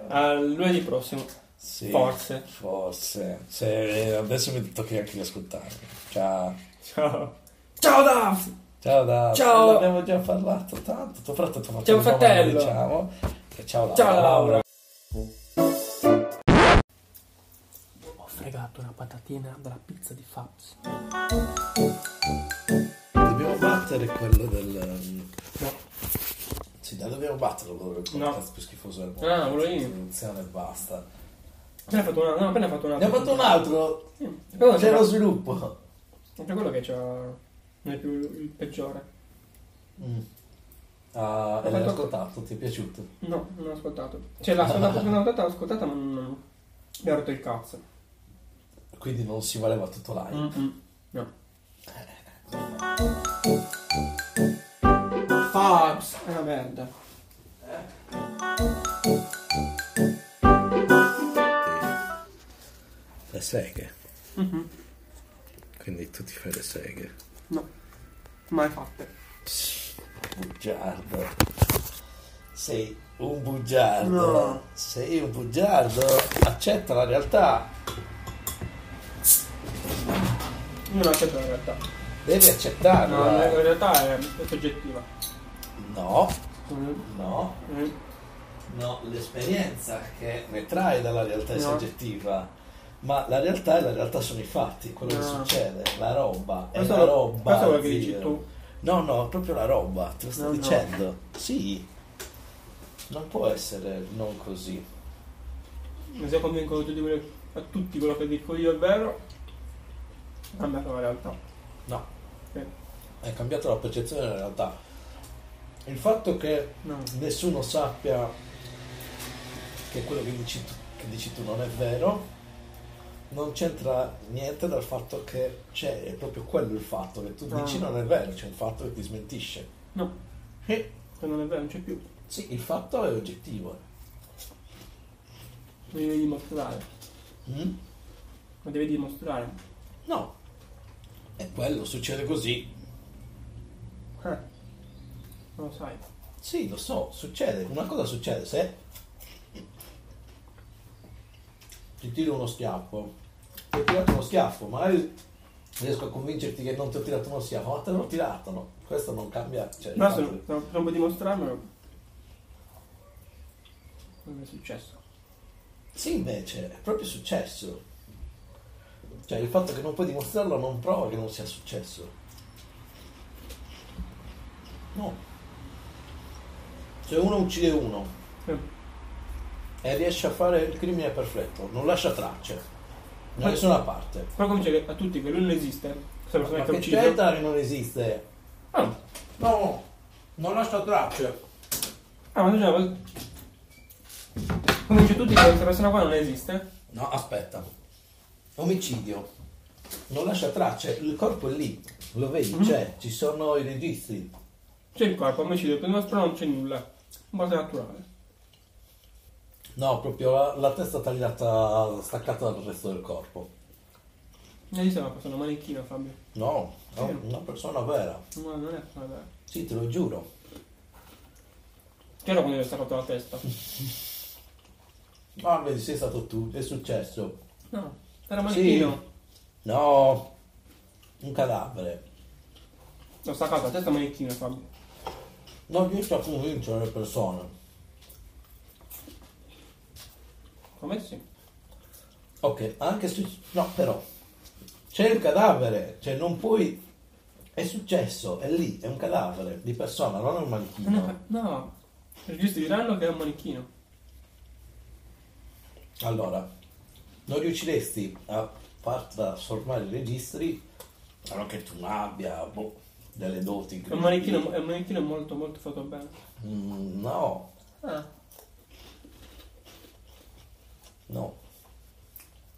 Speaker 2: A lunedì prossimo.
Speaker 1: Sì,
Speaker 2: Forse.
Speaker 1: Forse. Se- adesso mi tocca anche ascoltare. Ciao.
Speaker 2: Ciao. Ciao Daf!
Speaker 1: Ciao da.
Speaker 2: Ciao.
Speaker 1: Abbiamo già parlato tanto. Tuo fratello, tuo
Speaker 2: Ciao, fratello.
Speaker 1: Diciamo. E ciao Laura.
Speaker 2: Ciao, Laura. Ho fregato una patatina dalla pizza di Fabs.
Speaker 1: Dobbiamo battere quello del... um,
Speaker 2: No.
Speaker 1: mm, Sì, dai, dobbiamo batterlo quello del podcast
Speaker 2: No.
Speaker 1: più schifoso del mondo.
Speaker 2: Ah, quello lì.
Speaker 1: Introduzione e basta.
Speaker 2: Ne ha fatto una, no, appena fatto una.
Speaker 1: Ne ho fatto un altro.
Speaker 2: Sì. Però
Speaker 1: C'è
Speaker 2: c'era-
Speaker 1: lo sviluppo.
Speaker 2: è per quello che c'ha. Non è più il peggiore.
Speaker 1: Mm. Ah, e
Speaker 2: Ho
Speaker 1: l'hai
Speaker 2: fatto-
Speaker 1: ascoltato? Ti è piaciuto?
Speaker 2: No, non l'ho ascoltato. Cioè, l'ho ascoltato, l'ho ascoltata, l'ho ascoltata, ma non. Mi ha rotto il cazzo.
Speaker 1: Quindi non si valeva tutto live.
Speaker 2: Mm-mm. No. Fabs è una merda.
Speaker 1: Le seghe.
Speaker 2: Mhm.
Speaker 1: Quindi tu ti fai le seghe.
Speaker 2: No, mai fatte.
Speaker 1: Bugiardo. Sei un bugiardo. eh?
Speaker 2: No.
Speaker 1: Sei un bugiardo. Accetta la realtà.
Speaker 2: Io non accetto la realtà.
Speaker 1: Devi Ah,
Speaker 2: No, la
Speaker 1: accettarla.
Speaker 2: realtà è, è soggettiva.
Speaker 1: No,
Speaker 2: Mm.
Speaker 1: no,
Speaker 2: Mm.
Speaker 1: no. L'esperienza che ne trae dalla realtà è
Speaker 2: No.
Speaker 1: soggettiva. Ma la realtà e la realtà sono i fatti, quello che
Speaker 2: No.
Speaker 1: succede, la roba, è
Speaker 2: Questo
Speaker 1: la
Speaker 2: lo-
Speaker 1: roba.
Speaker 2: questo è quello che
Speaker 1: zio.
Speaker 2: dici tu.
Speaker 1: No, no, proprio la roba, te lo sto
Speaker 2: No, no.
Speaker 1: dicendo. Sì. Non può essere non così.
Speaker 2: Ma se convinco tutti quello, a tutti quello che dico io è vero, cambia la realtà.
Speaker 1: No,
Speaker 2: Eh,
Speaker 1: è cambiata la percezione della realtà. Il fatto che
Speaker 2: No.
Speaker 1: nessuno sappia che quello che dici tu, che dici tu non è vero non c'entra niente dal fatto che c'è, è proprio quello il fatto che tu
Speaker 2: Ah.
Speaker 1: dici non è vero, c'è il fatto che ti smentisce.
Speaker 2: No,
Speaker 1: Eh,
Speaker 2: se non è vero non c'è più.
Speaker 1: sì, il fatto è oggettivo.
Speaker 2: Lo devi dimostrare.
Speaker 1: Mm?
Speaker 2: Lo devi dimostrare.
Speaker 1: No, è quello, succede così.
Speaker 2: Eh. Non lo sai.
Speaker 1: Sì, lo so, succede. Una cosa succede se ti tiro uno schiaffo. Ti ho tirato uno schiaffo, magari riesco a convincerti che non ti ho tirato uno schiaffo, ma te l'ho tirato, no? Questo non cambia. Cioè, il
Speaker 2: No, se,
Speaker 1: fatto
Speaker 2: se non puoi dimostrarmelo. Non è successo.
Speaker 1: che- Sì, invece, è proprio successo. Cioè, il fatto che non puoi dimostrarlo non prova che non sia successo. No. Se uno uccide uno,
Speaker 2: Eh.
Speaker 1: e riesce a fare il crimine perfetto, non lascia tracce da
Speaker 2: Ma-
Speaker 1: nessuna parte.
Speaker 2: Però come dice a tutti che lui non esiste, se la persona
Speaker 1: Ma
Speaker 2: che ha
Speaker 1: che
Speaker 2: ucciso.
Speaker 1: c'entra che non esiste?
Speaker 2: Ah, no.
Speaker 1: No, non lascia tracce.
Speaker 2: ah, ma tu già. Come dice a tutti che questa persona qua non esiste.
Speaker 1: No, aspetta. Omicidio. Non lascia tracce, il corpo è lì, lo vedi, c'è, ci sono i registri.
Speaker 2: C'è il corpo, omicidio, per il nostro non c'è nulla. Morte naturale.
Speaker 1: No, proprio la, la testa tagliata, staccata dal resto del corpo.
Speaker 2: Non esiste una persona manichina, Fabio.
Speaker 1: No, è un- una persona vera.
Speaker 2: No, non è una persona vera.
Speaker 1: Sì, te lo giuro.
Speaker 2: C'era quando gli è stata rotta la testa.
Speaker 1: Ma vedi, sei stato tu, è successo.
Speaker 2: No, era manichino.
Speaker 1: No, un cadavere.
Speaker 2: L'ho staccata la testa manichina, Fabio.
Speaker 1: Non riesco a convincere le persone.
Speaker 2: Come sì?
Speaker 1: Ok, anche se... No, però... C'è il cadavere, cioè non puoi... È successo, è lì, è un cadavere di persona, non è un manichino.
Speaker 2: No, no. I registi diranno che è un manichino.
Speaker 1: Allora, non riusciresti a far trasformare i registri, a meno che tu non abbia boh, delle doti
Speaker 2: È un manichino, è un manichino molto, molto fatto bene.
Speaker 1: Mm, no,
Speaker 2: Ah,
Speaker 1: no.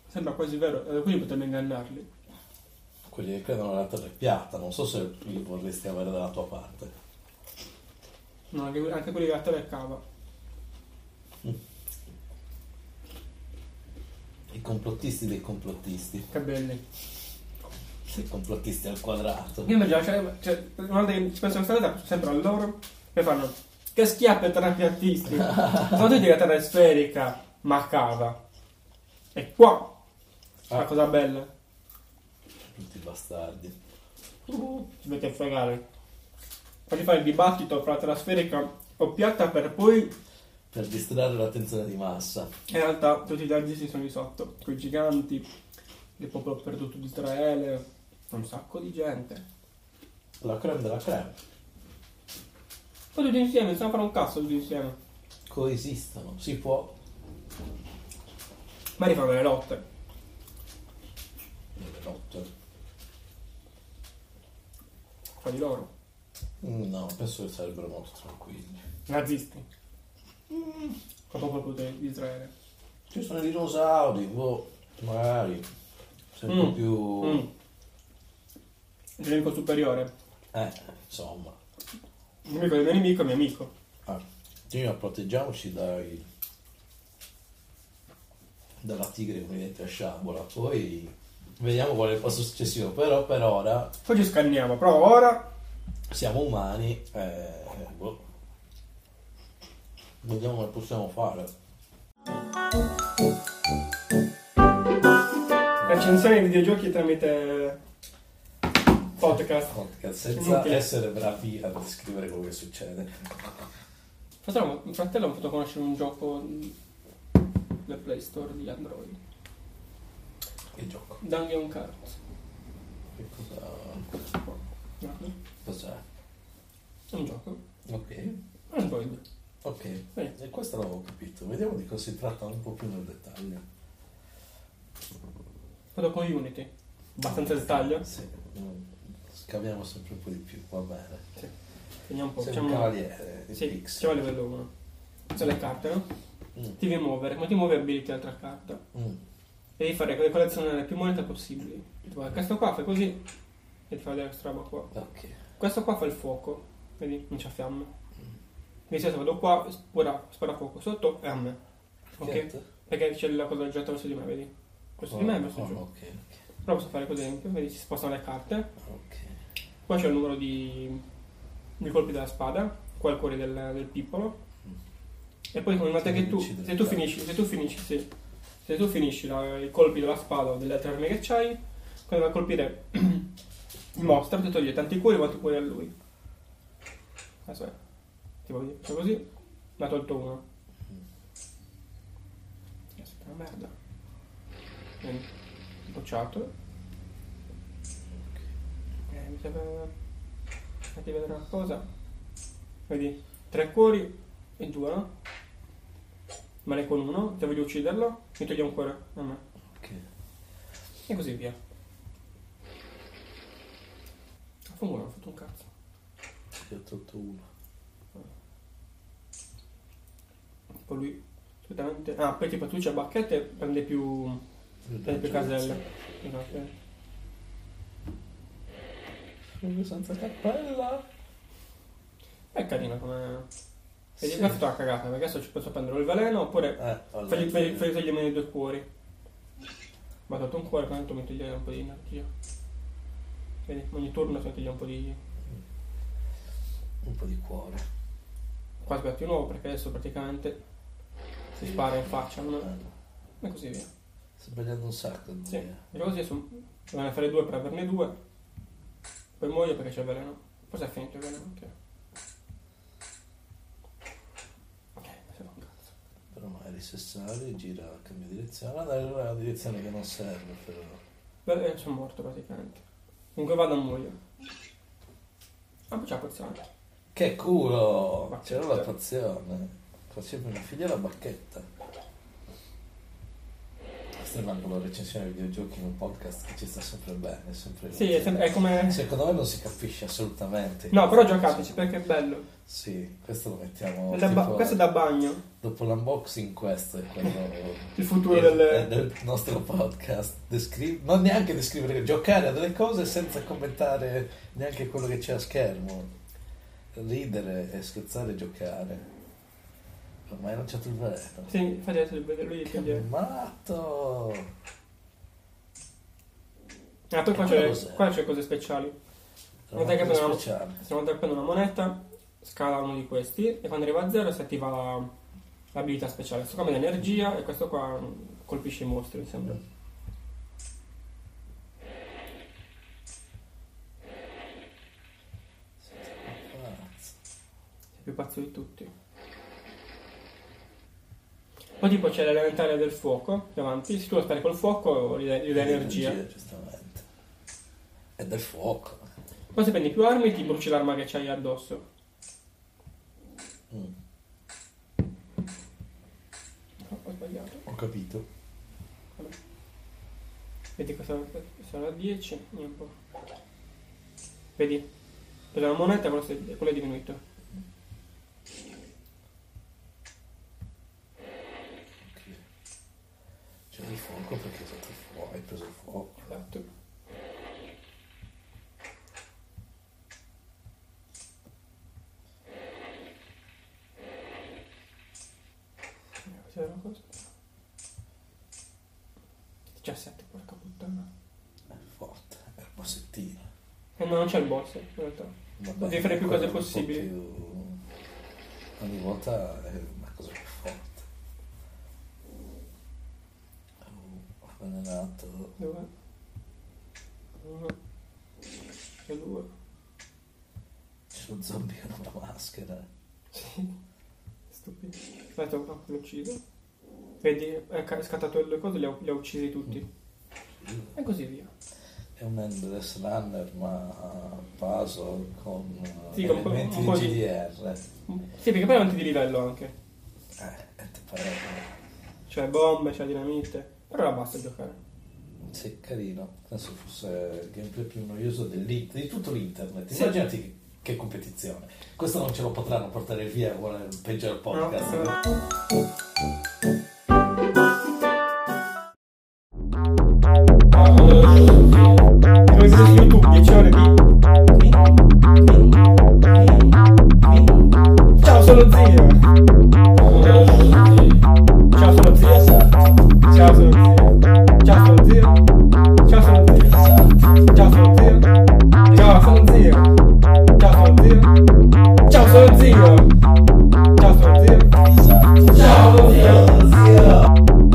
Speaker 2: sembra quasi vero. eh, Quindi potremmo ingannarli.
Speaker 1: Quelli che credono alla terra è piatta, non so se li vorresti avere dalla tua parte.
Speaker 2: No, anche, anche quelli che la terra è cava.
Speaker 1: I complottisti dei complottisti.
Speaker 2: Che belli.
Speaker 1: Sì, complottisti al quadrato.
Speaker 2: Io invece, cioè, cioè, una volta che ci penso a questa cosa, penso sempre a loro e fanno che schiappe terrapiattisti. Sono tutti che la terra è sferica, ma cava. E qua la
Speaker 1: Ah.
Speaker 2: cosa bella.
Speaker 1: Tutti bastardi.
Speaker 2: Ci metti a fregare. Fatti fare il dibattito fra terra sferica o piatta per poi
Speaker 1: Per distrarre l'attenzione di massa.
Speaker 2: in realtà tutti i tergisti sono di sotto. Quei giganti, il popolo perduto di Israele, un sacco di gente.
Speaker 1: La creme della creme.
Speaker 2: Poi tutti insieme, stiamo a fare un cazzo tutti insieme.
Speaker 1: Coesistono, si può.
Speaker 2: Ma rifanno le lotte.
Speaker 1: Nelle lotte.
Speaker 2: Fra di loro.
Speaker 1: Mm, No, penso che sarebbero molto tranquilli.
Speaker 2: Nazisti. Fra poco il potere di Israele.
Speaker 1: Ci sono i dinosauri, boh, magari. Sei un
Speaker 2: Mm.
Speaker 1: po' più.
Speaker 2: Mm. Nemico superiore.
Speaker 1: Eh, insomma.
Speaker 2: Il nemico del mio nemico è mio amico.
Speaker 1: Ah, prima proteggiamoci dai. dalla tigre con i denti a sciabola, poi vediamo qual è il passo successivo. Però per ora
Speaker 2: Poi ci scanniamo, però ora
Speaker 1: siamo umani, eh, boh. Vediamo come possiamo fare.
Speaker 2: recensione di videogiochi tramite podcast.
Speaker 1: Podcast, senza essere bravi a descrivere quello che succede.
Speaker 2: Fratello, mio fratello mi ha fatto conoscere un gioco nel Play Store di Android.
Speaker 1: Che gioco?
Speaker 2: Dungeon Cards.
Speaker 1: Che cosa.
Speaker 2: È
Speaker 1: cos'è?
Speaker 2: un gioco.
Speaker 1: Ok,
Speaker 2: Android.
Speaker 1: ok.
Speaker 2: Eh.
Speaker 1: E questo l'avevo capito. Vediamo di cosa si tratta un po' più nel dettaglio.
Speaker 2: Fatto con Unity. Abbastanza dettaglio.
Speaker 1: Sì, mm, scaviamo sempre un po' di più, va bene.
Speaker 2: Vediamo un po'.
Speaker 1: Sei un
Speaker 2: facciamo-
Speaker 1: cavaliere di
Speaker 2: Sì,
Speaker 1: Pix.
Speaker 2: siamo a livello 1. Sono le carte, no?
Speaker 1: Mm,
Speaker 2: Ti devi muovere, ma ti muovi ability altra carta.
Speaker 1: mm,
Speaker 2: Devi fare devi collezionare più monete possibili. Tu vai, Questo qua fa così e ti fa vedere questa roba qua.
Speaker 1: ok.
Speaker 2: Questo qua fa il fuoco, vedi? Non c'ha fiamme. Quindi se vado qua, spara, spara fuoco sotto e a me. Ok?
Speaker 1: Certo.
Speaker 2: Perché c'è la cosa già verso di me, vedi? Questo di me è verso
Speaker 1: Oh,
Speaker 2: giù.
Speaker 1: Ok, ok,
Speaker 2: Però posso fare così, vedi? Si spostano le carte.
Speaker 1: ok.
Speaker 2: Qua c'è il numero di, di colpi della spada, qua il cuore del, del pippolo. E poi una volta
Speaker 1: Quindi
Speaker 2: che tu,
Speaker 1: uccide
Speaker 2: se
Speaker 1: il
Speaker 2: tu
Speaker 1: cane.
Speaker 2: finisci, se tu finisci, sì. se tu finisci la- i colpi della spada o delle altre armi che c'hai, quando va a colpire il mostro ti toglie tanti cuori quanti cuori a lui. Adesso è. Tipo vedi, faccio così, ne ha tolto uno. Adesso è una merda. Quindi, bocciato. Eh, mi sembra... Fatti vedere una cosa. Vedi, tre cuori e due, no? Male con uno, se voglio ucciderlo, mi toglie un cuore a me.
Speaker 1: ok.
Speaker 2: E così via. A fumo non ho fatto un cazzo.
Speaker 1: Io ho tolto uno.
Speaker 2: Poi lui... Assolutamente... Ah, poi tipo tu c'è bacchette e prende più... prende più caselle. Esatto.
Speaker 1: Sono senza cappella.
Speaker 2: È carino come... Vedi,
Speaker 1: Sì.
Speaker 2: questa è una cagata, perché adesso ci posso prendere il veleno oppure
Speaker 1: Eh, allora.
Speaker 2: Fagli, fagli, fagli togliermi i due cuori. Ma ho tolto un cuore, tanto mi togliere un po' di energia. Vedi, ogni turno si toglie un po' di.
Speaker 1: Un po' di cuore.
Speaker 2: Qua sbatti un nuovo perché adesso praticamente si
Speaker 1: Sì.
Speaker 2: spara in faccia, non
Speaker 1: Eh,
Speaker 2: è- e così via.
Speaker 1: Sto sbagliando un sacco.
Speaker 2: Sì.
Speaker 1: Andrea.
Speaker 2: E così adesso bisogna fare due per averne due. Poi muoio perché c'è il veleno. Forse è finito il veleno, ok. Ok, mi sembra un cazzo.
Speaker 1: Però magari se sale, gira, cambia direzione. Dai, allora è una direzione che non serve, però.
Speaker 2: Beh, eh, sono morto praticamente. Comunque vado a muoio. Ah, poi c'è la pozzante.
Speaker 1: Che culo!
Speaker 2: Bacchetta.
Speaker 1: C'era la fazione. Facevi una figlia la bacchetta. Questa è una con la recensione dei videogiochi in un podcast che ci sta sempre bene, sempre Eh,
Speaker 2: Sì, è, sem- è come...
Speaker 1: Secondo me non si capisce assolutamente.
Speaker 2: No, però giocateci perché è bello.
Speaker 1: Sì, questo lo mettiamo
Speaker 2: È da ba-
Speaker 1: tipo,
Speaker 2: questo è da bagno.
Speaker 1: dopo l'unboxing questo è quello
Speaker 2: Il futuro
Speaker 1: del,
Speaker 2: del...
Speaker 1: del nostro podcast. Descri- non neanche descrivere, giocare a delle cose senza commentare neanche quello che c'è a schermo. Ridere e scherzare e giocare. Ormai non c'è più il vero.
Speaker 2: Sì, fate adesso vedere lui
Speaker 1: Che
Speaker 2: che
Speaker 1: matto!
Speaker 2: Ah, poi qua
Speaker 1: Quello
Speaker 2: c'è,
Speaker 1: cos'è?
Speaker 2: qua c'è cose speciali.
Speaker 1: Era
Speaker 2: Guarda che
Speaker 1: una cosa
Speaker 2: però-
Speaker 1: speciale.
Speaker 2: Se una volta che prendo una moneta, scala uno di questi e quando arriva a zero si attiva la- l'abilità speciale. Questo qua mi dà energia e questo qua mh, colpisce i mostri, mi sembra.
Speaker 1: Mazza.
Speaker 2: Sei più pazzo di tutti. Poi tipo c'è l'elementare del fuoco davanti, se tu lo spari col fuoco gli dai gli dai energia.
Speaker 1: giustamente. È del fuoco.
Speaker 2: Poi se prendi più armi ti bruci l'arma che c'hai addosso.
Speaker 1: Mm,
Speaker 2: No, ho sbagliato.
Speaker 1: ho capito.
Speaker 2: Vedi cosa sarà 10. Vediamo un po'. Vedi? Presa la moneta, quello, si- quello è diminuito.
Speaker 1: Ok. C'è il fuoco perché è stato fuoco, hai preso il fuoco.
Speaker 2: Esatto. C'era una cosa. 17, porca puttana.
Speaker 1: È forte, è un bossettino.
Speaker 2: E no, non c'è il boss in realtà. Devi fare più
Speaker 1: quello
Speaker 2: cose
Speaker 1: è un po'
Speaker 2: possibili.
Speaker 1: più- Ogni volta è una cosa più forte. Oh, Avvelenato.
Speaker 2: Dov'è? Uno. E due.
Speaker 1: C'è lo zombie con una maschera.
Speaker 2: Sì. Stupido. Aspetta, no, l'ho ucciso. Vedi, è ca- è scattato le cose, li ha, li ha uccisi tutti. E così via.
Speaker 1: È un endless runner ma puzzle con eh,
Speaker 2: Sì, con un po-
Speaker 1: elementi
Speaker 2: un po' di-
Speaker 1: di GDR.
Speaker 2: Sì, perché poi è avanti di livello anche.
Speaker 1: Eh, e ti pare.
Speaker 2: C'è bombe, c'è dinamite. Però la basta giocare.
Speaker 1: Sì, carino. Penso fosse il gameplay più noioso dell'in- di tutto l'internet.
Speaker 2: Sì.
Speaker 1: Immaginati che, che competizione. Questo non ce lo potranno portare via con il peggior podcast.
Speaker 2: Come si su YouTube, 10 ore di... Ciao, sono zio! Ciao, sono zio! Ciao, sono zio! Ciao, sono zio! Ciao, sono zio! Ciao, sono zio! Ciao, sono zio! Ciao, sono zio! Ciao, sono zio! Ciao, sono zio! Ciao, sono zio!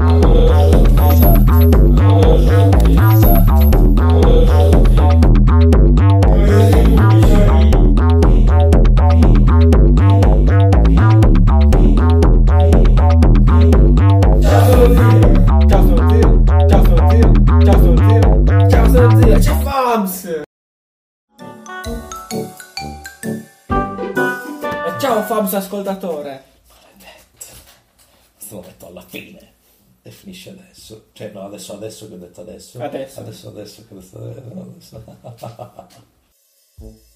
Speaker 2: Ciao Fabs ascoltatore!
Speaker 1: Questo l'ho detto alla fine. E finisce adesso. Cioè, no, adesso, adesso che ho detto adesso.
Speaker 2: Adesso.
Speaker 1: Adesso, adesso che ho detto adesso.